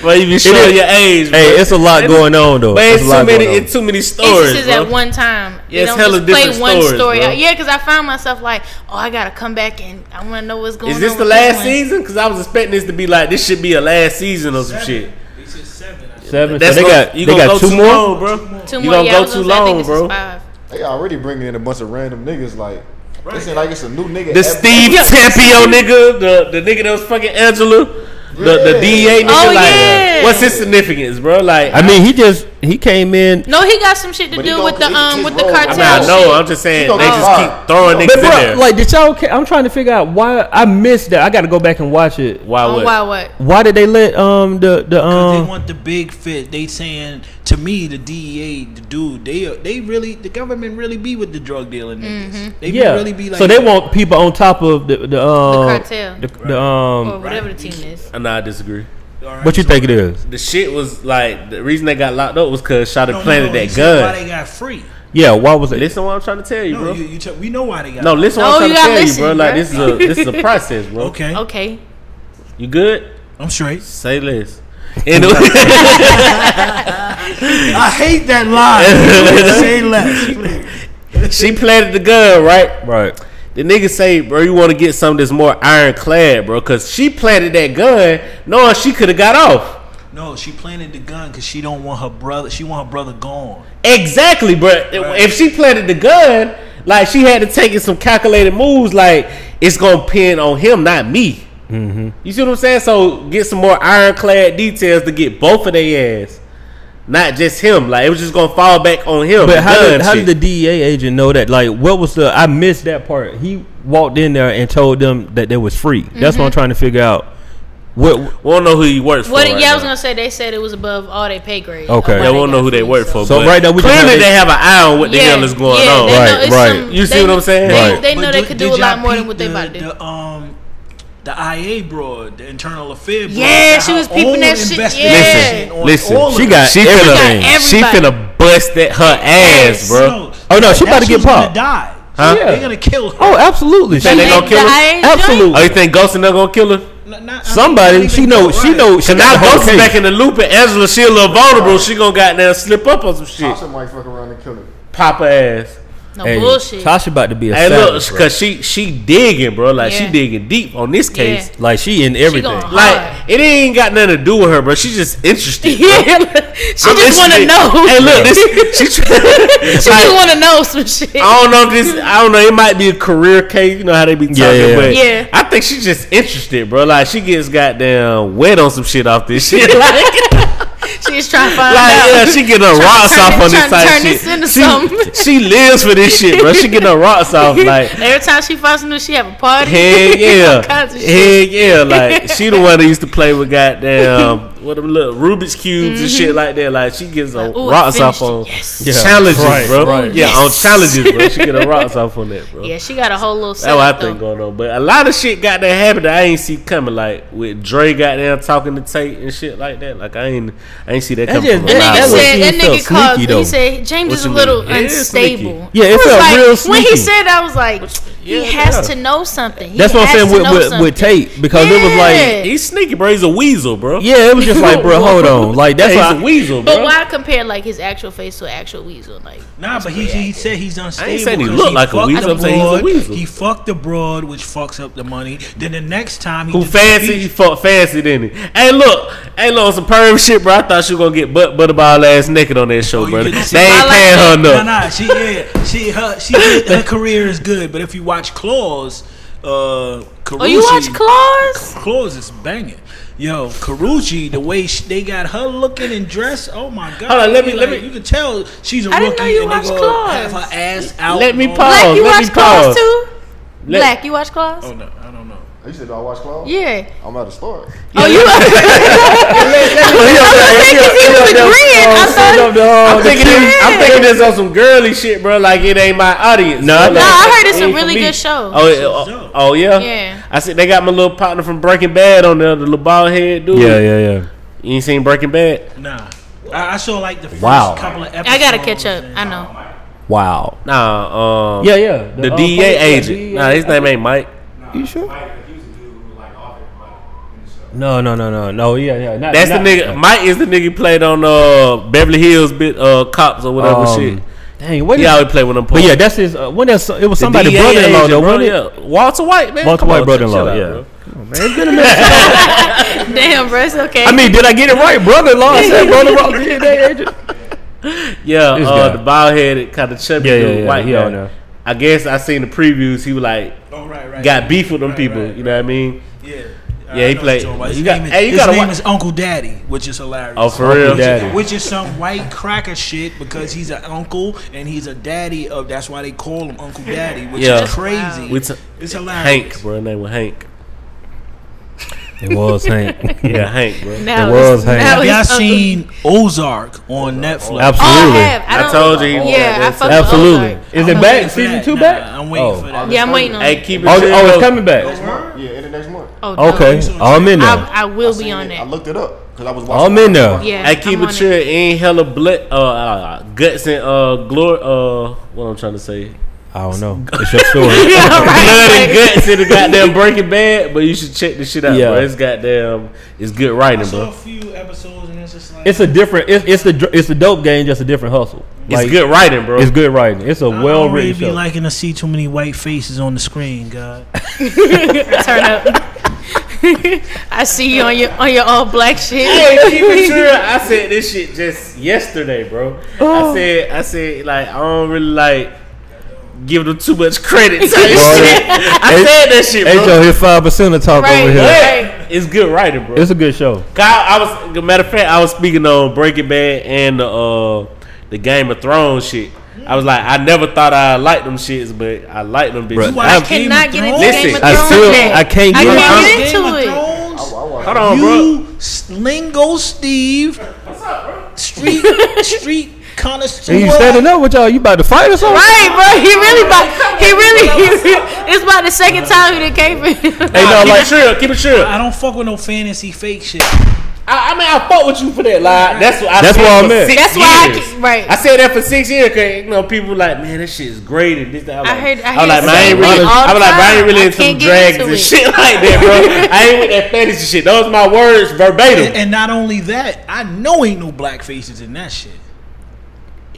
[SPEAKER 3] bro. You be sure
[SPEAKER 1] is.
[SPEAKER 3] your age. Bro.
[SPEAKER 1] Hey, it's a lot going on though.
[SPEAKER 3] but
[SPEAKER 1] It's
[SPEAKER 3] it's
[SPEAKER 1] a
[SPEAKER 3] too
[SPEAKER 1] lot
[SPEAKER 3] many.
[SPEAKER 1] going on.
[SPEAKER 3] It's too many stories,
[SPEAKER 2] instances
[SPEAKER 3] bro.
[SPEAKER 2] at one time.
[SPEAKER 3] Yeah,
[SPEAKER 2] They
[SPEAKER 3] it's
[SPEAKER 2] don't
[SPEAKER 3] hella
[SPEAKER 2] just play
[SPEAKER 3] different
[SPEAKER 2] one
[SPEAKER 3] stories,
[SPEAKER 2] story.
[SPEAKER 3] bro.
[SPEAKER 2] out. Yeah, because I find myself like, oh, I gotta come back and I want to know what's going on.
[SPEAKER 3] Is this the
[SPEAKER 2] with
[SPEAKER 3] last
[SPEAKER 2] one.
[SPEAKER 3] season? Because I was expecting this to be like this should be a last season or some shit.
[SPEAKER 4] They said seven. I think.
[SPEAKER 1] Seven.
[SPEAKER 3] That's
[SPEAKER 1] so they
[SPEAKER 3] gonna-
[SPEAKER 1] got
[SPEAKER 3] you
[SPEAKER 1] they
[SPEAKER 3] gonna
[SPEAKER 1] got
[SPEAKER 3] go
[SPEAKER 1] two
[SPEAKER 3] too
[SPEAKER 1] more.
[SPEAKER 3] long, bro.
[SPEAKER 2] Two
[SPEAKER 3] You
[SPEAKER 2] more.
[SPEAKER 3] gonna
[SPEAKER 2] yeah,
[SPEAKER 3] go
[SPEAKER 2] I was
[SPEAKER 3] too
[SPEAKER 2] say, I think
[SPEAKER 3] long,
[SPEAKER 2] this is
[SPEAKER 3] bro.
[SPEAKER 2] five.
[SPEAKER 5] They already bringing in a bunch of random niggas. Like, it's like it's a new nigga.
[SPEAKER 3] The
[SPEAKER 5] every-
[SPEAKER 3] Steve Tapio nigga, the, the nigga that was fucking Angela, the, the
[SPEAKER 5] Yeah.
[SPEAKER 3] DA nigga.
[SPEAKER 2] Oh,
[SPEAKER 3] like,
[SPEAKER 2] yeah.
[SPEAKER 3] what's his significance, bro? Like,
[SPEAKER 1] I mean, he just he came in.
[SPEAKER 2] No, he got some shit to
[SPEAKER 5] But he
[SPEAKER 2] do
[SPEAKER 5] gonna
[SPEAKER 2] with the
[SPEAKER 5] complete
[SPEAKER 2] um
[SPEAKER 5] his
[SPEAKER 2] with the
[SPEAKER 5] role. I
[SPEAKER 3] I
[SPEAKER 2] cartel.
[SPEAKER 3] mean, I know. I'm
[SPEAKER 2] shit.
[SPEAKER 3] just saying
[SPEAKER 5] She gonna
[SPEAKER 3] they
[SPEAKER 5] go
[SPEAKER 3] just
[SPEAKER 5] hard.
[SPEAKER 3] keep throwing niggas
[SPEAKER 1] But
[SPEAKER 3] in there.
[SPEAKER 1] bro, like, did y'all? Ca- I'm trying to figure out why I missed that. I got to go back and watch it.
[SPEAKER 3] Why
[SPEAKER 2] Oh,
[SPEAKER 3] would?
[SPEAKER 2] why what?
[SPEAKER 1] Why did they let um the the
[SPEAKER 4] Cause they
[SPEAKER 1] um?
[SPEAKER 4] want the big fit. They saying to me the DEA, the dude, they they really the government really be with the drug dealing niggas.
[SPEAKER 2] Mm-hmm.
[SPEAKER 4] They be
[SPEAKER 1] Yeah.
[SPEAKER 4] really be like
[SPEAKER 1] so they
[SPEAKER 4] that.
[SPEAKER 1] want people on top of the the um
[SPEAKER 2] cartel.
[SPEAKER 1] The, the, um.
[SPEAKER 2] Or Oh, whatever the team is.
[SPEAKER 3] Uh, Nah, I disagree.
[SPEAKER 4] All right,
[SPEAKER 1] What you
[SPEAKER 4] so-
[SPEAKER 1] think it is?
[SPEAKER 3] The shit was like the reason they got locked up was because shot
[SPEAKER 4] No,
[SPEAKER 3] had
[SPEAKER 4] no,
[SPEAKER 3] planted
[SPEAKER 4] no, you
[SPEAKER 3] that
[SPEAKER 4] said Why
[SPEAKER 3] gun.
[SPEAKER 4] they got free?
[SPEAKER 1] Yeah. Why was it?
[SPEAKER 3] Listen, to what I'm trying to tell you,
[SPEAKER 4] No,
[SPEAKER 3] bro.
[SPEAKER 4] you, you tell- we know why they got.
[SPEAKER 3] No, listen, to
[SPEAKER 2] No,
[SPEAKER 3] what I'm
[SPEAKER 2] you
[SPEAKER 3] trying
[SPEAKER 2] gotta
[SPEAKER 3] to tell you,
[SPEAKER 2] listen,
[SPEAKER 3] bro. Like
[SPEAKER 2] bro.
[SPEAKER 3] this is a this is a process, bro.
[SPEAKER 4] Okay,
[SPEAKER 2] Okay.
[SPEAKER 3] You good?
[SPEAKER 4] I'm straight.
[SPEAKER 3] Say less. Anyway,
[SPEAKER 4] I hate that lie. Say less. please.
[SPEAKER 3] she planted the gun, right?
[SPEAKER 1] Right.
[SPEAKER 3] The nigga say, bro, you want to get something that's more ironclad, bro, because she planted that gun knowing she could have got off.
[SPEAKER 4] No, she planted the gun because she don't want her brother. She want her brother gone.
[SPEAKER 3] Exactly, but if she planted the gun, like she had to take in some calculated moves. Like it's gonna pin on him, not me. You see what I'm saying? So get some more ironclad details to get both of their ass, not just him. Like it was just gonna fall back on him.
[SPEAKER 1] But
[SPEAKER 3] the
[SPEAKER 1] how
[SPEAKER 3] gun
[SPEAKER 1] did, how
[SPEAKER 3] shit.
[SPEAKER 1] did the DEA agent know that? Like, what was the? I missed that part. He walked in there and told them that they was free. That's
[SPEAKER 2] Mm-hmm.
[SPEAKER 1] what I'm trying to figure out. What?
[SPEAKER 3] we don't know who he works
[SPEAKER 2] What?
[SPEAKER 3] for? right
[SPEAKER 2] yeah, I was
[SPEAKER 3] now.
[SPEAKER 2] gonna say they said it was above all they pay grade.
[SPEAKER 1] Okay.
[SPEAKER 2] Of why
[SPEAKER 1] They
[SPEAKER 3] I won't
[SPEAKER 2] got
[SPEAKER 3] know who they
[SPEAKER 2] free,
[SPEAKER 3] work for.
[SPEAKER 1] So
[SPEAKER 3] but
[SPEAKER 1] right now we just
[SPEAKER 3] clearly
[SPEAKER 1] have
[SPEAKER 3] they
[SPEAKER 1] this-
[SPEAKER 3] have an eye on what the hell is going
[SPEAKER 2] yeah,
[SPEAKER 3] on.
[SPEAKER 2] They
[SPEAKER 1] Right,
[SPEAKER 2] know it's
[SPEAKER 1] right.
[SPEAKER 2] Some,
[SPEAKER 3] You see
[SPEAKER 2] they-
[SPEAKER 3] what I'm saying?
[SPEAKER 2] They,
[SPEAKER 1] Right.
[SPEAKER 2] they know
[SPEAKER 4] But
[SPEAKER 2] they
[SPEAKER 4] do-
[SPEAKER 2] could do
[SPEAKER 4] did
[SPEAKER 2] a lot
[SPEAKER 4] y'all
[SPEAKER 2] more than
[SPEAKER 4] peep
[SPEAKER 2] what they
[SPEAKER 4] the-
[SPEAKER 2] about to do.
[SPEAKER 4] The, um, the IA broad, the internal affair broad.
[SPEAKER 2] Yeah,
[SPEAKER 4] got
[SPEAKER 2] she
[SPEAKER 4] her
[SPEAKER 2] was peeping
[SPEAKER 4] own
[SPEAKER 2] that shit,
[SPEAKER 4] investigation
[SPEAKER 2] yeah.
[SPEAKER 4] on
[SPEAKER 3] Listen,
[SPEAKER 4] all of
[SPEAKER 1] she
[SPEAKER 4] it.
[SPEAKER 1] got
[SPEAKER 3] She
[SPEAKER 1] everything.
[SPEAKER 3] finna, she
[SPEAKER 2] everybody.
[SPEAKER 3] finna bust that her ass, bro.
[SPEAKER 4] No,
[SPEAKER 1] Oh, no, she
[SPEAKER 4] that
[SPEAKER 1] about to get
[SPEAKER 4] shit's gonna
[SPEAKER 1] popped.
[SPEAKER 4] Die.
[SPEAKER 3] Huh?
[SPEAKER 4] They're gonna kill her.
[SPEAKER 1] Oh, absolutely. She,
[SPEAKER 3] Think they gonna
[SPEAKER 2] Make
[SPEAKER 3] kill
[SPEAKER 2] the
[SPEAKER 3] her?
[SPEAKER 2] eye
[SPEAKER 1] absolutely.
[SPEAKER 3] Oh, you think Ghost and them gonna kill her?
[SPEAKER 4] N- not- I
[SPEAKER 1] Somebody.
[SPEAKER 4] mean,
[SPEAKER 1] She
[SPEAKER 4] they
[SPEAKER 1] know.
[SPEAKER 4] got
[SPEAKER 1] She
[SPEAKER 4] right.
[SPEAKER 1] know. She
[SPEAKER 3] And now
[SPEAKER 1] got her
[SPEAKER 3] Ghost is
[SPEAKER 1] case.
[SPEAKER 3] back in the loop, and Angela, she a little vulnerable. She gonna goddamn slip up on some shit.
[SPEAKER 5] Tasha might fuck around and kill him.
[SPEAKER 3] Pop her ass.
[SPEAKER 2] No
[SPEAKER 1] Hey,
[SPEAKER 2] bullshit.
[SPEAKER 1] Tasha about to be a
[SPEAKER 3] Hey, look,
[SPEAKER 1] savage, bro.
[SPEAKER 3] cause she she digging, bro. Like she
[SPEAKER 2] Yeah.
[SPEAKER 3] digging deep on this case.
[SPEAKER 2] Yeah.
[SPEAKER 1] Like she in everything.
[SPEAKER 2] gonna-
[SPEAKER 3] Like it ain't got nothing to do with her, bro. She just interested. bro.
[SPEAKER 2] yeah, like, she
[SPEAKER 3] I'm
[SPEAKER 2] just want to
[SPEAKER 3] interested.
[SPEAKER 2] know.
[SPEAKER 3] Hey, look, this she.
[SPEAKER 2] she
[SPEAKER 3] she
[SPEAKER 2] just want to know some shit.
[SPEAKER 3] I don't know if this. I don't know. It might be a career case. You know how they be talking,
[SPEAKER 1] Yeah, yeah, yeah.
[SPEAKER 3] but
[SPEAKER 2] Yeah.
[SPEAKER 3] I think she's just interested, bro. Like she gets goddamn wet on some shit off this shit. Like,
[SPEAKER 2] She just trying to find
[SPEAKER 3] like,
[SPEAKER 2] out.
[SPEAKER 3] yeah, she getting her
[SPEAKER 2] Tryna
[SPEAKER 3] rocks
[SPEAKER 2] turn
[SPEAKER 3] off
[SPEAKER 2] it-
[SPEAKER 3] on this
[SPEAKER 2] tryna
[SPEAKER 3] type
[SPEAKER 2] turn
[SPEAKER 3] shit.
[SPEAKER 2] this into
[SPEAKER 3] she,
[SPEAKER 2] something.
[SPEAKER 3] she lives for this shit, bro. She getting her rocks off. Like
[SPEAKER 2] Every time she finds something, she have a party.
[SPEAKER 3] Hell
[SPEAKER 2] All
[SPEAKER 3] yeah.
[SPEAKER 2] kinds of
[SPEAKER 3] Hell yeah. Like she the one that used to play with goddamn what them little Rubik's cubes and shit like that. Like she gets a
[SPEAKER 2] Mm-hmm. Like, ooh, I
[SPEAKER 3] rocks off
[SPEAKER 2] finished it.
[SPEAKER 3] on
[SPEAKER 2] Yes.
[SPEAKER 1] Yeah.
[SPEAKER 3] challenges,
[SPEAKER 1] Right,
[SPEAKER 3] bro.
[SPEAKER 1] right.
[SPEAKER 3] Yeah, on
[SPEAKER 2] Yes.
[SPEAKER 3] challenges, bro. She get a rocks off on that, bro.
[SPEAKER 2] Yeah, she got a whole little
[SPEAKER 3] That's what I
[SPEAKER 2] setup.
[SPEAKER 3] think
[SPEAKER 2] though.
[SPEAKER 3] going on. But a lot of shit got that happened that I ain't see coming. Like with Dre got down talking to Tate and shit like that. Like I ain't I ain't see that
[SPEAKER 1] That
[SPEAKER 3] coming
[SPEAKER 1] just-
[SPEAKER 3] from
[SPEAKER 1] Wow.
[SPEAKER 2] That
[SPEAKER 3] a
[SPEAKER 2] nigga
[SPEAKER 3] lot
[SPEAKER 1] That
[SPEAKER 3] of-
[SPEAKER 1] was-
[SPEAKER 2] said,
[SPEAKER 1] he
[SPEAKER 2] that
[SPEAKER 1] felt
[SPEAKER 2] nigga called,
[SPEAKER 1] sneaky,
[SPEAKER 2] he
[SPEAKER 1] though.
[SPEAKER 2] said, James
[SPEAKER 3] What
[SPEAKER 2] is a
[SPEAKER 3] you
[SPEAKER 2] little
[SPEAKER 3] mean? Yeah,
[SPEAKER 2] unstable.
[SPEAKER 1] Yeah, it
[SPEAKER 2] I was
[SPEAKER 1] felt
[SPEAKER 2] like,
[SPEAKER 1] real
[SPEAKER 2] When
[SPEAKER 1] sneaky.
[SPEAKER 2] he said that, I was like, he
[SPEAKER 3] yeah,
[SPEAKER 2] has
[SPEAKER 3] yeah.
[SPEAKER 2] to know something. He
[SPEAKER 1] That's what I'm
[SPEAKER 2] has
[SPEAKER 1] saying
[SPEAKER 2] to know
[SPEAKER 1] with with,
[SPEAKER 2] something.
[SPEAKER 1] with Tate because it was like,
[SPEAKER 2] Yeah.
[SPEAKER 3] He's sneaky, bro. He's a weasel, bro.
[SPEAKER 1] yeah, it was just like, bro, hold on, like that's
[SPEAKER 3] he's
[SPEAKER 1] why.
[SPEAKER 3] a weasel, bro.
[SPEAKER 2] But why compare like his actual face to an actual weasel? Like,
[SPEAKER 4] Nah, but he, he said he's unstable.
[SPEAKER 3] saying he
[SPEAKER 4] 'cause
[SPEAKER 3] look like a
[SPEAKER 4] fucked
[SPEAKER 3] weasel.
[SPEAKER 4] the
[SPEAKER 3] I'm saying he's a
[SPEAKER 4] broad,
[SPEAKER 3] weasel.
[SPEAKER 4] He fucked the broad, which fucks up the money. Then the next time he
[SPEAKER 3] Who
[SPEAKER 4] just-
[SPEAKER 3] fancy? He fuck fancy, didn't he? Hey, look, hey, look, on some perm shit, bro. I thought she was gonna get butt butterball ass naked on that show,
[SPEAKER 4] Oh, you
[SPEAKER 3] brother. They
[SPEAKER 4] didn't
[SPEAKER 3] ain't
[SPEAKER 4] see that? I
[SPEAKER 2] like
[SPEAKER 3] paying her
[SPEAKER 4] Nah,
[SPEAKER 3] enough.
[SPEAKER 4] nah, she yeah, she her she her career is good, but if you watch Claws, uh, Carucci,
[SPEAKER 2] oh, you watch Claws?
[SPEAKER 4] Claws is banging. Yo, Carucci, the way she, they got her looking and dressed, oh my god!
[SPEAKER 3] Hold on, let me- let me-
[SPEAKER 4] You can tell she's a
[SPEAKER 2] I didn't
[SPEAKER 4] rookie.
[SPEAKER 2] know you
[SPEAKER 4] and they
[SPEAKER 2] watched
[SPEAKER 4] gonna
[SPEAKER 2] Claws.
[SPEAKER 4] Have her ass out.
[SPEAKER 3] Let me
[SPEAKER 4] on-
[SPEAKER 3] pause.
[SPEAKER 2] Black, you
[SPEAKER 3] Oh, let me
[SPEAKER 2] watch Claws
[SPEAKER 3] pause.
[SPEAKER 2] too?
[SPEAKER 3] Let-
[SPEAKER 2] Black, you watch Claws?
[SPEAKER 4] Oh no, I don't know.
[SPEAKER 5] You said, do I watch Claw?
[SPEAKER 2] Yeah.
[SPEAKER 5] I'm at a store.
[SPEAKER 2] Oh, you.
[SPEAKER 1] Oh,
[SPEAKER 3] I'm thinking, this, I'm thinking this on some girly shit, bro. Like it ain't my audience.
[SPEAKER 1] No,
[SPEAKER 3] bro.
[SPEAKER 1] I
[SPEAKER 3] Like,
[SPEAKER 1] think-
[SPEAKER 2] Nah, I heard
[SPEAKER 3] it
[SPEAKER 2] it's a
[SPEAKER 3] ain't for
[SPEAKER 2] really
[SPEAKER 3] me.
[SPEAKER 2] good show.
[SPEAKER 3] Oh, yeah, oh, oh, yeah.
[SPEAKER 2] Yeah.
[SPEAKER 3] I said they got my little partner from Breaking Bad on there, the little bald head dude.
[SPEAKER 1] Yeah, yeah, yeah.
[SPEAKER 3] You ain't seen Breaking Bad?
[SPEAKER 4] Nah, I, I saw like the first
[SPEAKER 1] Wow.
[SPEAKER 4] couple of episodes.
[SPEAKER 2] I gotta catch up.
[SPEAKER 4] and-
[SPEAKER 2] I know.
[SPEAKER 1] Wow.
[SPEAKER 3] Nah. Um.
[SPEAKER 1] Yeah, yeah.
[SPEAKER 3] The
[SPEAKER 1] uh,
[SPEAKER 3] DEA
[SPEAKER 1] police-
[SPEAKER 3] agent.
[SPEAKER 1] yeah,
[SPEAKER 3] Nah, his name ain't Mike.
[SPEAKER 1] You sure?
[SPEAKER 6] Mike, he was a dude who like offered money in the show.
[SPEAKER 1] No, no, no, no, no. Yeah, yeah. Not,
[SPEAKER 3] That's the
[SPEAKER 1] not-
[SPEAKER 3] nigga. Mike is the nigga he played on uh, Beverly Hills bit uh, cops or whatever
[SPEAKER 1] Um,
[SPEAKER 3] shit.
[SPEAKER 1] Dang, what
[SPEAKER 3] He
[SPEAKER 1] is?
[SPEAKER 3] always played with them.
[SPEAKER 1] But yeah, that's his. Uh, when that's it was
[SPEAKER 3] The
[SPEAKER 1] somebody
[SPEAKER 3] DEA
[SPEAKER 1] brother-in-law,
[SPEAKER 3] agent,
[SPEAKER 1] though,
[SPEAKER 3] bro,
[SPEAKER 1] wasn't it?
[SPEAKER 3] yeah. Walter White, man.
[SPEAKER 1] Walter
[SPEAKER 3] Come
[SPEAKER 1] White
[SPEAKER 3] on,
[SPEAKER 1] brother-in-law,
[SPEAKER 3] chill out,
[SPEAKER 1] yeah.
[SPEAKER 3] bro.
[SPEAKER 2] Damn, bro, it's okay.
[SPEAKER 1] I mean, did I get it right, brother-in-law? I said brother-in-law, DEA agent.
[SPEAKER 3] Yeah,
[SPEAKER 1] This
[SPEAKER 3] uh,
[SPEAKER 1] guy.
[SPEAKER 3] the bald headed, kind of chubby
[SPEAKER 1] Yeah, yeah,
[SPEAKER 3] dude,
[SPEAKER 1] yeah,
[SPEAKER 3] white
[SPEAKER 1] he
[SPEAKER 3] guy.
[SPEAKER 1] on there.
[SPEAKER 3] I guess I seen the previews. He was like,
[SPEAKER 4] Oh right, right.
[SPEAKER 3] got beef with them
[SPEAKER 4] Right,
[SPEAKER 3] people.
[SPEAKER 4] right,
[SPEAKER 3] you know what I mean?
[SPEAKER 4] Yeah.
[SPEAKER 3] Yeah, he
[SPEAKER 4] I know what
[SPEAKER 3] played-
[SPEAKER 4] you're talking about. His
[SPEAKER 3] you got-
[SPEAKER 4] name, is,
[SPEAKER 3] hey, you
[SPEAKER 4] his
[SPEAKER 3] gotta
[SPEAKER 4] name
[SPEAKER 3] wa-
[SPEAKER 4] is Uncle Daddy, which is hilarious.
[SPEAKER 3] Oh, for real?
[SPEAKER 1] Daddy.
[SPEAKER 4] Which is some white cracker shit because he's an uncle and he's a daddy of. That's why they call him Uncle Daddy, which
[SPEAKER 3] Yeah.
[SPEAKER 4] is crazy.
[SPEAKER 3] We t-
[SPEAKER 4] it's hilarious.
[SPEAKER 3] Hank, bro. His name was Hank.
[SPEAKER 1] It was Hank.
[SPEAKER 3] Yeah, Hank, bro.
[SPEAKER 2] now
[SPEAKER 1] It was
[SPEAKER 2] it's-
[SPEAKER 1] Hank.
[SPEAKER 2] now
[SPEAKER 4] Have y'all
[SPEAKER 2] it's ugly.
[SPEAKER 4] seen Ozark on Netflix?
[SPEAKER 2] Oh, I
[SPEAKER 1] Absolutely.
[SPEAKER 2] have. I,
[SPEAKER 3] I
[SPEAKER 2] don't-
[SPEAKER 3] told you he-
[SPEAKER 2] Yeah, I
[SPEAKER 3] that's-
[SPEAKER 2] fuck
[SPEAKER 1] Absolutely.
[SPEAKER 2] With Ozark.
[SPEAKER 1] Is it
[SPEAKER 4] I'm waiting
[SPEAKER 1] back?
[SPEAKER 4] for
[SPEAKER 1] Season
[SPEAKER 4] that.
[SPEAKER 1] two
[SPEAKER 4] Nah,
[SPEAKER 1] back?
[SPEAKER 4] I'm waiting
[SPEAKER 1] Oh.
[SPEAKER 4] for that.
[SPEAKER 2] Yeah, I'm waiting on.
[SPEAKER 3] Hey,
[SPEAKER 2] it.
[SPEAKER 3] keep it.
[SPEAKER 1] Oh,
[SPEAKER 3] chill,
[SPEAKER 1] oh,
[SPEAKER 3] bro.
[SPEAKER 1] it's coming back.
[SPEAKER 5] Next month. Yeah, end of next month.
[SPEAKER 2] Oh, no.
[SPEAKER 1] Okay, I'm in there.
[SPEAKER 2] I, I will be
[SPEAKER 5] Seen
[SPEAKER 2] on
[SPEAKER 5] it.
[SPEAKER 2] that.
[SPEAKER 5] I looked it up because I was watching.
[SPEAKER 1] I'm in there.
[SPEAKER 2] Yeah,
[SPEAKER 3] I keep
[SPEAKER 2] I'm
[SPEAKER 3] it
[SPEAKER 2] on
[SPEAKER 3] chill. Ain't hella blood, uh, uh, guts and uh, glory. Uh, what I'm trying to say,
[SPEAKER 1] I don't know. It's your story.
[SPEAKER 2] Yeah,
[SPEAKER 3] blood and
[SPEAKER 2] right.
[SPEAKER 3] guts in the goddamn Breaking Bad. But you should check this shit out,
[SPEAKER 1] Yeah.
[SPEAKER 3] bro. It's goddamn, it's good
[SPEAKER 4] I
[SPEAKER 3] writing,
[SPEAKER 4] saw a
[SPEAKER 3] bro.
[SPEAKER 4] few episodes and it's just like
[SPEAKER 1] It's a different. It's, it's the dr- it's the dope game, just a different hustle. Like,
[SPEAKER 3] it's good writing, bro.
[SPEAKER 1] It's good writing. It's a
[SPEAKER 4] I
[SPEAKER 1] well
[SPEAKER 4] don't really
[SPEAKER 1] written
[SPEAKER 4] be
[SPEAKER 1] show.
[SPEAKER 4] liking to see too many white faces on the screen, God.
[SPEAKER 2] Like, turn up. I see you on your on your all black shit.
[SPEAKER 3] Hey, keep it true. I said this shit just yesterday, bro.
[SPEAKER 1] Oh.
[SPEAKER 3] I said, I said, like, I don't really like give them too much credit. To this shit. I
[SPEAKER 1] Hey-
[SPEAKER 3] said that shit,
[SPEAKER 1] Hey,
[SPEAKER 3] bro.
[SPEAKER 1] Joe, his five percent of talk
[SPEAKER 2] Right.
[SPEAKER 1] over here.
[SPEAKER 2] Hey.
[SPEAKER 3] But it's good writing, bro.
[SPEAKER 1] It's a good show.
[SPEAKER 3] I, I was, a matter of fact, I was speaking on Breaking Bad and the uh, the Game of Thrones shit. I was like, I never thought I liked them shits, but I like them bitches.
[SPEAKER 4] Bruh.
[SPEAKER 2] I
[SPEAKER 3] I'm-
[SPEAKER 4] Game
[SPEAKER 2] cannot
[SPEAKER 4] of
[SPEAKER 2] get into
[SPEAKER 4] Thrones.
[SPEAKER 2] Game of
[SPEAKER 3] Listen, I
[SPEAKER 2] Thrones.
[SPEAKER 1] still-
[SPEAKER 2] yet.
[SPEAKER 1] I can't
[SPEAKER 2] I
[SPEAKER 1] get
[SPEAKER 2] can't
[SPEAKER 1] into
[SPEAKER 2] get
[SPEAKER 4] Game of
[SPEAKER 2] into it.
[SPEAKER 4] Thrones.
[SPEAKER 5] I, I watched.
[SPEAKER 3] Hold on, Oh, bro.
[SPEAKER 4] you, s- Lingo Steve, Street Street kind of
[SPEAKER 1] And you standing up with y'all? You about to fight or something?
[SPEAKER 2] Right, bro. He really about. He really. it's about the second time he done came for.
[SPEAKER 3] Hey, no,
[SPEAKER 4] keep
[SPEAKER 3] like,
[SPEAKER 4] it
[SPEAKER 3] chill, keep it chill.
[SPEAKER 4] I don't fuck with no fantasy fake shit.
[SPEAKER 3] I, I mean, I fought with you for that lie. That's what I.
[SPEAKER 1] That's
[SPEAKER 3] said
[SPEAKER 1] what I
[SPEAKER 3] for
[SPEAKER 1] meant.
[SPEAKER 3] six
[SPEAKER 2] That's why I
[SPEAKER 3] years.
[SPEAKER 2] keep- right.
[SPEAKER 3] I said that for six years because you know people like, man, that shit is great and this. That. I'm
[SPEAKER 2] I
[SPEAKER 3] like-
[SPEAKER 2] heard- I
[SPEAKER 3] I'm
[SPEAKER 2] hear
[SPEAKER 3] like, man, I
[SPEAKER 2] that
[SPEAKER 3] ain't really.
[SPEAKER 2] all the
[SPEAKER 3] I'm like, man, I ain't
[SPEAKER 2] time.
[SPEAKER 3] really
[SPEAKER 2] I
[SPEAKER 3] into
[SPEAKER 2] can't get
[SPEAKER 3] drags
[SPEAKER 2] into
[SPEAKER 3] and
[SPEAKER 2] it.
[SPEAKER 3] shit like that, bro. I ain't with that fantasy shit. Those my words
[SPEAKER 4] And,
[SPEAKER 3] verbatim.
[SPEAKER 4] and not only that, I know ain't no black faces in that shit.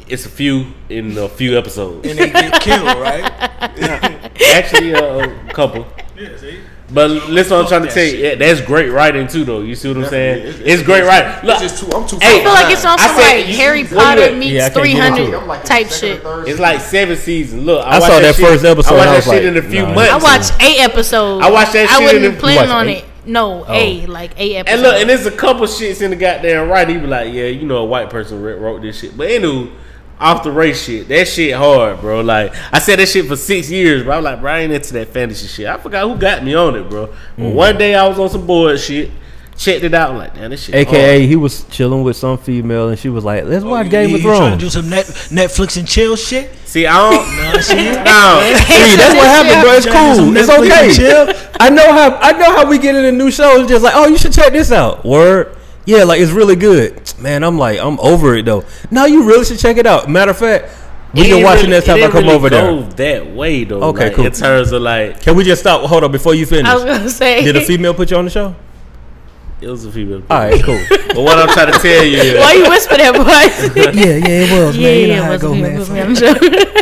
[SPEAKER 3] It's a few in a few episodes.
[SPEAKER 4] And they get killed, right?
[SPEAKER 3] Actually, uh, a couple.
[SPEAKER 4] Yeah, see?
[SPEAKER 3] But listen, what I'm trying to
[SPEAKER 4] Fuck that
[SPEAKER 3] tell you, yeah, that's great writing too, though. You see what I'm saying?
[SPEAKER 5] Definitely.
[SPEAKER 3] It's, great writing. Look,
[SPEAKER 5] It's just too. I'm too.
[SPEAKER 3] Hey,
[SPEAKER 5] far
[SPEAKER 2] I feel like it's on
[SPEAKER 3] I
[SPEAKER 2] some
[SPEAKER 3] said
[SPEAKER 2] like
[SPEAKER 3] you-
[SPEAKER 2] Harry
[SPEAKER 3] what do you
[SPEAKER 2] Potter
[SPEAKER 3] mean?
[SPEAKER 2] meets
[SPEAKER 1] Yeah, I can't get
[SPEAKER 2] three
[SPEAKER 1] into it.
[SPEAKER 5] I'm
[SPEAKER 2] hundred
[SPEAKER 5] like
[SPEAKER 2] type
[SPEAKER 5] the second or
[SPEAKER 2] shit.
[SPEAKER 5] third
[SPEAKER 3] It's
[SPEAKER 5] season.
[SPEAKER 3] like seven seasons. Look, I,
[SPEAKER 1] I
[SPEAKER 3] watched
[SPEAKER 1] saw that
[SPEAKER 3] shit-
[SPEAKER 1] first episode
[SPEAKER 3] I
[SPEAKER 1] and
[SPEAKER 3] watched
[SPEAKER 1] I
[SPEAKER 3] that
[SPEAKER 1] was
[SPEAKER 3] shit
[SPEAKER 1] like,
[SPEAKER 3] in a few
[SPEAKER 1] nah.
[SPEAKER 3] months.
[SPEAKER 2] I watched eight episodes.
[SPEAKER 3] I watched that
[SPEAKER 2] I
[SPEAKER 3] shit in
[SPEAKER 2] wasn't
[SPEAKER 3] the- Oh.
[SPEAKER 1] watched
[SPEAKER 2] planning on
[SPEAKER 1] eight?
[SPEAKER 2] it. No, a like eight episodes.
[SPEAKER 3] And look, and there's a couple shits in the goddamn right. He be like, yeah, you know, a white person wrote, wrote this shit. But anywho, off the race shit, that shit hard, bro. Like I said, that shit for six years, bro. I'm like, bro, I ain't into that fantasy shit. I forgot who got me on it, bro. But
[SPEAKER 1] Mm.
[SPEAKER 3] one day I was on some board shit, checked it out. I'm like, damn, this shit.
[SPEAKER 1] AKA, he was chilling with some female, and she was like, "Let's watch Game
[SPEAKER 4] you,
[SPEAKER 1] of
[SPEAKER 4] you trying to
[SPEAKER 1] Thrones."
[SPEAKER 4] do some net, Netflix and chill shit?
[SPEAKER 3] hard. see, I don't.
[SPEAKER 4] Nah, shit.
[SPEAKER 3] no,
[SPEAKER 1] See, that's what happened, bro. It's
[SPEAKER 4] Trying to do
[SPEAKER 1] cool.
[SPEAKER 4] some
[SPEAKER 1] It's
[SPEAKER 4] Netflix and
[SPEAKER 1] okay. I know how I know how we get into new shows. Just like, oh, you should check this out. Word, yeah, like it's really good. Man, I'm like, I'm over it though. No, you really should check it out. Matter of fact, we
[SPEAKER 3] It
[SPEAKER 1] can
[SPEAKER 3] ain't
[SPEAKER 1] watch it
[SPEAKER 3] really-
[SPEAKER 1] next time I
[SPEAKER 3] didn't
[SPEAKER 1] come
[SPEAKER 3] really
[SPEAKER 1] over there.
[SPEAKER 3] go That way though.
[SPEAKER 1] Okay,
[SPEAKER 3] like,
[SPEAKER 1] cool.
[SPEAKER 3] In terms of like,
[SPEAKER 1] Can we just stop? Hold on, before you finish,
[SPEAKER 2] I was gonna say.
[SPEAKER 1] did a female put you on the show?
[SPEAKER 3] it was a female.
[SPEAKER 1] All right, cool.
[SPEAKER 3] But what I'm trying to tell you is,
[SPEAKER 2] Why you whisper that, boy?
[SPEAKER 1] yeah, yeah, it was.
[SPEAKER 2] yeah, yeah, it was me. it was me, I'm sure.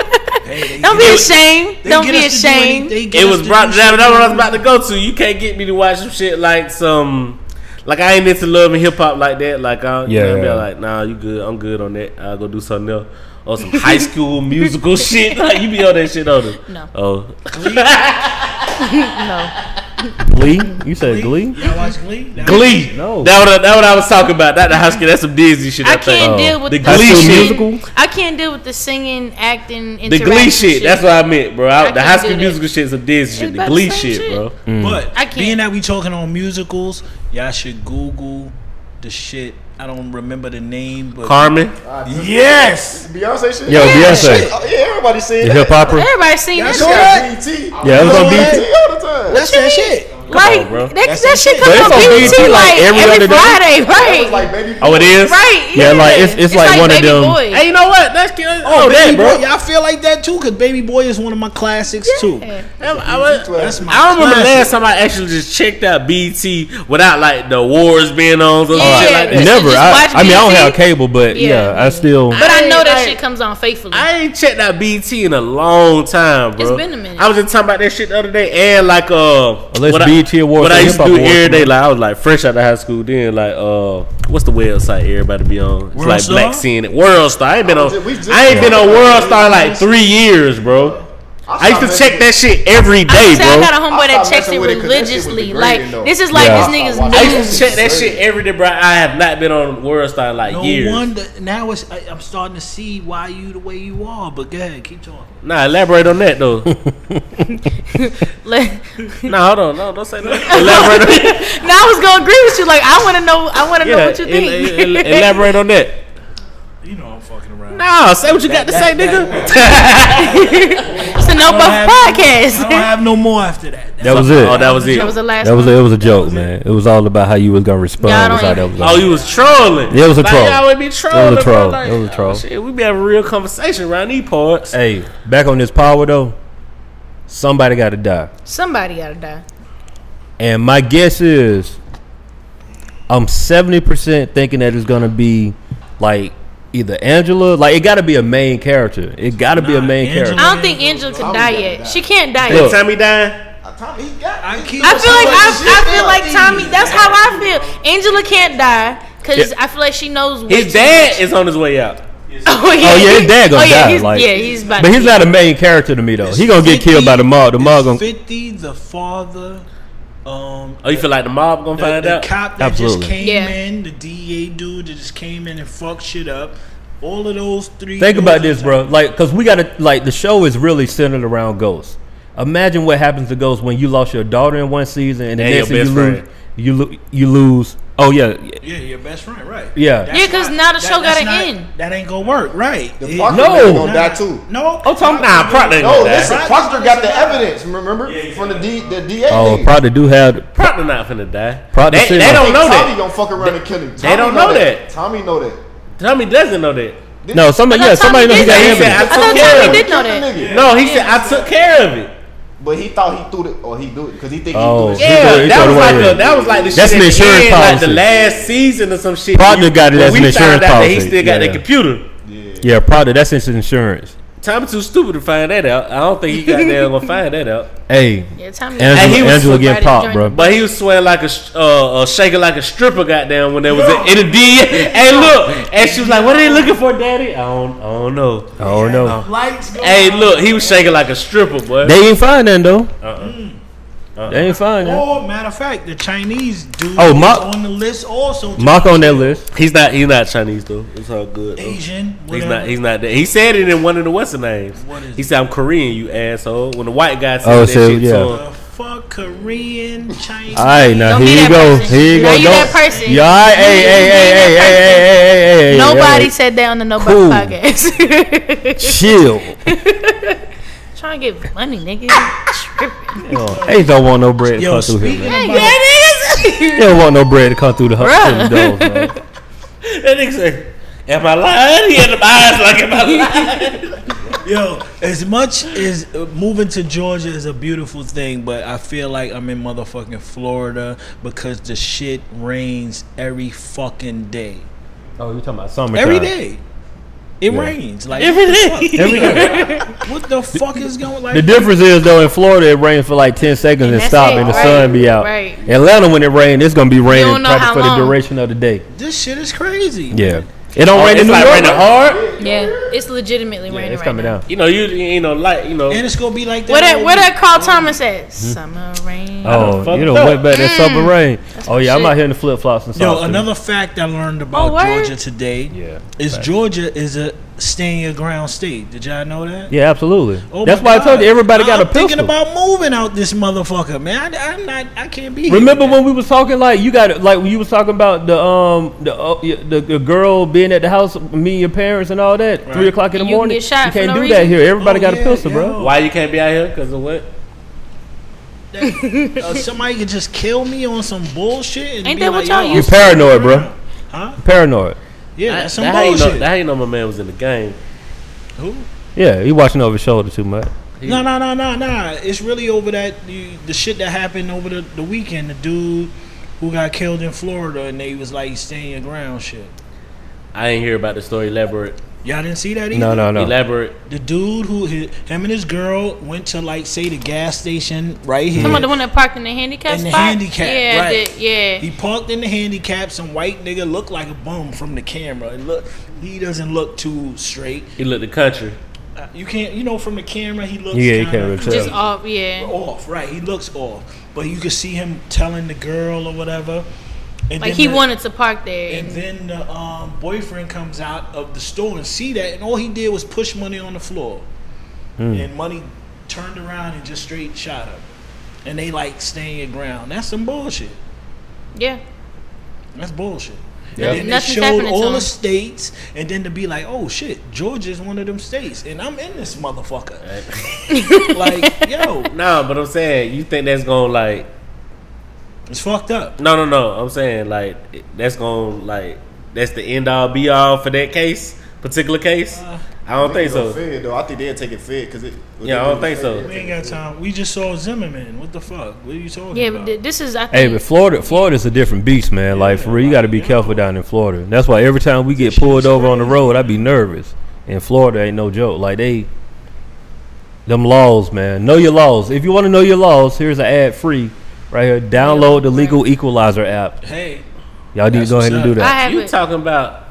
[SPEAKER 2] Don't be ashamed. Don't be ashamed.
[SPEAKER 3] it was brought down. That's what I was about to go to. You can't get me to watch some shit like some. Like I ain't into love and hip hop like that. Like I, you know,
[SPEAKER 1] Yeah.
[SPEAKER 3] be like, nah, you good. I'm good on that. I'll go do something else. Or some high school musical shit. Like you be on that shit on it.
[SPEAKER 2] No.
[SPEAKER 3] Oh.
[SPEAKER 2] No.
[SPEAKER 1] Glee? You said Glee?
[SPEAKER 4] Y'all watch Glee? Y'all-
[SPEAKER 3] Glee.
[SPEAKER 1] No.
[SPEAKER 3] That what I, that what I was talking about. Not the high school. That's some Disney shit. I,
[SPEAKER 2] I can't
[SPEAKER 1] Oh.
[SPEAKER 3] think.
[SPEAKER 2] deal with
[SPEAKER 3] The
[SPEAKER 2] the,
[SPEAKER 3] Glee
[SPEAKER 2] singing-
[SPEAKER 3] shit.
[SPEAKER 1] Musical?
[SPEAKER 2] I can't deal with the singing, acting,
[SPEAKER 3] The Glee shit. That's what I meant, bro. I,
[SPEAKER 2] I
[SPEAKER 3] the
[SPEAKER 2] can't
[SPEAKER 3] high
[SPEAKER 2] do
[SPEAKER 3] school
[SPEAKER 2] that.
[SPEAKER 3] musical shit is some Disney shit. The
[SPEAKER 2] about
[SPEAKER 3] Glee
[SPEAKER 2] the same
[SPEAKER 3] shit,
[SPEAKER 2] shit.
[SPEAKER 3] bro.
[SPEAKER 1] Mm.
[SPEAKER 4] But
[SPEAKER 2] I can't.
[SPEAKER 4] being that we talking on musicals, y'all should Google the shit. I don't remember the name, but
[SPEAKER 3] Carmen.
[SPEAKER 4] yes,
[SPEAKER 5] Beyonce shit.
[SPEAKER 1] Yo,
[SPEAKER 5] yeah,
[SPEAKER 1] Beyonce.
[SPEAKER 5] shit. Oh, yeah, everybody seen
[SPEAKER 1] The
[SPEAKER 5] that.
[SPEAKER 1] hip hopper?
[SPEAKER 2] Everybody seen that.
[SPEAKER 4] That's
[SPEAKER 5] She
[SPEAKER 2] shit.
[SPEAKER 4] all right.
[SPEAKER 5] on BT.
[SPEAKER 1] Yeah, it was on BT.
[SPEAKER 5] all the time.
[SPEAKER 4] that's that shit.
[SPEAKER 2] Like
[SPEAKER 3] bro.
[SPEAKER 2] that, that shit
[SPEAKER 1] But it's
[SPEAKER 2] comes on
[SPEAKER 1] on
[SPEAKER 2] BET
[SPEAKER 1] BET, like,
[SPEAKER 2] like
[SPEAKER 1] every
[SPEAKER 2] every,
[SPEAKER 1] other day.
[SPEAKER 2] Friday,
[SPEAKER 5] That was
[SPEAKER 2] right?
[SPEAKER 5] like baby.
[SPEAKER 3] Oh, it is.
[SPEAKER 2] right?
[SPEAKER 1] Yeah, like, it's- it's like one of
[SPEAKER 2] Baby
[SPEAKER 1] them-
[SPEAKER 2] Boy.
[SPEAKER 3] Hey, you know what? That's cute. Oh, that,
[SPEAKER 4] Baby
[SPEAKER 3] bro.
[SPEAKER 4] Boy, y'all feel like that too, cause Baby Boy is one of my classics too.
[SPEAKER 2] Yeah.
[SPEAKER 3] I, I was-
[SPEAKER 4] That's my.
[SPEAKER 3] I don't remember
[SPEAKER 4] classic.
[SPEAKER 3] last time I actually just checked out BT without like the awards being on some
[SPEAKER 2] Yeah.
[SPEAKER 3] shit like that.
[SPEAKER 2] You
[SPEAKER 1] Never.
[SPEAKER 2] just
[SPEAKER 1] I,
[SPEAKER 2] watch
[SPEAKER 1] I mean, I don't
[SPEAKER 2] BET?
[SPEAKER 1] have cable, but yeah,
[SPEAKER 2] Yeah.
[SPEAKER 1] I still.
[SPEAKER 2] But I, know that
[SPEAKER 3] I-
[SPEAKER 2] shit comes on faithfully.
[SPEAKER 3] I ain't checked out BT in a long time, bro.
[SPEAKER 2] It's been a minute.
[SPEAKER 3] I was just talking about that shit the other day, and like uh,
[SPEAKER 1] Unless
[SPEAKER 3] what I-
[SPEAKER 1] BET awards
[SPEAKER 3] What
[SPEAKER 1] or
[SPEAKER 3] I used to
[SPEAKER 1] hip-hop
[SPEAKER 3] do
[SPEAKER 1] awards
[SPEAKER 3] every day,
[SPEAKER 1] come
[SPEAKER 3] like I was like fresh out of high school. Then like uh, what's the website everybody be on? It's
[SPEAKER 4] World
[SPEAKER 3] like
[SPEAKER 4] Star?
[SPEAKER 3] Black Scene, World Star. I ain't been
[SPEAKER 5] I
[SPEAKER 3] on.
[SPEAKER 5] was ju- we just-
[SPEAKER 3] I ain't been on World Star in like three years, bro. I used to check that shit every day,
[SPEAKER 2] I
[SPEAKER 3] bro.
[SPEAKER 2] said I got a homeboy
[SPEAKER 5] I
[SPEAKER 2] that
[SPEAKER 5] stopped
[SPEAKER 2] checks it
[SPEAKER 5] messing with it 'cause that shit was
[SPEAKER 2] religiously.
[SPEAKER 5] degrading,
[SPEAKER 2] Like
[SPEAKER 5] though.
[SPEAKER 2] this is like
[SPEAKER 1] Yeah.
[SPEAKER 2] this nigga's
[SPEAKER 5] I stopped
[SPEAKER 3] I
[SPEAKER 5] watching
[SPEAKER 2] news.
[SPEAKER 3] used to check that shit every day, bro. I have not been on World Star in like
[SPEAKER 4] No
[SPEAKER 3] years.
[SPEAKER 4] wonder now it's. I, I'm starting to see why you the way you are. But go ahead, keep talking.
[SPEAKER 3] Nah, elaborate on that though.
[SPEAKER 2] Like,
[SPEAKER 3] nah, hold on, no, don't say that. Elaborate, on,
[SPEAKER 2] now I was gonna agree with you. Like I want to know. I want to know
[SPEAKER 3] yeah,
[SPEAKER 2] what you
[SPEAKER 3] el-
[SPEAKER 2] think.
[SPEAKER 3] el- el- elaborate on that.
[SPEAKER 4] You know I'm fucking around.
[SPEAKER 3] Nah, say what you got to say, nigga.
[SPEAKER 2] it's a no buff
[SPEAKER 4] I don't
[SPEAKER 2] podcast.
[SPEAKER 4] have no more after that.
[SPEAKER 1] That was it.
[SPEAKER 3] Oh, that was it.
[SPEAKER 2] That was the last.
[SPEAKER 1] That was a,
[SPEAKER 2] one.
[SPEAKER 1] it was a joke, man. It was all about how you was gonna respond.
[SPEAKER 2] Y'all don't
[SPEAKER 1] was how
[SPEAKER 2] even-
[SPEAKER 1] that was
[SPEAKER 3] oh, you was trolling.
[SPEAKER 1] Yeah, it was a
[SPEAKER 3] like,
[SPEAKER 1] troll.
[SPEAKER 3] Y'all would be trolling. bro.
[SPEAKER 1] troll.
[SPEAKER 3] Like,
[SPEAKER 1] It was a
[SPEAKER 3] oh,
[SPEAKER 1] troll.
[SPEAKER 3] shit, we be having a real conversation around these parts.
[SPEAKER 1] hey, back on this power though. Somebody got to die,
[SPEAKER 2] Somebody gotta die.
[SPEAKER 1] and my guess is I'm seventy percent thinking that it's gonna be like either Angela, like it got to be a main character. It got to be a
[SPEAKER 4] Nah,
[SPEAKER 1] main
[SPEAKER 4] Angela-
[SPEAKER 1] character.
[SPEAKER 2] I don't think Angela can
[SPEAKER 5] Tommy
[SPEAKER 2] die
[SPEAKER 5] gotta die.
[SPEAKER 2] yet. She can't die
[SPEAKER 1] Look,
[SPEAKER 2] yet.
[SPEAKER 3] Time he dying.
[SPEAKER 5] Tommy, he got.
[SPEAKER 4] I keep.
[SPEAKER 2] I feel like I,
[SPEAKER 5] Somebody
[SPEAKER 2] I
[SPEAKER 5] should
[SPEAKER 2] feel
[SPEAKER 5] die.
[SPEAKER 2] like Tommy. That's how I feel. Angela can't die because
[SPEAKER 1] Yeah.
[SPEAKER 2] I feel like she knows. way
[SPEAKER 3] His
[SPEAKER 2] too
[SPEAKER 3] dad
[SPEAKER 2] much.
[SPEAKER 3] is on his way out.
[SPEAKER 2] Oh yeah,
[SPEAKER 1] Oh yeah, his dad gonna
[SPEAKER 2] oh, yeah,
[SPEAKER 1] die.
[SPEAKER 2] He's,
[SPEAKER 1] like,
[SPEAKER 2] yeah, he's about.
[SPEAKER 1] but
[SPEAKER 2] to
[SPEAKER 1] he's
[SPEAKER 2] be-
[SPEAKER 1] not a main character to me though. He gonna get
[SPEAKER 4] 50
[SPEAKER 1] killed by the mob. The mob
[SPEAKER 4] is
[SPEAKER 1] gonna.
[SPEAKER 4] Fifty, the father, um,
[SPEAKER 3] Oh, you feel like the mob gonna
[SPEAKER 4] the,
[SPEAKER 3] find
[SPEAKER 4] the
[SPEAKER 3] out?
[SPEAKER 4] cop that
[SPEAKER 1] Absolutely.
[SPEAKER 4] just came
[SPEAKER 2] Yeah.
[SPEAKER 4] in, the DA dude that just came in and fucked shit up. All of those three.
[SPEAKER 1] Think
[SPEAKER 4] dudes
[SPEAKER 1] about this,
[SPEAKER 4] are-
[SPEAKER 1] bro. Like, cause we gotta like the show is really centered around ghosts. Imagine what happens to ghosts when you lost your daughter in one season, and the
[SPEAKER 3] And
[SPEAKER 1] next
[SPEAKER 3] your
[SPEAKER 1] thing you
[SPEAKER 3] best
[SPEAKER 1] lose,
[SPEAKER 3] friend.
[SPEAKER 1] you, lo- you lose Oh yeah,
[SPEAKER 4] Yeah, your best friend, right?
[SPEAKER 1] Yeah.
[SPEAKER 4] That's
[SPEAKER 2] Yeah, 'cause now
[SPEAKER 4] not-
[SPEAKER 2] the show
[SPEAKER 4] that's
[SPEAKER 2] gotta
[SPEAKER 4] not-
[SPEAKER 2] end.
[SPEAKER 4] That ain't gonna work, right?
[SPEAKER 5] The
[SPEAKER 4] It-
[SPEAKER 5] Proctor
[SPEAKER 1] No.
[SPEAKER 5] man
[SPEAKER 4] Nah,
[SPEAKER 5] gonna die too.
[SPEAKER 4] No,
[SPEAKER 1] Oh, Tom- nah, Proctor ain't
[SPEAKER 5] No,
[SPEAKER 1] Nah.
[SPEAKER 5] listen, Proctor got the evidence. Remember
[SPEAKER 6] Yeah,
[SPEAKER 5] from the
[SPEAKER 6] yeah.
[SPEAKER 5] D, the DA.
[SPEAKER 1] Oh,
[SPEAKER 5] nigga.
[SPEAKER 1] probably do have.
[SPEAKER 3] Probably not finna die.
[SPEAKER 1] Probably
[SPEAKER 3] they,
[SPEAKER 1] said
[SPEAKER 3] they
[SPEAKER 1] that.
[SPEAKER 3] don't
[SPEAKER 5] Think
[SPEAKER 3] know
[SPEAKER 5] Tommy
[SPEAKER 3] that.
[SPEAKER 5] gonna fuck around and kill him.
[SPEAKER 3] they don't know that.
[SPEAKER 5] Tommy know that.
[SPEAKER 3] Tommy doesn't know that.
[SPEAKER 1] No, somebody. Yeah,
[SPEAKER 2] I thought Tommy
[SPEAKER 1] somebody knows he
[SPEAKER 2] did
[SPEAKER 1] got
[SPEAKER 2] that.
[SPEAKER 3] evidence.
[SPEAKER 1] him.
[SPEAKER 2] I
[SPEAKER 3] I took
[SPEAKER 2] thought
[SPEAKER 3] care
[SPEAKER 2] Tommy
[SPEAKER 3] of
[SPEAKER 2] did
[SPEAKER 5] Killed
[SPEAKER 2] know
[SPEAKER 5] the
[SPEAKER 2] that.
[SPEAKER 5] nigga.
[SPEAKER 3] No, he said I took care of it.
[SPEAKER 5] But he thought he threw it, or he do it because he think
[SPEAKER 1] Oh.
[SPEAKER 5] he threw it.
[SPEAKER 1] He threw it-
[SPEAKER 3] Yeah,
[SPEAKER 1] he
[SPEAKER 3] that
[SPEAKER 1] threw it
[SPEAKER 3] was
[SPEAKER 1] away.
[SPEAKER 3] like a, that was like the
[SPEAKER 1] That's
[SPEAKER 3] shit
[SPEAKER 1] an
[SPEAKER 3] at the
[SPEAKER 1] insurance
[SPEAKER 3] end, like the
[SPEAKER 1] policy.
[SPEAKER 3] last season or some shit.
[SPEAKER 1] Partner
[SPEAKER 3] You-
[SPEAKER 1] got it
[SPEAKER 3] when
[SPEAKER 1] as
[SPEAKER 3] we
[SPEAKER 1] an
[SPEAKER 3] found
[SPEAKER 1] insurance
[SPEAKER 3] out that He
[SPEAKER 1] policy.
[SPEAKER 3] still got
[SPEAKER 1] Yeah.
[SPEAKER 3] that computer.
[SPEAKER 1] Yeah, probably. That's his insurance.
[SPEAKER 3] Tommy too stupid to find that out. I don't think he got there gonna find that out.
[SPEAKER 1] Hey,
[SPEAKER 2] Yeah, Tommy.
[SPEAKER 1] Angela,
[SPEAKER 3] And he was
[SPEAKER 1] Angela getting
[SPEAKER 2] somebody
[SPEAKER 1] popped,
[SPEAKER 2] during
[SPEAKER 1] bro.
[SPEAKER 2] the-
[SPEAKER 3] But he was sweating like a sh- uh, uh, shaking like a stripper. Goddamn, when there was a, in a D. Hey, look, and she was like, "What are they looking for, Daddy?" I don't, I don't know.
[SPEAKER 1] Oh no,
[SPEAKER 4] lights. Go
[SPEAKER 3] Hey, look, he was shaking like a stripper, boy.
[SPEAKER 1] they ain't find nothing though. They ain't find
[SPEAKER 2] Oh.
[SPEAKER 1] nothing.
[SPEAKER 4] Or matter of fact, the Chinese dude
[SPEAKER 1] Oh,
[SPEAKER 4] oh,
[SPEAKER 1] Ma-
[SPEAKER 4] on the list also. to
[SPEAKER 1] Mock on that list.
[SPEAKER 3] he's not, he's not Chinese though. It's all good. though.
[SPEAKER 4] Asian.
[SPEAKER 3] He's
[SPEAKER 4] whatever.
[SPEAKER 3] not. He's not. That. He said it in one of the Western names.
[SPEAKER 4] What is
[SPEAKER 3] he
[SPEAKER 4] it?
[SPEAKER 3] said, "I'm Korean, you asshole." When the white guy said
[SPEAKER 1] Oh,
[SPEAKER 3] that
[SPEAKER 1] so,
[SPEAKER 3] shit
[SPEAKER 1] yeah.
[SPEAKER 3] to him,
[SPEAKER 4] The fuck Korean Chinese.
[SPEAKER 1] All right, now
[SPEAKER 2] Don't be
[SPEAKER 1] here you
[SPEAKER 2] that
[SPEAKER 1] go.
[SPEAKER 2] person.
[SPEAKER 1] Here you go.
[SPEAKER 2] Now you
[SPEAKER 1] Don't-
[SPEAKER 2] that person.
[SPEAKER 1] Yeah, all right,
[SPEAKER 2] You-
[SPEAKER 1] hey, hey,
[SPEAKER 2] you be
[SPEAKER 1] hey, hey,
[SPEAKER 2] that
[SPEAKER 1] hey,
[SPEAKER 2] person.
[SPEAKER 1] hey, hey, hey, hey, hey.
[SPEAKER 2] Nobody
[SPEAKER 1] hey.
[SPEAKER 2] said that on the Nobody
[SPEAKER 1] Cool.
[SPEAKER 2] podcast.
[SPEAKER 1] chill.
[SPEAKER 2] Trying to get money, nigga. Tripping.
[SPEAKER 1] Oh, They don't want no bread to
[SPEAKER 4] Yo,
[SPEAKER 1] come through here.
[SPEAKER 4] speaking
[SPEAKER 1] Man.
[SPEAKER 2] Hey,
[SPEAKER 4] about
[SPEAKER 2] that is.
[SPEAKER 1] They don't want no bread to come through the hut.
[SPEAKER 2] Bruh.
[SPEAKER 1] through the doors, man.
[SPEAKER 3] that nigga said, "Am I lying?" He had the eyes like, "Am I lying?"
[SPEAKER 4] Yo, as much as uh, moving to Georgia is a beautiful thing, but I feel like I'm in motherfucking Florida because the shit rains every fucking day.
[SPEAKER 1] Oh, you talking about summer?
[SPEAKER 4] Every day. It
[SPEAKER 1] Yeah.
[SPEAKER 4] rains. Like
[SPEAKER 3] Every
[SPEAKER 4] what the
[SPEAKER 3] day.
[SPEAKER 4] fuck?
[SPEAKER 1] Every day.
[SPEAKER 4] What the fuck is going like
[SPEAKER 1] The difference is though in Florida it rained for like ten seconds and,
[SPEAKER 2] And that's
[SPEAKER 1] stop
[SPEAKER 2] it,
[SPEAKER 1] and the
[SPEAKER 2] right,
[SPEAKER 1] sun be out.
[SPEAKER 2] right.
[SPEAKER 1] Atlanta when it rains, it's gonna be raining
[SPEAKER 2] know
[SPEAKER 1] probably
[SPEAKER 2] how
[SPEAKER 1] for the
[SPEAKER 2] long.
[SPEAKER 1] duration of the day.
[SPEAKER 4] this shit is crazy.
[SPEAKER 1] Yeah, it don't
[SPEAKER 3] Oh,
[SPEAKER 1] rain in
[SPEAKER 3] it's
[SPEAKER 1] New
[SPEAKER 3] like
[SPEAKER 1] York.
[SPEAKER 3] raining hard.
[SPEAKER 2] Yeah, it's legitimately
[SPEAKER 1] Yeah,
[SPEAKER 2] raining
[SPEAKER 1] it's
[SPEAKER 2] right
[SPEAKER 1] coming
[SPEAKER 2] now.
[SPEAKER 1] down.
[SPEAKER 3] You know, you you know, like you know,
[SPEAKER 4] And it's gonna be like that.
[SPEAKER 2] What that,
[SPEAKER 4] all
[SPEAKER 2] what
[SPEAKER 4] week.
[SPEAKER 2] that Carl Thomas at? Summer rain.
[SPEAKER 3] done
[SPEAKER 1] Mm-hmm. Oh,
[SPEAKER 3] fucked
[SPEAKER 1] you know
[SPEAKER 3] up.
[SPEAKER 1] went back that summer rain. Oh yeah, I'm
[SPEAKER 2] Mm. shit.
[SPEAKER 1] out here in the flip flops and
[SPEAKER 4] Yo,
[SPEAKER 1] stuff.
[SPEAKER 4] another fact I learned about
[SPEAKER 2] Oh, word?
[SPEAKER 4] Georgia today
[SPEAKER 1] Yeah,
[SPEAKER 4] is
[SPEAKER 1] fact.
[SPEAKER 4] Georgia is a stand your ground state. Did y'all know that?
[SPEAKER 1] Yeah, absolutely.
[SPEAKER 4] Oh
[SPEAKER 1] That's
[SPEAKER 4] my
[SPEAKER 1] why I
[SPEAKER 4] God.
[SPEAKER 1] told you everybody got a
[SPEAKER 4] I'm
[SPEAKER 1] pistol.
[SPEAKER 4] thinking about moving out this motherfucker, man. I, am not. I can't be. here
[SPEAKER 1] Remember
[SPEAKER 4] with
[SPEAKER 1] when we was talking like you got like when you was talking about the um the uh, y- the, the girl being at the house me and your parents and all that three o'clock in the
[SPEAKER 2] And you can
[SPEAKER 1] morning
[SPEAKER 2] get shot
[SPEAKER 1] you
[SPEAKER 2] for
[SPEAKER 1] can't
[SPEAKER 2] no
[SPEAKER 1] do that
[SPEAKER 2] reason.
[SPEAKER 1] here everybody
[SPEAKER 4] Oh,
[SPEAKER 1] got a
[SPEAKER 4] yeah,
[SPEAKER 1] pistol bro
[SPEAKER 4] yo.
[SPEAKER 3] why you can't be out here because of what?
[SPEAKER 4] that? Uh, somebody could just kill me on some bullshit. And
[SPEAKER 2] Ain't
[SPEAKER 4] be
[SPEAKER 2] that
[SPEAKER 4] like,
[SPEAKER 2] what y'all
[SPEAKER 4] yo,
[SPEAKER 1] you
[SPEAKER 2] used
[SPEAKER 1] paranoid bro
[SPEAKER 4] Huh?
[SPEAKER 1] paranoid
[SPEAKER 4] Yeah, that's some
[SPEAKER 3] that how you know.
[SPEAKER 4] bullshit.
[SPEAKER 3] That how you know my man was in the game.
[SPEAKER 4] Who?
[SPEAKER 1] yeah he watching over his shoulder too much
[SPEAKER 4] No, no, no, no, no. It's really over that you, the shit that happened over the, the weekend. The dude who got killed in Florida, and they was like stand your ground shit.
[SPEAKER 3] I ain't hear about the story. Elaborate.
[SPEAKER 4] Y'all didn't see that either.
[SPEAKER 1] no no no
[SPEAKER 3] Elaborate.
[SPEAKER 4] The dude who hi- him and his girl went to like say the gas station right here.
[SPEAKER 2] Someone the one that parked in the handicap
[SPEAKER 4] In the
[SPEAKER 2] spot.
[SPEAKER 4] handicap,
[SPEAKER 2] yeah,
[SPEAKER 4] right.
[SPEAKER 2] the- yeah.
[SPEAKER 4] He parked in the handicap. Some white nigga looked like a bum from the camera. It look, he doesn't look too straight.
[SPEAKER 3] He looked the country.
[SPEAKER 4] Uh, You can't, you know, from the camera he looks.
[SPEAKER 1] Yeah, you
[SPEAKER 4] kinda
[SPEAKER 1] can't really tell.
[SPEAKER 2] just off. Yeah,
[SPEAKER 4] off, right? He looks off, but you can see him telling the girl or whatever. And
[SPEAKER 2] like
[SPEAKER 4] then
[SPEAKER 2] he
[SPEAKER 4] the-
[SPEAKER 2] wanted to park there.
[SPEAKER 4] And
[SPEAKER 2] and-
[SPEAKER 4] then the um, boyfriend comes out of the store and see that, and all he did was push money on the floor, and money turned around and just straight shot him. And they like staying your ground. That's some bullshit.
[SPEAKER 2] yeah,
[SPEAKER 4] That's bullshit.
[SPEAKER 1] Yeah.
[SPEAKER 4] And then they
[SPEAKER 2] Nothing's
[SPEAKER 4] showed
[SPEAKER 2] happening to
[SPEAKER 4] all the
[SPEAKER 2] him.
[SPEAKER 4] states, and then to be like, "Oh shit, Georgia's one of them states," and I'm in this motherfucker. like, yo,
[SPEAKER 3] No, but I'm saying you think that's gonna like
[SPEAKER 4] it's fucked up.
[SPEAKER 3] No, no, no. I'm saying like that's going to like that's the end all be all for that case, particular case. I don't think so.
[SPEAKER 5] Fed, though. I think they'll take it fed because it.
[SPEAKER 3] Yeah, I don't think so.
[SPEAKER 4] We ain't got time. We just saw Zimmerman. What the fuck? What are you talking
[SPEAKER 2] yeah. But
[SPEAKER 4] about?
[SPEAKER 2] th- this is I
[SPEAKER 1] hey
[SPEAKER 2] think.
[SPEAKER 1] but Florida Florida's a different beast man like for real you got to be careful down in Florida that's why every time we get pulled over on the road I be nervous and Florida ain't no joke like they them laws man know your laws if you want to know your laws here's an ad free right here download the legal equalizer app
[SPEAKER 4] hey,
[SPEAKER 1] y'all need to
[SPEAKER 4] That's
[SPEAKER 1] go ahead and
[SPEAKER 4] what's
[SPEAKER 1] do
[SPEAKER 4] up.
[SPEAKER 2] I
[SPEAKER 1] that
[SPEAKER 2] have
[SPEAKER 3] You
[SPEAKER 2] it.
[SPEAKER 3] talking about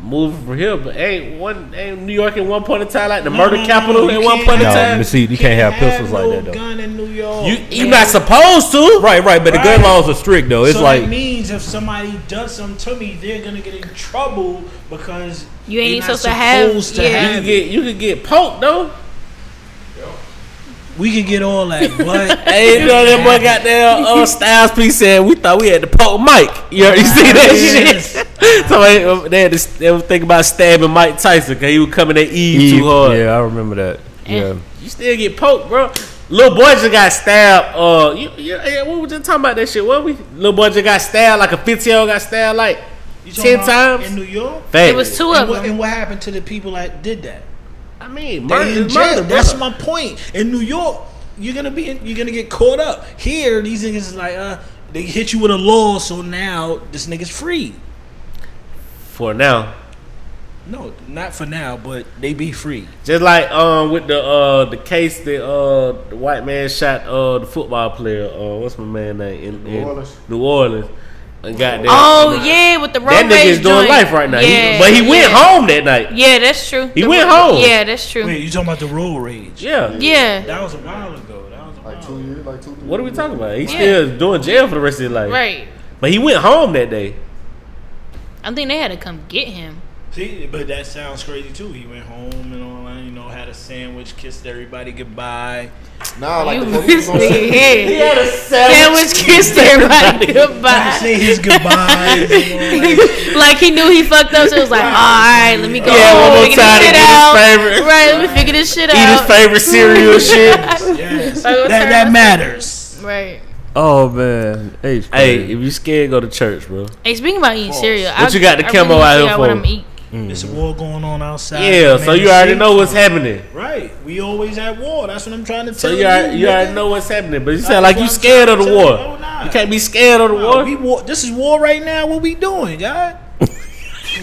[SPEAKER 3] moving from here, but ain't one ain't New York at one point in time like the
[SPEAKER 4] No,
[SPEAKER 3] murder
[SPEAKER 4] no, no,
[SPEAKER 3] capital
[SPEAKER 4] you
[SPEAKER 3] at one
[SPEAKER 4] can't
[SPEAKER 3] point in
[SPEAKER 4] have-
[SPEAKER 1] no
[SPEAKER 3] time?
[SPEAKER 1] but see you can't have pistols like
[SPEAKER 4] no
[SPEAKER 1] that though
[SPEAKER 4] Gun in New York.
[SPEAKER 3] You you not supposed to.
[SPEAKER 1] Right, right, but the gun
[SPEAKER 4] Right.
[SPEAKER 1] laws are strict though. It's
[SPEAKER 4] so
[SPEAKER 1] like
[SPEAKER 4] that means if somebody does something to me, they're gonna get in trouble because
[SPEAKER 2] You ain't
[SPEAKER 4] they not
[SPEAKER 2] supposed to have- yeah.
[SPEAKER 3] You could get you could get poked though.
[SPEAKER 4] We can get all that, but
[SPEAKER 3] Hey, you know that boy got down. Oh, Styles P said we thought we had to poke Mike. You already see that
[SPEAKER 4] Yes.
[SPEAKER 3] shit. so they, um, they had to, they were thinking about stabbing Mike Tyson because he was coming at Eve, too hard.
[SPEAKER 1] E,
[SPEAKER 3] Eh.
[SPEAKER 1] Yeah, I remember that. Yeah.
[SPEAKER 3] You still get poked, bro. Little boy just got stabbed. Uh, you, you, yeah, we were just talking about that shit. What we? Little boy just got stabbed like a fifteen year old got stabbed like
[SPEAKER 4] You talking
[SPEAKER 3] ten
[SPEAKER 4] about
[SPEAKER 3] times.
[SPEAKER 4] in New York.
[SPEAKER 2] It was two
[SPEAKER 4] And
[SPEAKER 2] of
[SPEAKER 4] what,
[SPEAKER 2] them.
[SPEAKER 4] and what happened to the people that did that?
[SPEAKER 3] I mean,
[SPEAKER 4] They
[SPEAKER 3] murder,
[SPEAKER 4] in
[SPEAKER 3] is
[SPEAKER 4] jail.
[SPEAKER 3] murder, bro.
[SPEAKER 4] That's my point. In New York, you're gonna be in, you're gonna get caught up. Here, these niggas is like, uh, they hit you with a law, so now this nigga's free.
[SPEAKER 3] for now.
[SPEAKER 4] No, not for now, but they be free.
[SPEAKER 3] Just like um with the uh the case that uh the white man shot uh the football player uh what's my man name in, in
[SPEAKER 5] New Orleans.
[SPEAKER 3] New Orleans and got that.
[SPEAKER 2] Oh yeah, with the road
[SPEAKER 3] that nigga
[SPEAKER 2] rage
[SPEAKER 3] is doing
[SPEAKER 2] joint.
[SPEAKER 3] life right now. He-
[SPEAKER 2] Yeah,
[SPEAKER 3] but he went
[SPEAKER 2] yeah.
[SPEAKER 3] home that night.
[SPEAKER 2] Yeah, that's true.
[SPEAKER 3] He
[SPEAKER 2] The
[SPEAKER 3] went
[SPEAKER 2] road-
[SPEAKER 3] home.
[SPEAKER 2] Yeah, that's true.
[SPEAKER 4] Wait, you talking about the road rage?
[SPEAKER 3] Yeah.
[SPEAKER 2] Yeah,
[SPEAKER 4] That was a while ago. That was a while.
[SPEAKER 5] Like two years, like two. Three
[SPEAKER 3] What are we
[SPEAKER 5] years.
[SPEAKER 3] talking about? He's
[SPEAKER 2] Yeah.
[SPEAKER 3] still doing jail for the rest of his life.
[SPEAKER 2] right.
[SPEAKER 3] But he went home that day.
[SPEAKER 2] I think they had to come get him.
[SPEAKER 4] See, but that sounds crazy too. He went home and all that, you know, had a sandwich, kissed everybody goodbye.
[SPEAKER 5] Nah, like
[SPEAKER 2] you
[SPEAKER 5] the
[SPEAKER 2] this
[SPEAKER 5] police gonna
[SPEAKER 2] nigga
[SPEAKER 5] say,
[SPEAKER 2] here.
[SPEAKER 3] had a
[SPEAKER 2] Sandwich kissed everybody
[SPEAKER 4] Trying to
[SPEAKER 2] goodbye.
[SPEAKER 4] say his goodbyes. you know, like-
[SPEAKER 2] like he knew he fucked up, so it was like, all right, let me go.
[SPEAKER 3] Yeah, one
[SPEAKER 2] home,
[SPEAKER 3] more
[SPEAKER 2] figure this
[SPEAKER 3] time to
[SPEAKER 2] shit
[SPEAKER 3] get his
[SPEAKER 2] out.
[SPEAKER 3] favorite-
[SPEAKER 2] Right, let me figure this shit
[SPEAKER 3] Eat his
[SPEAKER 2] out.
[SPEAKER 3] favorite cereal shit.
[SPEAKER 4] Yes.
[SPEAKER 2] Like,
[SPEAKER 4] that
[SPEAKER 2] what's her-
[SPEAKER 4] that matters.
[SPEAKER 2] Right.
[SPEAKER 1] Oh man. H.
[SPEAKER 3] Hey, if you scared, go to church, bro.
[SPEAKER 2] Hey, speaking about eating cereal,
[SPEAKER 3] Oh, What you got the
[SPEAKER 2] I
[SPEAKER 3] camo
[SPEAKER 2] really
[SPEAKER 3] out here
[SPEAKER 2] figure what
[SPEAKER 3] for?
[SPEAKER 2] I'ma eat.
[SPEAKER 4] There's a war going on outside.
[SPEAKER 3] Yeah, so
[SPEAKER 4] Man,
[SPEAKER 3] you already
[SPEAKER 4] shit.
[SPEAKER 3] know what's happening.
[SPEAKER 4] Right. We always at war. That's what I'm trying to tell
[SPEAKER 3] So
[SPEAKER 4] you.
[SPEAKER 3] you already, you already
[SPEAKER 4] nigga.
[SPEAKER 3] know what's happening, but you
[SPEAKER 4] That's
[SPEAKER 3] sound like
[SPEAKER 4] what
[SPEAKER 3] you
[SPEAKER 4] I'm
[SPEAKER 3] scared of
[SPEAKER 4] trying
[SPEAKER 3] the
[SPEAKER 4] to tell
[SPEAKER 3] war.
[SPEAKER 4] you. No, nah.
[SPEAKER 3] You can't be scared of the
[SPEAKER 4] Nah,
[SPEAKER 3] war.
[SPEAKER 4] we war. This is war right now. What we doing, God?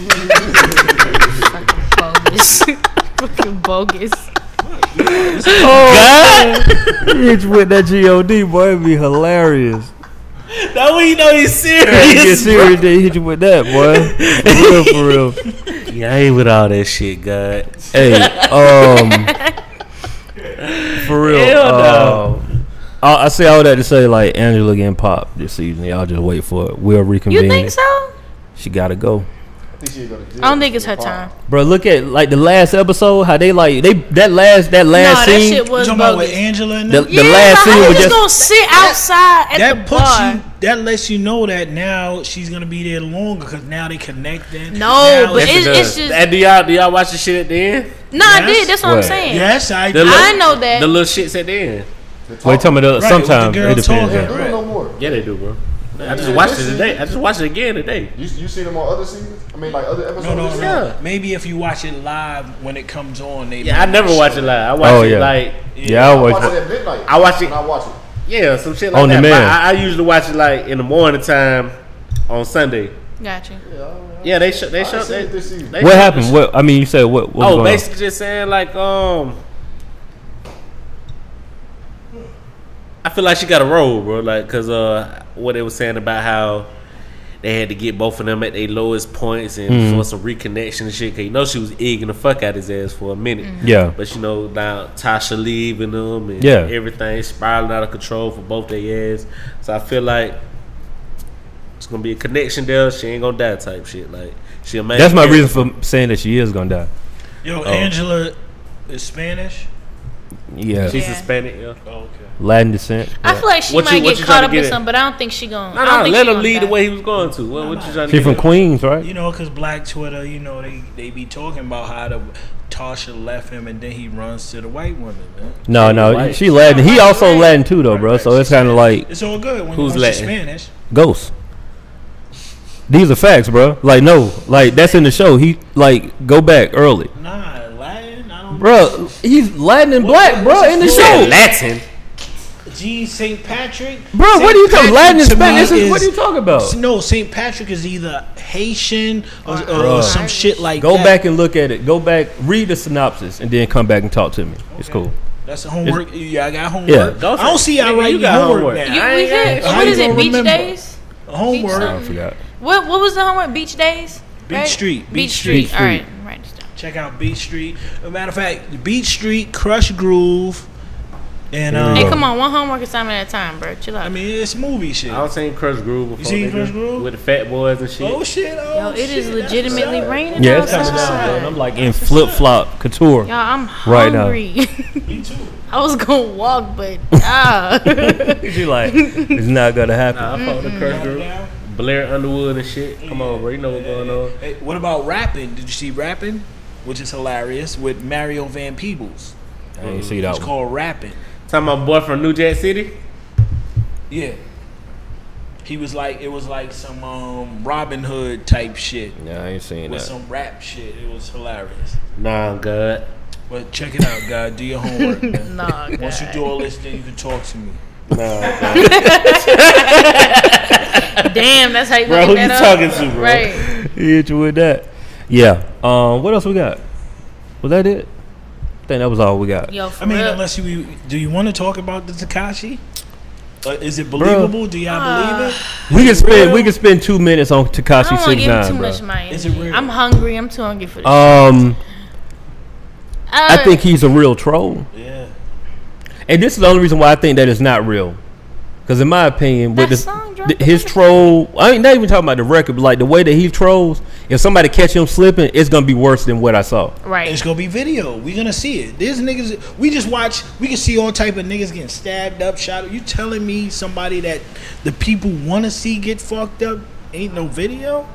[SPEAKER 2] Bogus. Fucking bogus.
[SPEAKER 1] H with that God boy, it'd be hilarious.
[SPEAKER 3] That way you know he's
[SPEAKER 1] He get
[SPEAKER 3] serious.
[SPEAKER 1] serious, they hit you with that boy. For real, for real.
[SPEAKER 3] Yeah, I ain't with all that shit, God.
[SPEAKER 1] Hey, um, for real.
[SPEAKER 3] Hell
[SPEAKER 1] uh,
[SPEAKER 3] no.
[SPEAKER 1] I, I say all that to say like Angela getting popped this season. Y'all just wait for it. We'll
[SPEAKER 2] You
[SPEAKER 1] reconvene.
[SPEAKER 2] think so? I
[SPEAKER 1] She gotta go.
[SPEAKER 5] I think she go to jail.
[SPEAKER 2] don't think it's
[SPEAKER 5] She's
[SPEAKER 2] her
[SPEAKER 5] fine.
[SPEAKER 2] time.
[SPEAKER 1] Bro, look at like the last episode. How they like they that last that last
[SPEAKER 2] no,
[SPEAKER 1] scene.
[SPEAKER 2] that shit
[SPEAKER 4] You
[SPEAKER 2] was
[SPEAKER 4] talking about with
[SPEAKER 2] bogus.
[SPEAKER 4] Angela and
[SPEAKER 1] The-
[SPEAKER 4] them?
[SPEAKER 2] yeah,
[SPEAKER 1] last
[SPEAKER 2] like,
[SPEAKER 1] scene
[SPEAKER 2] how you
[SPEAKER 1] was
[SPEAKER 2] just
[SPEAKER 1] just-
[SPEAKER 2] gonna sit outside at
[SPEAKER 4] That
[SPEAKER 2] the
[SPEAKER 4] puts
[SPEAKER 2] bar?
[SPEAKER 4] you. That lets you know that now she's gonna be there longer because now they connecting.
[SPEAKER 2] No,
[SPEAKER 4] Now
[SPEAKER 2] but
[SPEAKER 4] it's-
[SPEAKER 2] it's- it's just-
[SPEAKER 3] And do y'all do y'all watch the shit at the end?
[SPEAKER 2] No, I
[SPEAKER 4] Yes.
[SPEAKER 2] did. That's what, I'm
[SPEAKER 1] What?
[SPEAKER 2] saying.
[SPEAKER 4] yes, I.
[SPEAKER 3] The
[SPEAKER 2] I know that.
[SPEAKER 3] The little shits at the end.
[SPEAKER 5] They're
[SPEAKER 1] Wait, tell me the
[SPEAKER 4] Right,
[SPEAKER 1] sometimes
[SPEAKER 4] with the girl
[SPEAKER 1] it depends.
[SPEAKER 4] talking.
[SPEAKER 1] yeah.
[SPEAKER 5] They don't know more.
[SPEAKER 3] Yeah, they do, bro. I just
[SPEAKER 5] Yeah,
[SPEAKER 3] watched
[SPEAKER 5] this
[SPEAKER 3] it
[SPEAKER 5] is-
[SPEAKER 3] today. I just watched it again today.
[SPEAKER 5] You, you see them on other seasons? I mean, like other episodes.
[SPEAKER 4] No, no,
[SPEAKER 5] of
[SPEAKER 4] no.
[SPEAKER 5] this
[SPEAKER 3] Yeah.
[SPEAKER 4] Maybe if you watch it live when it comes on, they.
[SPEAKER 3] Yeah, I never watch it live. I watch
[SPEAKER 1] Oh
[SPEAKER 3] it
[SPEAKER 1] yeah.
[SPEAKER 3] like
[SPEAKER 1] yeah, I
[SPEAKER 5] I
[SPEAKER 1] always.
[SPEAKER 5] watch it at midnight.
[SPEAKER 3] I watch it-
[SPEAKER 5] When I watch it.
[SPEAKER 3] yeah, some shit like
[SPEAKER 1] On
[SPEAKER 3] that. But
[SPEAKER 1] demand.
[SPEAKER 3] I, I usually watch it like in the morning time on Sunday.
[SPEAKER 2] Gotcha.
[SPEAKER 5] Yeah, I don't know.
[SPEAKER 3] Yeah, they show they
[SPEAKER 5] I
[SPEAKER 3] show
[SPEAKER 5] seen
[SPEAKER 3] they,
[SPEAKER 5] it this season.
[SPEAKER 3] they
[SPEAKER 1] What
[SPEAKER 3] showed the
[SPEAKER 1] happened? What I mean, you said what? what was
[SPEAKER 3] oh,
[SPEAKER 1] going on?
[SPEAKER 3] basically just saying like um. I feel like she got a role, bro. Like, cause uh, what they were saying about how they had to get both of them at their lowest points and
[SPEAKER 1] Mm-hmm.
[SPEAKER 3] for some reconnection and shit. Cause you know she was egging the fuck out his ass for a minute.
[SPEAKER 1] Yeah.
[SPEAKER 3] But you know now Tasha leaving them and
[SPEAKER 1] Yeah.
[SPEAKER 3] everything spiraling out of control for both their ass. So I feel like it's gonna be a connection there. She ain't gonna die type shit. Like she a main
[SPEAKER 1] That's my
[SPEAKER 3] character.
[SPEAKER 1] reason for saying that she is gonna die.
[SPEAKER 3] Oh.
[SPEAKER 4] Yo, Angela is Spanish.
[SPEAKER 1] Yeah,
[SPEAKER 3] She's
[SPEAKER 2] Yeah.
[SPEAKER 3] Hispanic. Yeah.
[SPEAKER 4] Oh, okay.
[SPEAKER 1] Latin descent.
[SPEAKER 2] I feel like she
[SPEAKER 3] What you-
[SPEAKER 2] might
[SPEAKER 3] what you
[SPEAKER 2] get
[SPEAKER 3] trying
[SPEAKER 2] caught
[SPEAKER 3] to
[SPEAKER 2] up
[SPEAKER 3] get
[SPEAKER 2] in
[SPEAKER 3] at?
[SPEAKER 2] something, but I don't think she gonna.
[SPEAKER 3] No,
[SPEAKER 2] I don't
[SPEAKER 3] no,
[SPEAKER 2] think
[SPEAKER 3] let
[SPEAKER 2] she
[SPEAKER 3] him
[SPEAKER 2] gonna
[SPEAKER 3] lead the
[SPEAKER 2] die.
[SPEAKER 3] way he was going to. What, what you trying to
[SPEAKER 1] She
[SPEAKER 3] get
[SPEAKER 1] from
[SPEAKER 3] at?
[SPEAKER 1] Queens, right?
[SPEAKER 4] You know, 'cause Black Twitter, you know, they, they be talking about how the Tasha left him and then he runs to the white woman, man.
[SPEAKER 1] No, no,
[SPEAKER 3] Right.
[SPEAKER 1] she Latin. He also Latin too, though, bro.
[SPEAKER 4] Right,
[SPEAKER 1] So
[SPEAKER 4] right.
[SPEAKER 1] it's kind of like
[SPEAKER 4] It's all good when
[SPEAKER 3] Who's
[SPEAKER 4] Who's you
[SPEAKER 3] Latin?
[SPEAKER 4] Spanish.
[SPEAKER 1] ghosts. These are facts, bro. Like no, like that's in the show. He like go back early,
[SPEAKER 4] Nah, Latin, I don't
[SPEAKER 1] bro. He's Latin and black, bro, in the
[SPEAKER 3] She said
[SPEAKER 1] show,
[SPEAKER 3] Latin.
[SPEAKER 4] Gene St. Patrick.
[SPEAKER 1] bro. What are you talking?
[SPEAKER 4] Saint
[SPEAKER 1] Latin and
[SPEAKER 4] Patrick to me
[SPEAKER 1] Spanish? What are you
[SPEAKER 4] is-
[SPEAKER 1] talking about?
[SPEAKER 4] No, St. Patrick is either Haitian or, or- or
[SPEAKER 1] Bruh.
[SPEAKER 4] some shit like
[SPEAKER 1] Go
[SPEAKER 4] that.
[SPEAKER 1] back and look at it. Go back, read the synopsis, and then come back and talk to me. It's cool.
[SPEAKER 4] That's the homework. yeah, I got homework.
[SPEAKER 1] Yeah.
[SPEAKER 4] I don't see
[SPEAKER 3] Nigga,
[SPEAKER 4] y'all
[SPEAKER 3] you
[SPEAKER 4] writing
[SPEAKER 3] got
[SPEAKER 4] homework,
[SPEAKER 3] homework.
[SPEAKER 4] now.
[SPEAKER 2] You,
[SPEAKER 3] I
[SPEAKER 2] we
[SPEAKER 3] ain't
[SPEAKER 2] hit.
[SPEAKER 4] got- I
[SPEAKER 2] What is
[SPEAKER 4] don't
[SPEAKER 2] it? Beach
[SPEAKER 4] remember.
[SPEAKER 2] days.
[SPEAKER 4] Homework.
[SPEAKER 1] I forgot.
[SPEAKER 2] What What was the homework? Beach days.
[SPEAKER 4] Beach Street,
[SPEAKER 2] Beach,
[SPEAKER 4] Beach
[SPEAKER 2] Street.
[SPEAKER 1] Street.
[SPEAKER 2] All right. I'm writing this down.
[SPEAKER 4] Check out Beach Street. As a matter of fact, Beach Street, Crush Groove, And
[SPEAKER 1] Here we
[SPEAKER 4] um,
[SPEAKER 1] go.
[SPEAKER 2] Hey, come on, one homework assignment at a time, bro. Chill out.
[SPEAKER 4] I mean, it's movie shit.
[SPEAKER 3] I don't seen Crush Groove before.
[SPEAKER 4] seen
[SPEAKER 3] nigga,
[SPEAKER 4] Crush Groove?
[SPEAKER 3] with the Fat Boys and shit.
[SPEAKER 4] oh shit!
[SPEAKER 2] Yo,
[SPEAKER 4] Oh,
[SPEAKER 2] it is
[SPEAKER 4] shit, that's
[SPEAKER 2] legitimately
[SPEAKER 4] what's up.
[SPEAKER 2] raining
[SPEAKER 1] Yeah, it's
[SPEAKER 2] outside.
[SPEAKER 1] coming down, bro. And I'm like in flip flop couture.
[SPEAKER 2] Y'all, I'm
[SPEAKER 1] Right now.
[SPEAKER 2] hungry.
[SPEAKER 4] Me too.
[SPEAKER 2] I was gonna walk, but ah.
[SPEAKER 1] She like, it's not gonna happen.
[SPEAKER 3] Nah, I fuck with Crush
[SPEAKER 4] Calm
[SPEAKER 3] Groove.
[SPEAKER 4] down.
[SPEAKER 3] Blair Underwood and shit. Come on, bro. You know what's going on.
[SPEAKER 4] Hey, what about rapping? Did you see rapping? Which is hilarious with Mario Van Peebles.
[SPEAKER 1] I ain't see that
[SPEAKER 4] It's
[SPEAKER 1] one.
[SPEAKER 4] called rapping.
[SPEAKER 3] Talking about boy from New Jack City.
[SPEAKER 4] Yeah. He was like it was like some um, Robin Hood type shit
[SPEAKER 1] Yeah, I ain't seen
[SPEAKER 4] with
[SPEAKER 1] that.
[SPEAKER 4] some rap shit. It was hilarious.
[SPEAKER 3] Nah, God.
[SPEAKER 4] But check it out, God. Do your homework. man.
[SPEAKER 2] nah,
[SPEAKER 4] Once you do all this, then you can talk to me.
[SPEAKER 3] Nah,
[SPEAKER 2] damn, that's how you
[SPEAKER 3] bro.
[SPEAKER 2] look
[SPEAKER 3] Who you
[SPEAKER 2] that up.
[SPEAKER 3] talking to, bro?
[SPEAKER 2] Right.
[SPEAKER 1] Hit you with that. Yeah. Um. What else we got? Was that it? I think that was all we got.
[SPEAKER 2] Yo, for
[SPEAKER 4] I mean,
[SPEAKER 2] real.
[SPEAKER 4] unless you do you want to talk about the Takashi? Uh, is it believable? Do
[SPEAKER 2] Ah.
[SPEAKER 4] y'all believe it?
[SPEAKER 1] We can spend
[SPEAKER 4] real?
[SPEAKER 1] we can spend two minutes on
[SPEAKER 2] I
[SPEAKER 1] Takashi
[SPEAKER 2] don't want to
[SPEAKER 1] Six
[SPEAKER 2] give him too
[SPEAKER 1] Nine, bro.
[SPEAKER 2] much of my
[SPEAKER 4] Is
[SPEAKER 2] energy.
[SPEAKER 4] it real?
[SPEAKER 2] I'm hungry. I'm too hungry for this.
[SPEAKER 1] Um, I
[SPEAKER 2] Uh,
[SPEAKER 1] think he's a real troll,
[SPEAKER 4] Yeah.
[SPEAKER 1] and this is the only reason why I think that it's not real. Because in my opinion,
[SPEAKER 2] That
[SPEAKER 1] with this,
[SPEAKER 2] song dropped
[SPEAKER 1] th- his
[SPEAKER 2] another-
[SPEAKER 1] troll, I ain't not even talking about the record, but like the way that he trolls. If somebody catch him slipping, it's gonna be worse than what I saw.
[SPEAKER 4] It's
[SPEAKER 2] right.
[SPEAKER 4] gonna be video. We're gonna see it. There's niggas. We just watch. We can see all type of niggas getting stabbed up, shot up. You telling me somebody that the people want to see get fucked up ain't no video?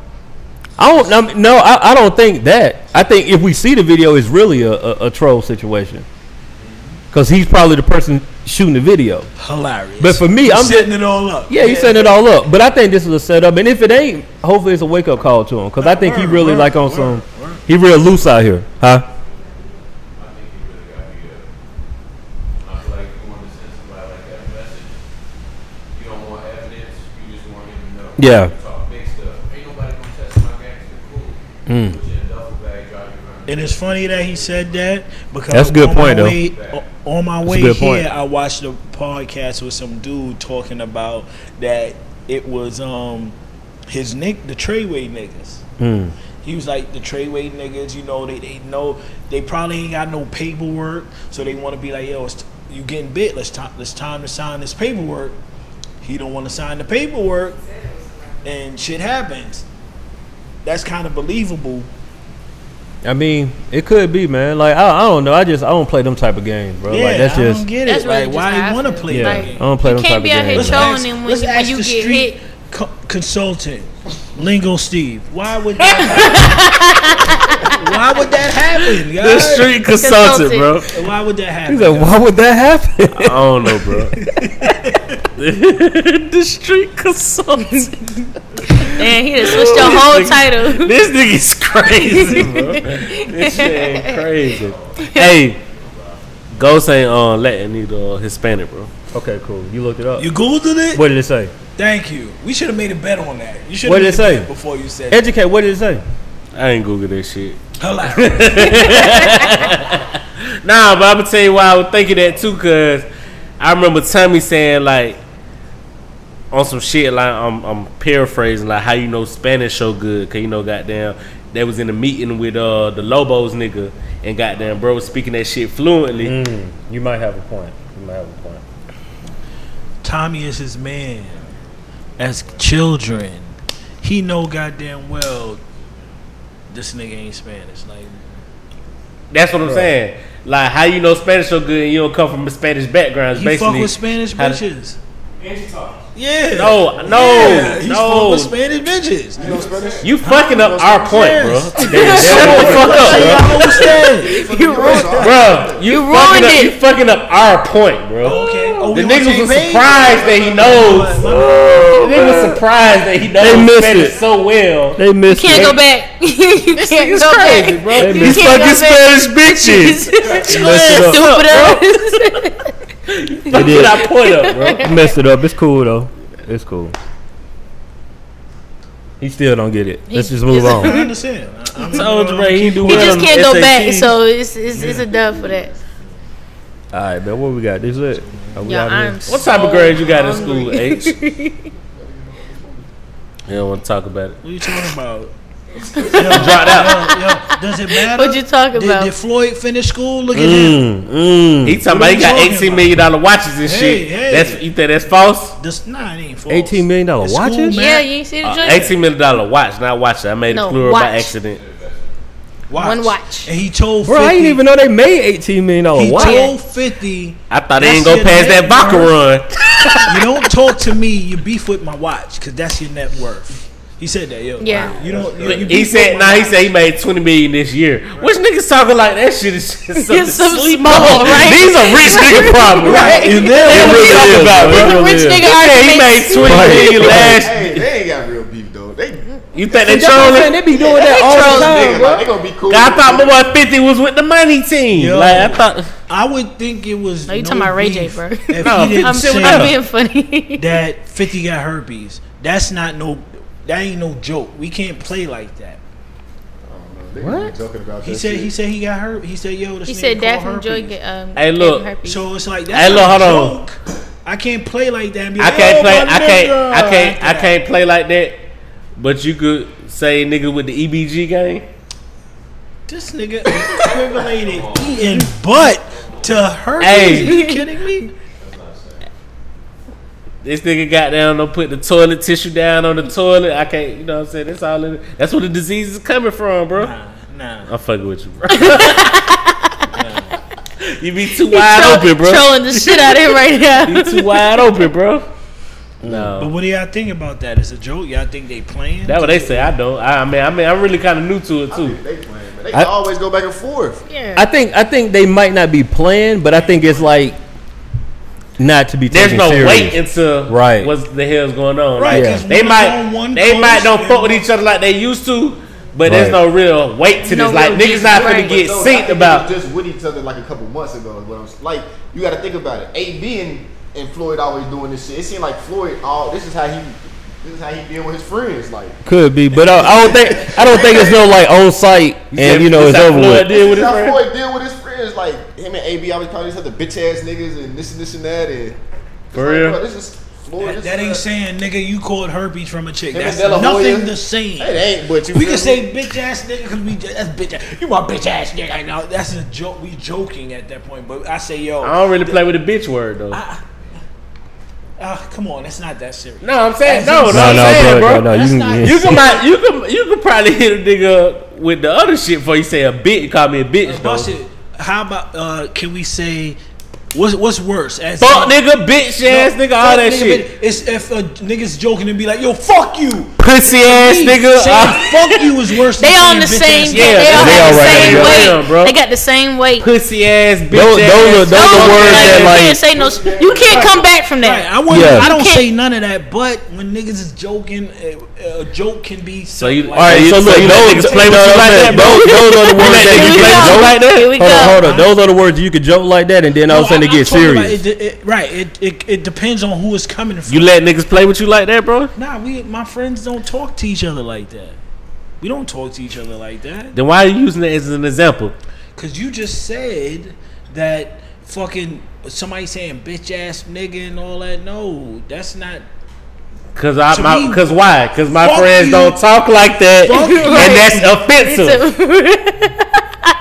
[SPEAKER 1] I don't. I'm- No, I, I don't think that. I think if we see the video, it's really a, a, a troll situation. Because he's probably the person shooting the video.
[SPEAKER 4] Hilarious.
[SPEAKER 1] But for me,
[SPEAKER 4] I'm
[SPEAKER 1] I'm
[SPEAKER 4] setting it all up.
[SPEAKER 1] yeah, he's setting it all up. But I think this is a setup, and if it ain't, hopefully it's a wake up call to him. Because I think he really like on some. He real loose out here, huh?
[SPEAKER 6] I think you really got beat up. I feel like you want to send somebody like that a message. You don't want evidence. You just want him to know.
[SPEAKER 1] Yeah.
[SPEAKER 6] You talk big stuff. Ain't nobody gonna test my gangster cool. Put you in a duffel bag, drive you around.
[SPEAKER 4] And it's funny that he said that because
[SPEAKER 1] That's a good
[SPEAKER 4] on my
[SPEAKER 1] point, though.
[SPEAKER 4] way- o- on my way here,
[SPEAKER 1] good point.
[SPEAKER 4] I watched a podcast with some dude talking about that it was um his nick the Treyway niggas.
[SPEAKER 1] Hmm.
[SPEAKER 4] He was like the Treyway niggas, you know, they, they know they probably ain't got no paperwork, so they want to be like, yo, it's t- you getting bit? Let's time let's time to sign this paperwork. He don't want to sign the paperwork, and shit happens. That's kind of believable.
[SPEAKER 1] I mean, it could be, man. Like I, I don't know. I just I don't play them type of games, bro. like that's
[SPEAKER 4] I
[SPEAKER 1] just
[SPEAKER 4] don't get it.
[SPEAKER 2] That's really
[SPEAKER 4] like,
[SPEAKER 2] just how
[SPEAKER 4] why
[SPEAKER 2] I
[SPEAKER 4] you want to
[SPEAKER 2] feel.
[SPEAKER 4] play?
[SPEAKER 1] Yeah,
[SPEAKER 4] that
[SPEAKER 2] Like,
[SPEAKER 1] I don't play
[SPEAKER 2] you
[SPEAKER 1] them type
[SPEAKER 2] can't
[SPEAKER 1] of
[SPEAKER 2] be out here
[SPEAKER 1] games,
[SPEAKER 4] man.
[SPEAKER 2] trolling them when
[SPEAKER 4] Let's
[SPEAKER 2] you, when
[SPEAKER 4] ask
[SPEAKER 2] you
[SPEAKER 4] the
[SPEAKER 2] get
[SPEAKER 4] street.
[SPEAKER 2] hit.
[SPEAKER 4] Co- consultant, Lingo Steve. Why would that? why would that happen?
[SPEAKER 3] The
[SPEAKER 4] guys?
[SPEAKER 3] street consultant,
[SPEAKER 2] Consultant.
[SPEAKER 3] bro.
[SPEAKER 4] Why would that happen?
[SPEAKER 1] He's like, why would that happen?
[SPEAKER 3] I don't know, bro. the street consultant.
[SPEAKER 2] Man, he just switched your whole title.
[SPEAKER 3] This nigga's crazy, bro. This shit ain't crazy. Hey, Ghost ain't uh, Latin either or Hispanic, bro.
[SPEAKER 1] okay, cool. You looked it up.
[SPEAKER 4] You googled it?
[SPEAKER 1] what did it say?
[SPEAKER 4] Thank you. We should have made a bet on that. You should
[SPEAKER 1] What
[SPEAKER 4] have
[SPEAKER 1] did
[SPEAKER 4] made
[SPEAKER 1] it
[SPEAKER 4] a
[SPEAKER 1] say?
[SPEAKER 4] bet before you said.
[SPEAKER 1] Educate. What did it say?
[SPEAKER 3] I ain't Google this shit.
[SPEAKER 4] Hilarious.
[SPEAKER 3] Nah, but I'm gonna tell you why I was thinking that too, cause I remember Tommy saying like on some shit like I'm, I'm paraphrasing like how you know Spanish so good, cause you know goddamn they was in a meeting with uh the Lobos nigga and goddamn bro was speaking that shit fluently.
[SPEAKER 4] Mm.
[SPEAKER 1] you might have a point. You might have a point.
[SPEAKER 4] Tommy is his man. As children, he know goddamn well this nigga ain't Spanish. Like,
[SPEAKER 3] That's what I'm saying. Like how you know Spanish so good and you don't come from a Spanish background. is
[SPEAKER 4] he fuck
[SPEAKER 3] basically
[SPEAKER 4] with Spanish
[SPEAKER 3] how to-
[SPEAKER 4] bitches.
[SPEAKER 6] Angie talks.
[SPEAKER 4] Yeah.
[SPEAKER 3] No, no,
[SPEAKER 4] Yeah, he's full
[SPEAKER 3] no.
[SPEAKER 4] of Spanish bitches.
[SPEAKER 5] You know Spanish?
[SPEAKER 3] You fucking up our point, bro.
[SPEAKER 4] Yes.
[SPEAKER 3] Shut the fuck up,
[SPEAKER 4] I understand.
[SPEAKER 5] You know
[SPEAKER 3] bro. You, fucking
[SPEAKER 2] ruined
[SPEAKER 3] up,
[SPEAKER 2] it.
[SPEAKER 3] You fucking up our point, bro.
[SPEAKER 4] Okay. Oh,
[SPEAKER 3] The
[SPEAKER 4] we
[SPEAKER 3] niggas
[SPEAKER 4] want
[SPEAKER 3] was
[SPEAKER 4] Jay-Z?
[SPEAKER 3] surprised that he knows. The niggas was surprised that he knows
[SPEAKER 1] They missed
[SPEAKER 3] Spanish
[SPEAKER 1] it.
[SPEAKER 3] so well.
[SPEAKER 1] They missed it.
[SPEAKER 2] Can't go back. you can't go back.
[SPEAKER 3] bro.
[SPEAKER 1] They
[SPEAKER 2] You
[SPEAKER 1] missed
[SPEAKER 2] can't go back.
[SPEAKER 3] Spanish bitches.
[SPEAKER 1] They messed it up.
[SPEAKER 2] Stupido.
[SPEAKER 3] Fuck
[SPEAKER 1] did.
[SPEAKER 3] our point up, bro.
[SPEAKER 1] They messed it up. It's cool though. It's cool. He still don't get it. Let's just move
[SPEAKER 4] I
[SPEAKER 1] on.
[SPEAKER 4] understand. I, I'm
[SPEAKER 3] Told you, bro. He do
[SPEAKER 2] He
[SPEAKER 3] well.
[SPEAKER 2] just
[SPEAKER 3] on
[SPEAKER 2] can't go
[SPEAKER 3] SAT.
[SPEAKER 2] back, so it's it's, it's a dub for that.
[SPEAKER 1] All right, man. What we got? This is it. Are we
[SPEAKER 2] Yeah,
[SPEAKER 1] outta here?
[SPEAKER 2] I'm.
[SPEAKER 3] What type of grade you got in school?
[SPEAKER 2] hungry.
[SPEAKER 3] H. You don't want to talk about it.
[SPEAKER 4] What are you talking about?
[SPEAKER 3] dropped out.
[SPEAKER 4] Yo, yo, does it matter?
[SPEAKER 2] What you talking
[SPEAKER 4] did,
[SPEAKER 2] about?
[SPEAKER 4] Did Floyd finish school? Look at him.
[SPEAKER 1] Mm, mm.
[SPEAKER 3] He talking about he got
[SPEAKER 4] What are you
[SPEAKER 3] eighteen million dollar watches and
[SPEAKER 4] Hey,
[SPEAKER 3] shit.
[SPEAKER 4] hey.
[SPEAKER 3] That's you think that's false?
[SPEAKER 4] This, nah, it ain't false.
[SPEAKER 1] $18 million
[SPEAKER 4] It's school
[SPEAKER 1] watches?
[SPEAKER 2] Yeah,
[SPEAKER 4] math.
[SPEAKER 2] you ain't see the
[SPEAKER 3] Uh,
[SPEAKER 2] joint?
[SPEAKER 3] eighteen million dollar watch, not watch. I made
[SPEAKER 2] No,
[SPEAKER 3] it plural
[SPEAKER 2] watch.
[SPEAKER 3] by accident.
[SPEAKER 4] Watch.
[SPEAKER 2] One watch.
[SPEAKER 4] And he told
[SPEAKER 1] Bro,
[SPEAKER 4] 50,
[SPEAKER 1] I didn't even know they made eighteen million
[SPEAKER 4] He
[SPEAKER 1] dollars. Why?
[SPEAKER 4] told 50,
[SPEAKER 3] I thought they
[SPEAKER 4] That's
[SPEAKER 3] ain't gonna
[SPEAKER 4] your
[SPEAKER 3] pass that
[SPEAKER 4] net
[SPEAKER 3] vodka
[SPEAKER 4] worth.
[SPEAKER 3] run.
[SPEAKER 4] you don't talk to me, you beef with my watch, because that's your net worth. He said that, yo.
[SPEAKER 2] Yeah.
[SPEAKER 4] You don't. You, you
[SPEAKER 3] He
[SPEAKER 4] beef
[SPEAKER 3] said,
[SPEAKER 4] with
[SPEAKER 3] "Nah."
[SPEAKER 4] my
[SPEAKER 3] He
[SPEAKER 4] watch.
[SPEAKER 3] said he made twenty million this year. Which niggas talking like that shit is just something
[SPEAKER 2] It's some
[SPEAKER 3] sleep
[SPEAKER 2] small,
[SPEAKER 3] on.
[SPEAKER 2] right?
[SPEAKER 3] These are rich nigga problems,
[SPEAKER 2] Right.
[SPEAKER 3] right?
[SPEAKER 1] And then
[SPEAKER 3] That's what we talking about, bro.
[SPEAKER 2] The rich nigga
[SPEAKER 3] He made
[SPEAKER 2] arguments.
[SPEAKER 3] twenty million
[SPEAKER 1] Right.
[SPEAKER 3] last.
[SPEAKER 5] Hey, they ain't got real beef though. They
[SPEAKER 3] You think they
[SPEAKER 1] That's what I'm saying,
[SPEAKER 3] trolling?
[SPEAKER 1] They be doing that all the time,
[SPEAKER 5] niggas,
[SPEAKER 1] bro.
[SPEAKER 5] like, they gonna be cool.
[SPEAKER 3] I thought my boy Fifty was with the money team.
[SPEAKER 4] Yo.
[SPEAKER 3] Like I thought,
[SPEAKER 4] I would think it was.
[SPEAKER 2] No, you talking about Ray J,
[SPEAKER 4] beef
[SPEAKER 2] bro.
[SPEAKER 4] if he
[SPEAKER 3] No,
[SPEAKER 4] didn't
[SPEAKER 2] I'm,
[SPEAKER 4] say
[SPEAKER 2] I'm being funny.
[SPEAKER 4] that 50 got herpes. That's not no. That ain't no joke. We can't play like that.
[SPEAKER 5] What? Joking about
[SPEAKER 4] He
[SPEAKER 5] that
[SPEAKER 4] said.
[SPEAKER 5] shit.
[SPEAKER 4] He said he got hurt. He said, "Yo, this
[SPEAKER 2] he
[SPEAKER 4] nigga
[SPEAKER 2] said
[SPEAKER 4] caught
[SPEAKER 2] that from
[SPEAKER 4] herpes.
[SPEAKER 2] Joy get, um,
[SPEAKER 3] Hey,
[SPEAKER 2] gave
[SPEAKER 3] look.
[SPEAKER 2] him herpes.
[SPEAKER 4] So it's like
[SPEAKER 3] Hey,
[SPEAKER 4] that's
[SPEAKER 3] look,
[SPEAKER 4] not a
[SPEAKER 3] hold on.
[SPEAKER 4] joke. I can't play like that. And be
[SPEAKER 3] I
[SPEAKER 4] like,
[SPEAKER 3] can't
[SPEAKER 4] "Oh,
[SPEAKER 3] play.
[SPEAKER 4] my
[SPEAKER 3] I can't.
[SPEAKER 4] nigga,"
[SPEAKER 3] I can't. I
[SPEAKER 4] like that.
[SPEAKER 3] can't play like that. But you could say nigga with the EBG game.
[SPEAKER 4] This nigga equivalated eating butt to herpes.
[SPEAKER 3] Hey.
[SPEAKER 4] Are you kidding me?
[SPEAKER 3] This nigga got down and put the toilet tissue down on the toilet. I can't. You know what I'm saying? That's all. It, that's where the disease is coming from, bro.
[SPEAKER 4] Nah, nah.
[SPEAKER 3] I'm fucking with you, bro. you be too wide
[SPEAKER 2] Troll-
[SPEAKER 3] open, bro.
[SPEAKER 2] Trolling the shit out of him right now.
[SPEAKER 3] You too wide open, bro.
[SPEAKER 4] But
[SPEAKER 3] No,
[SPEAKER 4] what do y'all think about that? It's a joke. Y'all think they playing?
[SPEAKER 3] that's what they say. I don't. I, I mean, I mean, I'm really kind of new to it too.
[SPEAKER 5] They playing, man. They
[SPEAKER 1] I-
[SPEAKER 5] always go back and forth.
[SPEAKER 2] Yeah.
[SPEAKER 1] I think I think they might not be playing, but I think it's like not to be
[SPEAKER 3] There's
[SPEAKER 1] taken
[SPEAKER 3] no
[SPEAKER 1] serious.
[SPEAKER 3] weight into
[SPEAKER 1] Right.
[SPEAKER 3] what the hell's going on.
[SPEAKER 4] Right,
[SPEAKER 1] Yeah.
[SPEAKER 4] 'cause
[SPEAKER 3] They
[SPEAKER 4] when
[SPEAKER 3] might
[SPEAKER 4] it's on one
[SPEAKER 3] they
[SPEAKER 4] coast
[SPEAKER 3] might don't
[SPEAKER 4] and
[SPEAKER 3] fuck with each other like they used to, but there's
[SPEAKER 1] Right.
[SPEAKER 3] no real weight to this.
[SPEAKER 2] No
[SPEAKER 3] like
[SPEAKER 2] real
[SPEAKER 3] niggas not
[SPEAKER 2] beef,
[SPEAKER 3] gonna
[SPEAKER 2] right.
[SPEAKER 3] get
[SPEAKER 5] But no, I think
[SPEAKER 3] synced
[SPEAKER 5] they
[SPEAKER 3] about.
[SPEAKER 5] was just with each other like a couple months ago. Is what I'm s- like. You got to think about it. AB and, and Floyd always doing this shit. It seemed like Floyd. All this is how he. This is how he deal with his friends. Like
[SPEAKER 1] Could be, but I, I don't think I don't think it's no like on site and you know it's
[SPEAKER 3] Like
[SPEAKER 1] over
[SPEAKER 3] Floyd
[SPEAKER 1] with.
[SPEAKER 3] did with
[SPEAKER 5] this is
[SPEAKER 3] his
[SPEAKER 5] how
[SPEAKER 3] friend.
[SPEAKER 5] Floyd deal with his friends. Like him and AB always probably just had the bitch ass niggas and this and this and that. And it's
[SPEAKER 3] For
[SPEAKER 5] like,
[SPEAKER 3] real?
[SPEAKER 5] bro, this is Floyd.
[SPEAKER 4] That,
[SPEAKER 5] this
[SPEAKER 4] that
[SPEAKER 5] is
[SPEAKER 4] ain't
[SPEAKER 5] us.
[SPEAKER 4] saying, nigga, you caught herpes from a chick.
[SPEAKER 5] Him and
[SPEAKER 4] That's
[SPEAKER 5] De La Hoya.
[SPEAKER 4] nothing the same.
[SPEAKER 5] It ain't. But you.
[SPEAKER 4] We
[SPEAKER 5] feel me?
[SPEAKER 4] can say bitch ass nigga because we ju- that's bitch. Ass. You my bitch ass nigga. I know that's a joke. We joking at that point, but I say yo,
[SPEAKER 3] I don't really play with the bitch word though.
[SPEAKER 4] ah, come on, that's not that serious.
[SPEAKER 3] no, I'm saying no, no,
[SPEAKER 1] No,
[SPEAKER 3] I'm saying,
[SPEAKER 1] no, bro,
[SPEAKER 3] bro.
[SPEAKER 1] no, you
[SPEAKER 4] That's
[SPEAKER 1] can.
[SPEAKER 4] not-
[SPEAKER 3] You can might, you can you can probably hit a nigga up with the other shit before you say a bitch. Call me a bitch
[SPEAKER 4] Uh, bust
[SPEAKER 3] though.
[SPEAKER 4] it. How about uh, can we say what's what's worse? As
[SPEAKER 3] Fuck nigga, bitch ass nigga, all
[SPEAKER 4] fuck
[SPEAKER 3] that
[SPEAKER 4] nigga,
[SPEAKER 3] shit.
[SPEAKER 4] but It's if a nigga's joking and be like yo, fuck you.
[SPEAKER 3] Pussy ass nigga.
[SPEAKER 4] Saying
[SPEAKER 3] uh,
[SPEAKER 4] fuck you is worse.
[SPEAKER 2] They on
[SPEAKER 4] than saying
[SPEAKER 2] the
[SPEAKER 4] bitch
[SPEAKER 2] same.
[SPEAKER 4] ass
[SPEAKER 2] They
[SPEAKER 3] yeah,
[SPEAKER 2] all
[SPEAKER 3] they
[SPEAKER 2] have
[SPEAKER 1] all
[SPEAKER 2] the
[SPEAKER 1] right
[SPEAKER 2] same
[SPEAKER 1] there.
[SPEAKER 3] Yeah, bro.
[SPEAKER 2] weight. They got the same weight.
[SPEAKER 3] Pussy ass bitch
[SPEAKER 1] Those- those are-
[SPEAKER 3] ass.
[SPEAKER 1] those are
[SPEAKER 2] Like,
[SPEAKER 1] words that,
[SPEAKER 2] you
[SPEAKER 1] like-
[SPEAKER 2] can't say no. s- You can't come back from
[SPEAKER 4] Right, I
[SPEAKER 2] that.
[SPEAKER 4] wouldn't.
[SPEAKER 1] Yeah.
[SPEAKER 4] I don't
[SPEAKER 2] You can't-
[SPEAKER 4] say none of that. But when niggas is joking, eh, a, a joke can be.
[SPEAKER 3] So you
[SPEAKER 4] like,
[SPEAKER 3] all right?
[SPEAKER 1] so
[SPEAKER 3] So, look,
[SPEAKER 1] look,
[SPEAKER 3] you let
[SPEAKER 1] those-
[SPEAKER 3] niggas play
[SPEAKER 1] no,
[SPEAKER 3] with you
[SPEAKER 1] I'm
[SPEAKER 3] like that,
[SPEAKER 1] saying
[SPEAKER 3] bro.
[SPEAKER 1] those- those are the words
[SPEAKER 3] let
[SPEAKER 1] that
[SPEAKER 3] niggas
[SPEAKER 1] you can
[SPEAKER 3] play with you
[SPEAKER 1] joke.
[SPEAKER 3] like that.
[SPEAKER 2] Here we
[SPEAKER 1] Hold on,
[SPEAKER 2] go.
[SPEAKER 1] hold on. Those are the words you can joke like that, and then all of a sudden
[SPEAKER 4] No,
[SPEAKER 1] it
[SPEAKER 4] I-
[SPEAKER 1] gets
[SPEAKER 4] I'm talking about
[SPEAKER 1] serious.
[SPEAKER 4] it- it- right. It, it it depends on who is coming from.
[SPEAKER 3] You let niggas play with you like that, bro?
[SPEAKER 4] nah, we my friends don't talk to each other like that. We don't talk to each other like that.
[SPEAKER 3] Then why are you using it as an example?
[SPEAKER 4] Cause you just said that fucking somebody saying bitch ass nigga and all that. No, that's not.
[SPEAKER 3] Cause I,
[SPEAKER 4] To
[SPEAKER 3] my,
[SPEAKER 4] me,
[SPEAKER 3] cause why? Cause my
[SPEAKER 4] fuck
[SPEAKER 3] friends
[SPEAKER 4] you.
[SPEAKER 3] don't talk like that,
[SPEAKER 4] Fuck you.
[SPEAKER 3] and that's offensive.
[SPEAKER 2] Bro,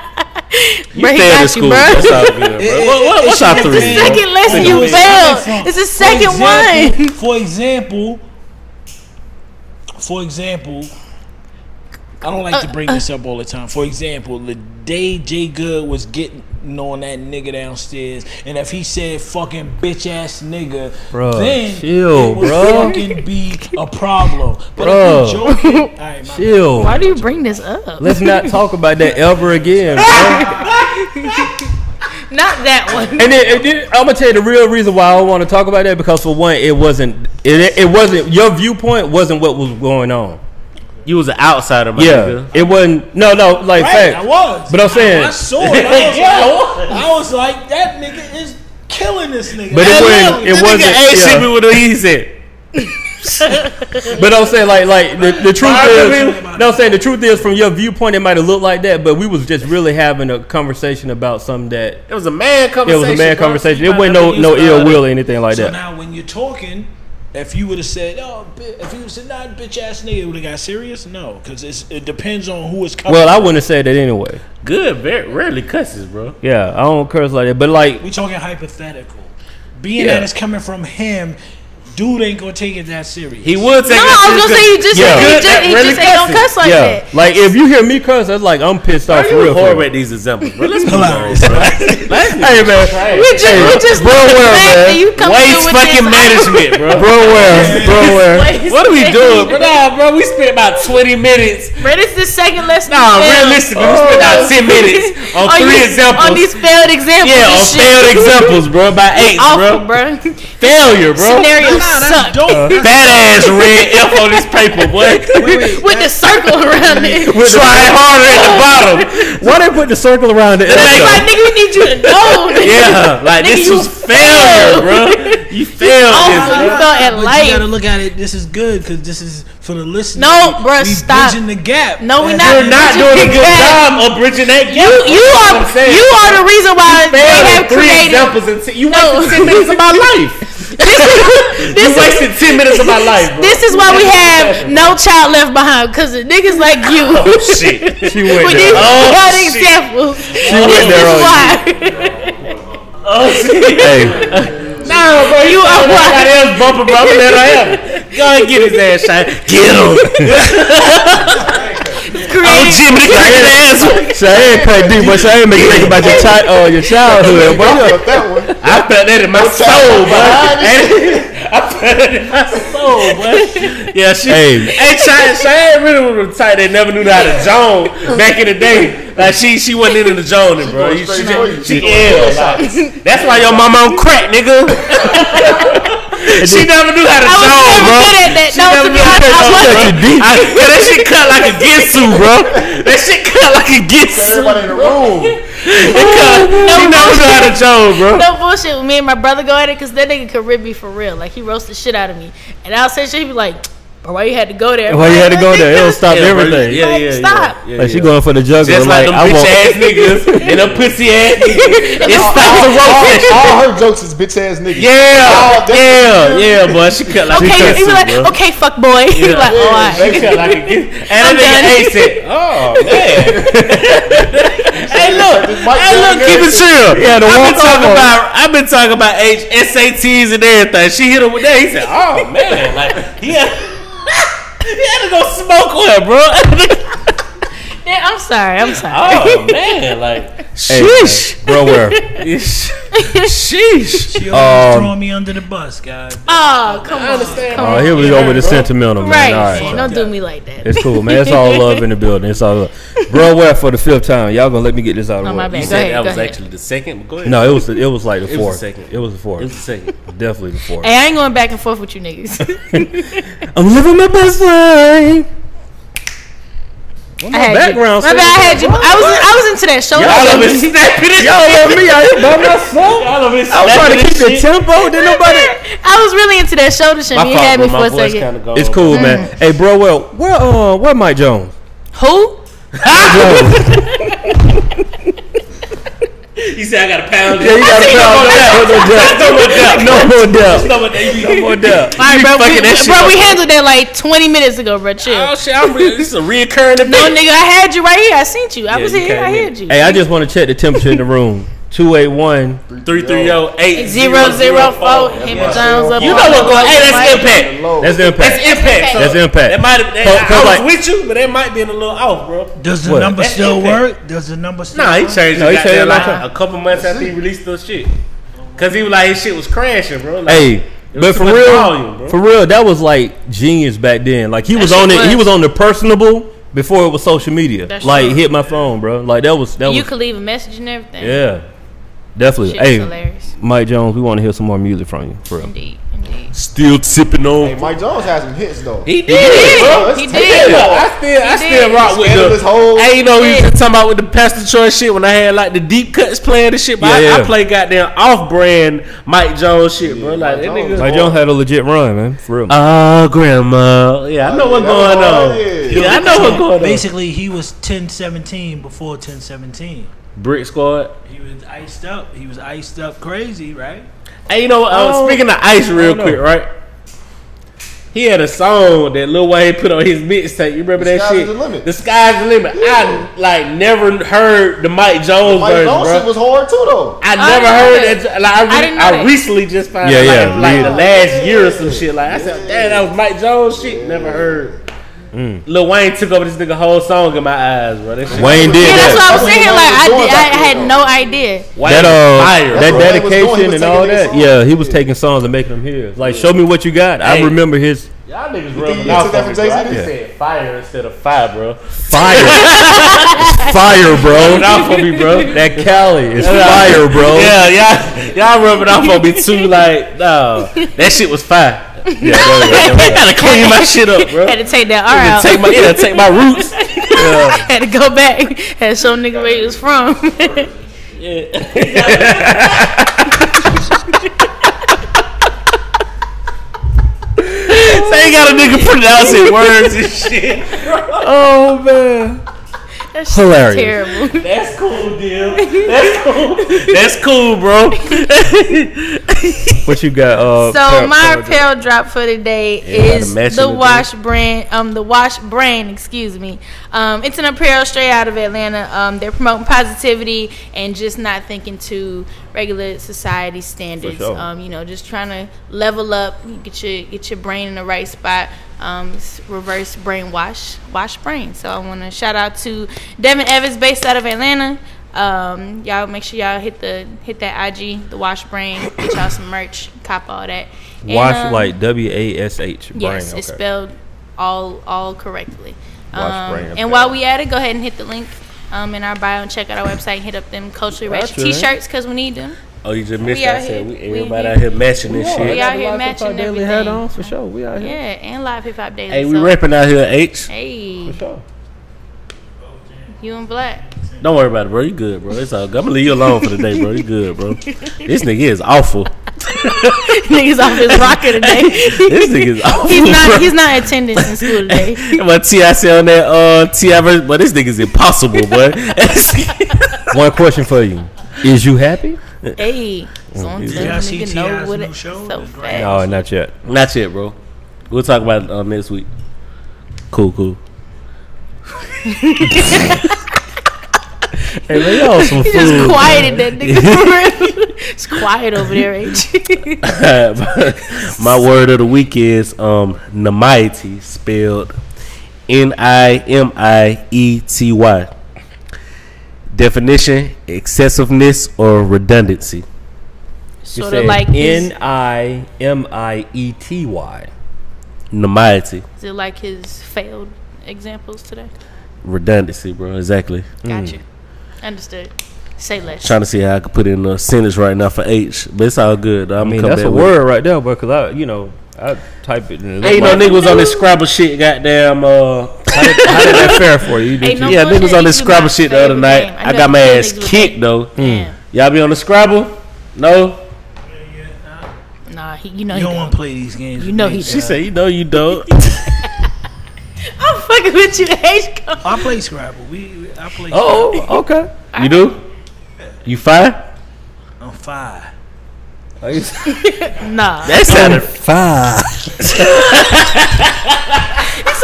[SPEAKER 2] he got you, bro.
[SPEAKER 3] That's all good, bro. What, what, what's our
[SPEAKER 4] It's the
[SPEAKER 3] three?
[SPEAKER 4] same
[SPEAKER 3] bro?
[SPEAKER 2] Second lesson
[SPEAKER 4] Wait,
[SPEAKER 2] you
[SPEAKER 4] wait,
[SPEAKER 2] failed.
[SPEAKER 4] wait, wait.
[SPEAKER 2] It's the
[SPEAKER 4] For
[SPEAKER 2] second
[SPEAKER 4] example-
[SPEAKER 2] one.
[SPEAKER 4] For example, for example, I don't like to bring this up all the time. For example, the day Jay Good was getting on that nigga downstairs, and if he said fucking bitch ass nigga,
[SPEAKER 1] Bruh,
[SPEAKER 4] then
[SPEAKER 1] chill,
[SPEAKER 4] it would
[SPEAKER 1] bruh.
[SPEAKER 4] fucking be a problem. But
[SPEAKER 1] Bruh.
[SPEAKER 4] if you joking, all right, my
[SPEAKER 1] Chill.
[SPEAKER 2] Why do you bring this up?
[SPEAKER 1] Let's not talk about that ever again.
[SPEAKER 3] Ah!
[SPEAKER 1] bro.
[SPEAKER 2] Not that one.
[SPEAKER 1] And then, and then I'm gonna tell you the real reason why I want to talk about that because for one, it wasn't it, it wasn't your viewpoint wasn't what was going on.
[SPEAKER 3] You was an outsider, my
[SPEAKER 1] Yeah,
[SPEAKER 3] nigga.
[SPEAKER 1] it wasn't. No, no, like
[SPEAKER 4] Right, I
[SPEAKER 1] fact.
[SPEAKER 4] was.
[SPEAKER 1] But I'm saying-
[SPEAKER 4] I, I saw it. I was, like, I was like, that nigga is killing this nigga.
[SPEAKER 1] But it
[SPEAKER 4] I
[SPEAKER 1] wasn't-
[SPEAKER 4] love
[SPEAKER 1] it
[SPEAKER 3] That
[SPEAKER 1] wasn't-
[SPEAKER 3] Nigga ain't
[SPEAKER 1] yeah.
[SPEAKER 3] shipping with what he said.
[SPEAKER 1] But I'm saying like like the, the truth
[SPEAKER 3] I
[SPEAKER 1] is
[SPEAKER 4] agree.
[SPEAKER 1] no I'm saying the truth is from your viewpoint it might have looked like that, but we was just really having a conversation about something that
[SPEAKER 3] It was a man
[SPEAKER 1] it
[SPEAKER 3] conversation.
[SPEAKER 1] was a man
[SPEAKER 3] bro.
[SPEAKER 1] conversation.
[SPEAKER 3] You
[SPEAKER 1] It wasn't
[SPEAKER 3] might
[SPEAKER 1] no
[SPEAKER 3] not
[SPEAKER 1] no
[SPEAKER 3] be used to
[SPEAKER 1] ill
[SPEAKER 3] all
[SPEAKER 1] will or anything like
[SPEAKER 4] So
[SPEAKER 1] that.
[SPEAKER 4] now when you're talking, If you would have said, "Oh, bi- if you would have said, "Nah, bitch ass nigga," would have got serious. No, because it depends on who is coming.
[SPEAKER 1] Well, I wouldn't have said that anyway.
[SPEAKER 3] Good, very rarely cusses, bro.
[SPEAKER 1] Yeah, I don't curse like that. But like,
[SPEAKER 4] We talking hypothetical. Being
[SPEAKER 3] Yeah.
[SPEAKER 4] that it's coming from him, dude ain't gonna take it that serious.
[SPEAKER 3] He
[SPEAKER 2] No,
[SPEAKER 3] would take.
[SPEAKER 2] I was gonna say he just
[SPEAKER 1] Yeah.
[SPEAKER 2] he just,
[SPEAKER 3] Good, that
[SPEAKER 2] he
[SPEAKER 3] really
[SPEAKER 2] just ain't gonna
[SPEAKER 3] cussing.
[SPEAKER 2] cuss like
[SPEAKER 1] yeah,
[SPEAKER 2] that.
[SPEAKER 1] like if you hear me curse, that's like I'm pissed off for
[SPEAKER 3] Real
[SPEAKER 1] real. for
[SPEAKER 3] horrible
[SPEAKER 1] real.
[SPEAKER 3] at these examples, bro. Let's move on,
[SPEAKER 4] Hilarious.
[SPEAKER 3] bro.
[SPEAKER 1] Hey man,
[SPEAKER 2] We just, we just
[SPEAKER 1] bro,
[SPEAKER 2] love the
[SPEAKER 1] well,
[SPEAKER 2] fact
[SPEAKER 1] man.
[SPEAKER 2] that you come
[SPEAKER 3] Waste
[SPEAKER 2] through with
[SPEAKER 3] fucking
[SPEAKER 2] this.
[SPEAKER 3] management, bro.
[SPEAKER 1] bro, where, bro, where?
[SPEAKER 2] Waste
[SPEAKER 3] What are we doing, bro?
[SPEAKER 2] management.
[SPEAKER 3] Nah, bro. We spent about twenty minutes.
[SPEAKER 2] Bro, this is the second lesson. we
[SPEAKER 3] Nah,
[SPEAKER 2] failed.
[SPEAKER 3] realistically, we spent about ten minutes Oh, on three
[SPEAKER 2] these-
[SPEAKER 3] examples.
[SPEAKER 2] On these failed examples.
[SPEAKER 3] yeah,
[SPEAKER 2] and
[SPEAKER 3] on
[SPEAKER 2] shit.
[SPEAKER 3] failed examples, bro. By eight,
[SPEAKER 2] Awful,
[SPEAKER 3] bro.
[SPEAKER 2] bro.
[SPEAKER 3] Failure, bro.
[SPEAKER 2] Scenarios suck.
[SPEAKER 4] Dope.
[SPEAKER 3] Bad ass red F on this paper, boy.
[SPEAKER 2] With the circle around it.
[SPEAKER 3] Try harder at the bottom.
[SPEAKER 1] Why they put the circle around the
[SPEAKER 2] It's
[SPEAKER 3] That ain't-
[SPEAKER 1] elbow?
[SPEAKER 2] like, nigga, we need you to know. nigga.
[SPEAKER 3] Yeah, like
[SPEAKER 2] Nigga,
[SPEAKER 3] this
[SPEAKER 2] you
[SPEAKER 3] was failure, bro. You failed
[SPEAKER 2] Oh,
[SPEAKER 3] this.
[SPEAKER 2] you felt at
[SPEAKER 4] But you gotta
[SPEAKER 2] life.
[SPEAKER 4] look at it. This is good because this is for the listeners.
[SPEAKER 2] No, bruh,
[SPEAKER 4] we
[SPEAKER 2] stop.
[SPEAKER 4] bridging the gap.
[SPEAKER 2] No, we
[SPEAKER 4] That's
[SPEAKER 2] not.
[SPEAKER 3] You're not
[SPEAKER 2] Bridging
[SPEAKER 3] doing a
[SPEAKER 2] the
[SPEAKER 3] good
[SPEAKER 2] gap.
[SPEAKER 3] job of bridging that
[SPEAKER 2] You,
[SPEAKER 3] gap.
[SPEAKER 2] you
[SPEAKER 3] That's
[SPEAKER 2] are
[SPEAKER 3] what I'm saying.
[SPEAKER 2] you are the reason why they
[SPEAKER 3] failed
[SPEAKER 2] have
[SPEAKER 3] in three
[SPEAKER 2] created.
[SPEAKER 3] examples and t- you
[SPEAKER 2] No.
[SPEAKER 3] wasted ten minutes of my life.
[SPEAKER 2] This is,
[SPEAKER 3] You
[SPEAKER 2] this is
[SPEAKER 3] wasted ten minutes of my life, bro.
[SPEAKER 2] This is why we have no child left behind because the niggas like you
[SPEAKER 3] oh shit.
[SPEAKER 1] She went
[SPEAKER 2] with
[SPEAKER 1] there.
[SPEAKER 2] these
[SPEAKER 3] Oh,
[SPEAKER 2] bad
[SPEAKER 3] shit.
[SPEAKER 2] examples.
[SPEAKER 1] She went
[SPEAKER 2] This
[SPEAKER 1] there
[SPEAKER 2] is
[SPEAKER 1] on
[SPEAKER 2] why.
[SPEAKER 3] Oh shit.
[SPEAKER 1] you. Hey,
[SPEAKER 3] No, bro. You
[SPEAKER 2] are
[SPEAKER 3] are
[SPEAKER 2] right.
[SPEAKER 3] Everybody else bumping, bro. I'm gonna let her have it. Go and get his ass shot. Get him. Oh,
[SPEAKER 2] Created-
[SPEAKER 3] Jimmy, the crazy asshole.
[SPEAKER 1] Cheyenne cut deep, but Cheyenne make you think about your child, uh, your childhood. But
[SPEAKER 5] Y'all
[SPEAKER 1] yeah,
[SPEAKER 5] got that one.
[SPEAKER 3] I felt that in my soul,
[SPEAKER 5] Oh,
[SPEAKER 3] bro. I felt it in my soul, bro. Yeah, she.
[SPEAKER 1] Hey.
[SPEAKER 3] Hey, hey Cheyenne, Cheyenne really was the type that never knew how to zone back in the day. Like she, she wasn't into the zoning, bro.
[SPEAKER 5] going
[SPEAKER 3] You-
[SPEAKER 5] straight
[SPEAKER 3] She,
[SPEAKER 5] for you.
[SPEAKER 3] just-
[SPEAKER 5] She
[SPEAKER 3] she,
[SPEAKER 5] going
[SPEAKER 3] ill. like, that's why your mama on crack, nigga. she never knew how to
[SPEAKER 2] I was
[SPEAKER 3] zone,
[SPEAKER 2] never
[SPEAKER 3] bro.
[SPEAKER 2] good at that. No, to
[SPEAKER 3] never
[SPEAKER 2] be
[SPEAKER 3] knew
[SPEAKER 2] honest, I
[SPEAKER 3] how to
[SPEAKER 2] wasn't.
[SPEAKER 1] cut you deep.
[SPEAKER 3] I, yeah, that shit cut like a getsu, bro. That shit cut like a getsu.
[SPEAKER 5] Everybody in the room.
[SPEAKER 3] It cut. She never knew how to zone, bro.
[SPEAKER 2] No bullshit. When me and my brother go at it, cause that nigga could rip me for real. Like he roasts the shit out of me, and I'll say shit. He be like, "Bro, why you had to go there?
[SPEAKER 1] why you had to go there? It'll stop
[SPEAKER 3] Yeah, bro,
[SPEAKER 1] everything.
[SPEAKER 3] Yeah, yeah, yeah.
[SPEAKER 2] Stop.
[SPEAKER 3] yeah,
[SPEAKER 1] Like she
[SPEAKER 3] yeah.
[SPEAKER 1] going for the juggler.
[SPEAKER 3] Just
[SPEAKER 1] Like,
[SPEAKER 3] like, them
[SPEAKER 1] I
[SPEAKER 3] bitch
[SPEAKER 1] won't.
[SPEAKER 3] ass niggas and them pussy ass niggas. It stopped the rotation.
[SPEAKER 5] All her jokes is bitch ass niggas.
[SPEAKER 3] Yeah, yeah, yeah, boy. She cut like
[SPEAKER 2] Okay,
[SPEAKER 3] a
[SPEAKER 2] he be like,
[SPEAKER 3] bro.
[SPEAKER 2] "Okay, fuck boy." He be like, "All right."
[SPEAKER 3] She cut like a kid.
[SPEAKER 2] I'm
[SPEAKER 3] And
[SPEAKER 2] done.
[SPEAKER 3] then nigga A said, "Oh man." hey, look, hey, look, keep it chill.
[SPEAKER 1] Yeah, the
[SPEAKER 3] I've
[SPEAKER 1] walk
[SPEAKER 3] been talking
[SPEAKER 1] off.
[SPEAKER 3] about, I've been talking about H, SATs and everything. She hit him with that. He said, "Oh man," like he had, he had to go smoke with her, bro.
[SPEAKER 2] Yeah, I'm sorry. I'm sorry.
[SPEAKER 3] Oh man, like
[SPEAKER 1] Sheesh, bro, where?
[SPEAKER 3] sheesh.
[SPEAKER 4] She always
[SPEAKER 1] Um,
[SPEAKER 4] throwing me under the bus, guys.
[SPEAKER 2] Oh, come on. Come
[SPEAKER 1] Oh,
[SPEAKER 2] on.
[SPEAKER 1] here we go with the sentimental, man.
[SPEAKER 2] Right.
[SPEAKER 1] All right.
[SPEAKER 2] man, Don't do me like that.
[SPEAKER 1] It's cool, man. It's all love in the building. It's all love. Bro, where for the fifth time? Y'all gonna let me get this out of the
[SPEAKER 2] Oh,
[SPEAKER 1] way.
[SPEAKER 2] my bad.
[SPEAKER 3] You
[SPEAKER 2] Go
[SPEAKER 3] said
[SPEAKER 2] ahead,
[SPEAKER 3] that
[SPEAKER 2] go
[SPEAKER 3] was
[SPEAKER 2] ahead.
[SPEAKER 3] actually the second. but Go ahead.
[SPEAKER 1] No, it was it was like the
[SPEAKER 3] the
[SPEAKER 1] fourth.
[SPEAKER 3] second.
[SPEAKER 1] It was the
[SPEAKER 3] it was the
[SPEAKER 1] fourth.
[SPEAKER 3] second.
[SPEAKER 1] Definitely the fourth.
[SPEAKER 2] Hey, I ain't going back and forth with you niggas.
[SPEAKER 1] I'm living my best life.
[SPEAKER 2] I had
[SPEAKER 1] background
[SPEAKER 2] You.
[SPEAKER 1] said-
[SPEAKER 2] My bad. I had you. I was. I was into that show.
[SPEAKER 3] Y'all over here snapping it.
[SPEAKER 1] Y'all love me out here by myself.
[SPEAKER 3] Y'all over here
[SPEAKER 1] I'm trying
[SPEAKER 3] snapping
[SPEAKER 1] to keep
[SPEAKER 3] this
[SPEAKER 1] the
[SPEAKER 3] shit.
[SPEAKER 1] tempo. Did nobody?
[SPEAKER 2] I was really into that shoulder shimmy.
[SPEAKER 3] My
[SPEAKER 2] You had me
[SPEAKER 3] fault, bro.
[SPEAKER 2] for a
[SPEAKER 3] My voice
[SPEAKER 2] second.
[SPEAKER 3] kind of gone.
[SPEAKER 1] It's
[SPEAKER 2] Mm.
[SPEAKER 1] cool, man. Hey, bro, well, where uh, where Mike Jones?
[SPEAKER 2] Who?
[SPEAKER 1] Jones.
[SPEAKER 3] He said I got a pound.
[SPEAKER 1] Yeah, you
[SPEAKER 3] it.
[SPEAKER 1] got to
[SPEAKER 3] No
[SPEAKER 1] foul.
[SPEAKER 3] more doubt. No
[SPEAKER 1] No more doubt.
[SPEAKER 3] more doubt. No more doubt.
[SPEAKER 2] All right, bro. We,
[SPEAKER 3] fucking that shit
[SPEAKER 2] bro,
[SPEAKER 3] up.
[SPEAKER 2] we handled that like 20 minutes ago, bro. Chill.
[SPEAKER 3] Oh shit! I'm re- this is a reoccurring event.
[SPEAKER 2] no, nigga, I had you right here. I seen you. I
[SPEAKER 3] Yeah,
[SPEAKER 2] was
[SPEAKER 3] you
[SPEAKER 2] here. I
[SPEAKER 3] came in.
[SPEAKER 2] had you.
[SPEAKER 1] Hey, I just want to check the temperature in the room. Two eight one.
[SPEAKER 3] Three three zero oh, eight
[SPEAKER 2] Zero zero four. Henry
[SPEAKER 3] You
[SPEAKER 2] Jones up. on
[SPEAKER 3] know what
[SPEAKER 2] the
[SPEAKER 3] going? Hey,
[SPEAKER 2] mic.
[SPEAKER 3] that's impact.
[SPEAKER 5] Low.
[SPEAKER 1] That's the
[SPEAKER 3] That's
[SPEAKER 1] impact.
[SPEAKER 3] impact. so
[SPEAKER 1] That's impact.
[SPEAKER 3] That might have.
[SPEAKER 1] Cause-
[SPEAKER 3] that-
[SPEAKER 1] cause
[SPEAKER 3] I
[SPEAKER 1] like-
[SPEAKER 3] was with you, but that might be a little off, bro.
[SPEAKER 4] Does the
[SPEAKER 1] What?
[SPEAKER 4] number
[SPEAKER 3] That's
[SPEAKER 4] still
[SPEAKER 3] it.
[SPEAKER 4] work? Does the number still?
[SPEAKER 3] No, he
[SPEAKER 4] work?
[SPEAKER 3] changed.
[SPEAKER 1] No,
[SPEAKER 3] No,
[SPEAKER 1] he
[SPEAKER 3] he
[SPEAKER 1] changed it
[SPEAKER 3] like
[SPEAKER 1] a lot.
[SPEAKER 3] a couple months after he released those shit, cause he was like his shit was crashing, bro. Like,
[SPEAKER 1] Hey,
[SPEAKER 3] It
[SPEAKER 1] but
[SPEAKER 3] was
[SPEAKER 1] for
[SPEAKER 3] too much
[SPEAKER 1] real,
[SPEAKER 3] volume, bro.
[SPEAKER 1] for real, that was like genius back then. Like he was
[SPEAKER 2] shit
[SPEAKER 1] on it. He
[SPEAKER 2] was.
[SPEAKER 1] was on the personable before it was social media.
[SPEAKER 2] That's
[SPEAKER 1] like
[SPEAKER 2] true.
[SPEAKER 1] hit my phone, bro. Like that was that
[SPEAKER 2] You
[SPEAKER 1] was.
[SPEAKER 2] could leave a message and everything.
[SPEAKER 1] Yeah, definitely.
[SPEAKER 2] Shit was
[SPEAKER 1] Hey,
[SPEAKER 2] hilarious.
[SPEAKER 1] Mike Jones, we want to hear some more music from you, for real.
[SPEAKER 2] Indeed. Indeed.
[SPEAKER 3] Still tipping
[SPEAKER 5] Hey,
[SPEAKER 3] on.
[SPEAKER 5] Mike Jones has some hits though.
[SPEAKER 3] He did, bro.
[SPEAKER 5] He
[SPEAKER 2] He
[SPEAKER 3] Hey,
[SPEAKER 2] did.
[SPEAKER 3] look, I still, I
[SPEAKER 2] He
[SPEAKER 3] still
[SPEAKER 2] did.
[SPEAKER 3] rock with
[SPEAKER 5] Scandalous
[SPEAKER 3] the.
[SPEAKER 5] whole.
[SPEAKER 3] Hey, you know, we was just talking about with the Pastor Choice shit when I had like the deep cuts playing the shit, but
[SPEAKER 1] Yeah,
[SPEAKER 3] I,
[SPEAKER 1] yeah.
[SPEAKER 3] I play goddamn off brand Mike Jones shit, bro. Like,
[SPEAKER 5] Mike
[SPEAKER 3] that
[SPEAKER 5] Jones.
[SPEAKER 3] nigga.
[SPEAKER 1] Mike Jones had a legit run, man. For real.
[SPEAKER 3] Oh, grandma. Yeah, I know what's
[SPEAKER 5] yeah, that's
[SPEAKER 3] going
[SPEAKER 5] all
[SPEAKER 3] on.
[SPEAKER 5] it is.
[SPEAKER 3] Yeah, I know what's going on.
[SPEAKER 4] Basically, he was 1017 before 1017.
[SPEAKER 3] Brick Squad.
[SPEAKER 4] He was iced up. He was iced up crazy, right?
[SPEAKER 3] Hey, you know, what, uh,
[SPEAKER 1] Oh.
[SPEAKER 3] speaking of ice, real
[SPEAKER 1] don't know.
[SPEAKER 3] quick, right? He had a song that Lil Wayne put on his mixtape. You remember
[SPEAKER 5] The
[SPEAKER 3] that
[SPEAKER 5] Sky's
[SPEAKER 3] shit?
[SPEAKER 5] the Limit.
[SPEAKER 3] The sky's the limit. I like never heard the Mike Jones
[SPEAKER 5] Mike
[SPEAKER 3] version,
[SPEAKER 5] Jones shit
[SPEAKER 3] bro.
[SPEAKER 5] was hard too though.
[SPEAKER 3] I
[SPEAKER 2] I
[SPEAKER 3] never
[SPEAKER 2] didn't know
[SPEAKER 3] heard
[SPEAKER 2] that.
[SPEAKER 3] that. Like, I, re-
[SPEAKER 2] I
[SPEAKER 3] I,
[SPEAKER 2] didn't know that.
[SPEAKER 3] recently just found
[SPEAKER 1] Yeah,
[SPEAKER 3] out like,
[SPEAKER 1] yeah,
[SPEAKER 3] like
[SPEAKER 1] we-
[SPEAKER 3] the last year or some shit. Like I said, damn, that was Mike Jones shit. Never heard. Lil Wayne took over this nigga whole song in my eyes, bro. That shit.
[SPEAKER 1] Wayne did
[SPEAKER 2] Yeah,
[SPEAKER 1] that.
[SPEAKER 2] that's what I was
[SPEAKER 5] That's what he
[SPEAKER 2] saying.
[SPEAKER 5] was
[SPEAKER 2] Like I,
[SPEAKER 5] doing
[SPEAKER 2] did,
[SPEAKER 5] back
[SPEAKER 2] I
[SPEAKER 5] then,
[SPEAKER 2] had no idea.
[SPEAKER 3] Wayne
[SPEAKER 1] That
[SPEAKER 3] fire.
[SPEAKER 1] uh, that
[SPEAKER 5] That's what he was doing. He
[SPEAKER 1] dedication
[SPEAKER 5] was
[SPEAKER 1] and
[SPEAKER 5] taking
[SPEAKER 1] all
[SPEAKER 5] niggas'
[SPEAKER 1] that.
[SPEAKER 5] songs.
[SPEAKER 1] Yeah, he was taking songs and making them hits. Like, show me what you got. I
[SPEAKER 3] Hey.
[SPEAKER 1] remember his
[SPEAKER 3] Y'all niggas
[SPEAKER 5] think
[SPEAKER 3] rubbing
[SPEAKER 5] you
[SPEAKER 3] off
[SPEAKER 5] took that
[SPEAKER 3] on me,
[SPEAKER 5] from
[SPEAKER 3] bro. I
[SPEAKER 5] Jay-Z?
[SPEAKER 3] just said fire instead of fire, bro.
[SPEAKER 1] fire, It's fire, bro.
[SPEAKER 3] Rubbing off on me, bro.
[SPEAKER 1] That Cali is
[SPEAKER 3] Yeah.
[SPEAKER 1] fire, bro.
[SPEAKER 3] Yeah, y'all, y'all rubbing off on me too. Like, no, that shit was fire.
[SPEAKER 1] Yeah, that- that-
[SPEAKER 3] I gotta clean my shit up, bro.
[SPEAKER 2] Had to take that R out.
[SPEAKER 3] Take my, yeah, take my roots.
[SPEAKER 2] had to go back. Had to show nigga where he was from.
[SPEAKER 3] They got a nigga pronouncing words and shit.
[SPEAKER 1] oh man,
[SPEAKER 2] That shit
[SPEAKER 1] Hilarious.
[SPEAKER 2] was terrible.
[SPEAKER 3] That's cool, deal. That's cool. That's cool, bro.
[SPEAKER 1] what you got? Uh,
[SPEAKER 2] So
[SPEAKER 1] Par-
[SPEAKER 2] my
[SPEAKER 1] Par-
[SPEAKER 2] repel drop for today
[SPEAKER 1] Yeah, the
[SPEAKER 2] is
[SPEAKER 1] matching
[SPEAKER 2] the
[SPEAKER 1] it,
[SPEAKER 2] Wash brand, um, the Wash brand, excuse me. Um, it's an apparel straight out of Atlanta. Um, they're promoting positivity and just not thinking to regular society standards.
[SPEAKER 1] sure.
[SPEAKER 2] Um, you know, just trying to level up, get your get your brain in the right spot. Um, it's reverse brainwash, wash brain. So I want to shout out to Devin Evans, based out of Atlanta. Um, y'all make sure y'all hit the hit that IG, the Wash Brain. Get y'all some merch, cop all that. And,
[SPEAKER 1] Wash
[SPEAKER 2] um,
[SPEAKER 1] like W A S H.
[SPEAKER 2] Yes,
[SPEAKER 1] brain,
[SPEAKER 2] it's
[SPEAKER 1] okay.
[SPEAKER 2] spelled all all correctly.
[SPEAKER 1] Wash
[SPEAKER 2] Um,
[SPEAKER 1] brain, okay.
[SPEAKER 2] And while we at it, go ahead and hit the link um, in our bio and check out our website. and Hit up them culturally ratchet
[SPEAKER 1] Gotcha.
[SPEAKER 2] t-shirts because we need them.
[SPEAKER 3] Oh, you just missed.
[SPEAKER 2] We
[SPEAKER 3] that.
[SPEAKER 2] out
[SPEAKER 3] I said we
[SPEAKER 2] here.
[SPEAKER 3] everybody
[SPEAKER 2] We-
[SPEAKER 3] out here matching this shit.
[SPEAKER 2] We out here matching everything.
[SPEAKER 1] for sure. We out
[SPEAKER 2] Yeah, and live hip hop daily.
[SPEAKER 3] Hey, we
[SPEAKER 2] so-
[SPEAKER 3] rapping out here, H.
[SPEAKER 2] Hey,
[SPEAKER 1] sure.
[SPEAKER 2] you and Black.
[SPEAKER 3] Don't worry about it, bro. You good, bro. It's all good. I'm gonna leave you alone for the day, bro. You good, bro. This nigga is awful.
[SPEAKER 2] Niggas off his rocker today.
[SPEAKER 3] This nigga's awful.
[SPEAKER 2] he's
[SPEAKER 3] bro.
[SPEAKER 2] not. He's not attendance in school today.
[SPEAKER 3] but Ti said on that uh Ti verse, but this nigga's impossible, boy.
[SPEAKER 1] One question for you: Is you happy?
[SPEAKER 2] Hey, so I'm
[SPEAKER 4] Did y'all see
[SPEAKER 2] telling you know
[SPEAKER 4] T.I.'s
[SPEAKER 2] what
[SPEAKER 4] new
[SPEAKER 2] it
[SPEAKER 4] show?
[SPEAKER 2] so
[SPEAKER 4] The
[SPEAKER 2] fast.
[SPEAKER 1] No, Oh, not yet.
[SPEAKER 3] Not yet, bro. We'll talk about it uh, next week. Cool, cool.
[SPEAKER 1] Hey man, y'all some
[SPEAKER 2] He just quieted that nigga. it's quiet over there, H.
[SPEAKER 3] My word of the week is um nimiety spelled N I M I E T Y. Definition excessiveness or redundancy.
[SPEAKER 2] sort of like his,
[SPEAKER 1] N I M I E T Y.
[SPEAKER 3] Nimiety.
[SPEAKER 2] is it like his failed examples today?
[SPEAKER 3] Redundancy, bro. Exactly.
[SPEAKER 2] Gotcha. Understood. Say less.
[SPEAKER 3] Trying to see how I could put in a sentence right now for H, but it's all good. I'm
[SPEAKER 1] I mean,
[SPEAKER 3] gonna come
[SPEAKER 1] that's
[SPEAKER 3] back
[SPEAKER 1] a
[SPEAKER 3] with it.
[SPEAKER 1] word right there, bro. Cause I, you know, I type it. And it look
[SPEAKER 3] Ain't no
[SPEAKER 1] like-
[SPEAKER 3] nigga was on this Scrabble shit, goddamn. Uh,
[SPEAKER 1] How did, how did that fare for you? Did
[SPEAKER 2] Ain't
[SPEAKER 1] you?
[SPEAKER 2] no-
[SPEAKER 3] yeah,
[SPEAKER 2] bullshit,
[SPEAKER 3] niggas on
[SPEAKER 2] you
[SPEAKER 3] this
[SPEAKER 2] do
[SPEAKER 3] Scrabble
[SPEAKER 2] not
[SPEAKER 3] shit the
[SPEAKER 2] play
[SPEAKER 3] other
[SPEAKER 2] the
[SPEAKER 3] night.
[SPEAKER 2] game. I
[SPEAKER 3] I
[SPEAKER 2] know
[SPEAKER 3] got
[SPEAKER 2] you
[SPEAKER 3] my
[SPEAKER 2] do
[SPEAKER 3] ass
[SPEAKER 2] niggas with
[SPEAKER 3] kicked Hmm.
[SPEAKER 2] that.
[SPEAKER 3] though.
[SPEAKER 2] Damn.
[SPEAKER 3] Y'all be on the Scrabble? No.
[SPEAKER 2] Nah, he, you know
[SPEAKER 4] You
[SPEAKER 2] he
[SPEAKER 4] don't
[SPEAKER 2] don't.
[SPEAKER 4] want to play these games.
[SPEAKER 2] You know
[SPEAKER 4] with
[SPEAKER 2] he
[SPEAKER 4] me,
[SPEAKER 3] She
[SPEAKER 4] dog.
[SPEAKER 3] said, "You know you don't."
[SPEAKER 2] I'm fucking with you, H. Come
[SPEAKER 4] I play Scrabble. We, we- I play.
[SPEAKER 1] Oh, okay.
[SPEAKER 3] you do? You fine?
[SPEAKER 4] Scrabble. I'm five.
[SPEAKER 2] on. Nah.
[SPEAKER 3] That sounded
[SPEAKER 2] It's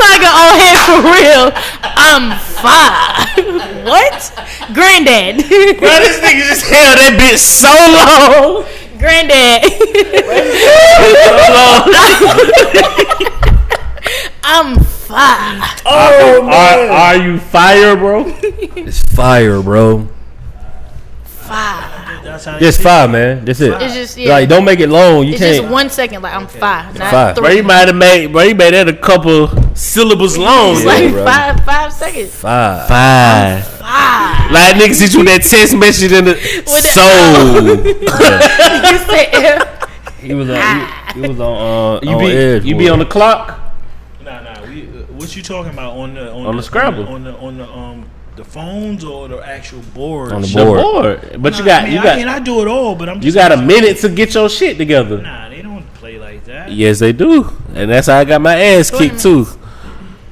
[SPEAKER 2] like an old head for real. I'm five. what? Granddad.
[SPEAKER 3] bro. This nigga just held that bitch so long.
[SPEAKER 2] Granddad. Oh, I'm five.
[SPEAKER 3] Oh are, are you fire, bro?
[SPEAKER 1] It's fire, bro.
[SPEAKER 2] Five.
[SPEAKER 4] That's how
[SPEAKER 1] Just five, man. That's it.
[SPEAKER 2] It's just yeah.
[SPEAKER 1] Like, don't make it long. You
[SPEAKER 2] it's
[SPEAKER 1] can't.
[SPEAKER 2] just one second. Like I'm five, not
[SPEAKER 1] Five.
[SPEAKER 2] three.
[SPEAKER 3] Bro, you might have made, bro, you made that a couple syllables long.
[SPEAKER 2] It's
[SPEAKER 1] Yeah,
[SPEAKER 2] like
[SPEAKER 1] bro.
[SPEAKER 2] five five seconds.
[SPEAKER 1] five.
[SPEAKER 3] Fine. Like niggas hit you with that text message in the
[SPEAKER 2] With the-
[SPEAKER 3] so
[SPEAKER 2] You said, eh,
[SPEAKER 1] He was on. He, he was on. Uh,
[SPEAKER 3] you be
[SPEAKER 1] edge
[SPEAKER 3] you
[SPEAKER 1] with
[SPEAKER 3] be
[SPEAKER 1] it.
[SPEAKER 3] on the clock.
[SPEAKER 4] Nah, nah. We, uh, what you talking about on the on,
[SPEAKER 3] On the Scrabble.
[SPEAKER 4] on the on the um the phones or the actual board?
[SPEAKER 1] On the
[SPEAKER 4] Shit,
[SPEAKER 1] board.
[SPEAKER 3] The board. but you
[SPEAKER 4] I
[SPEAKER 3] got
[SPEAKER 4] mean,
[SPEAKER 3] you
[SPEAKER 4] I, mean,
[SPEAKER 3] got
[SPEAKER 4] I do it all, but I'm
[SPEAKER 3] you
[SPEAKER 4] just
[SPEAKER 3] got a minute to get your shit together.
[SPEAKER 4] Nah, they don't play like that.
[SPEAKER 3] Yes, they do, and that's how I got my ass kicked too.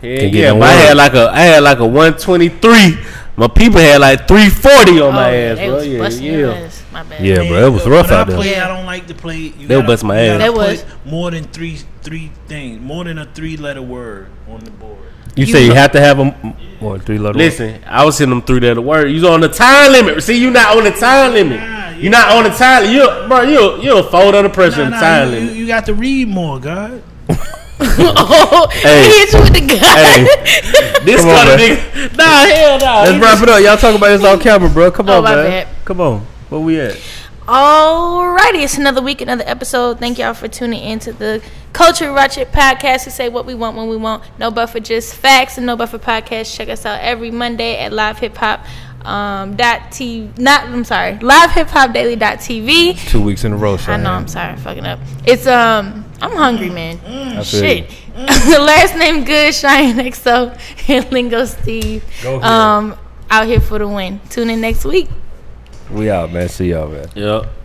[SPEAKER 3] Yeah,
[SPEAKER 1] Can't get
[SPEAKER 3] yeah
[SPEAKER 1] no
[SPEAKER 3] but I
[SPEAKER 1] work.
[SPEAKER 3] had like a I had like a one twenty three. My people had like three forty on my
[SPEAKER 2] Oh,
[SPEAKER 3] ass,
[SPEAKER 2] they
[SPEAKER 3] bro.
[SPEAKER 2] was
[SPEAKER 3] Yeah,
[SPEAKER 2] busting your
[SPEAKER 3] yeah.
[SPEAKER 2] ass. My bad.
[SPEAKER 1] Yeah, bro, it was
[SPEAKER 4] uh,
[SPEAKER 1] rough
[SPEAKER 4] when
[SPEAKER 1] out
[SPEAKER 4] I
[SPEAKER 1] there.
[SPEAKER 4] play,
[SPEAKER 2] Yeah.
[SPEAKER 4] I don't like to play. You
[SPEAKER 3] They would
[SPEAKER 4] gotta-
[SPEAKER 3] bust my
[SPEAKER 4] you
[SPEAKER 3] ass.
[SPEAKER 4] gotta
[SPEAKER 2] They
[SPEAKER 4] put
[SPEAKER 2] was.
[SPEAKER 4] more than three three things, more than a three letter word on the board.
[SPEAKER 1] You,
[SPEAKER 2] You
[SPEAKER 1] say you
[SPEAKER 2] know-
[SPEAKER 1] have to have them what three letter.
[SPEAKER 3] Listen, I was hitting them through that word. You on the time limit. See, you not on the time limit.
[SPEAKER 4] Nah,
[SPEAKER 3] You not on the time limit. You, bro, you you a fold under pressure on
[SPEAKER 4] Nah,
[SPEAKER 3] the
[SPEAKER 4] nah,
[SPEAKER 3] time
[SPEAKER 4] you- you,
[SPEAKER 3] limit.
[SPEAKER 4] you got to read more, God.
[SPEAKER 2] oh,
[SPEAKER 3] Hey.
[SPEAKER 2] he hits you with the gun.
[SPEAKER 3] This
[SPEAKER 1] Come on,
[SPEAKER 3] kind of
[SPEAKER 1] man.
[SPEAKER 3] nigga. Nah, hell nah.
[SPEAKER 1] Let's wrap it up. Y'all talking about this on camera, bro. Come
[SPEAKER 2] Oh,
[SPEAKER 1] on,
[SPEAKER 2] my
[SPEAKER 1] man.
[SPEAKER 2] bad.
[SPEAKER 1] Come on. Where we at?
[SPEAKER 2] Alrighty, it's another week, another episode. Thank y'all for tuning in to the Culture Ratchet podcast. We say what we want when we want. No buffer, just facts, and no buffer podcast. Check us out every Monday at live hip hop. Um, dot t not I'm sorry live hip hop daily dot TV.
[SPEAKER 1] Two weeks in a row,
[SPEAKER 2] I know I'm sorry, I'm fucking up. It's um I'm hungry, man.
[SPEAKER 1] feel you.
[SPEAKER 2] Shit. Last name good, Cheyenne XO and Lingo Steve.
[SPEAKER 1] Go
[SPEAKER 2] um out here for the win. Tune in next week.
[SPEAKER 1] We out, man. See y'all, man.
[SPEAKER 3] Yep.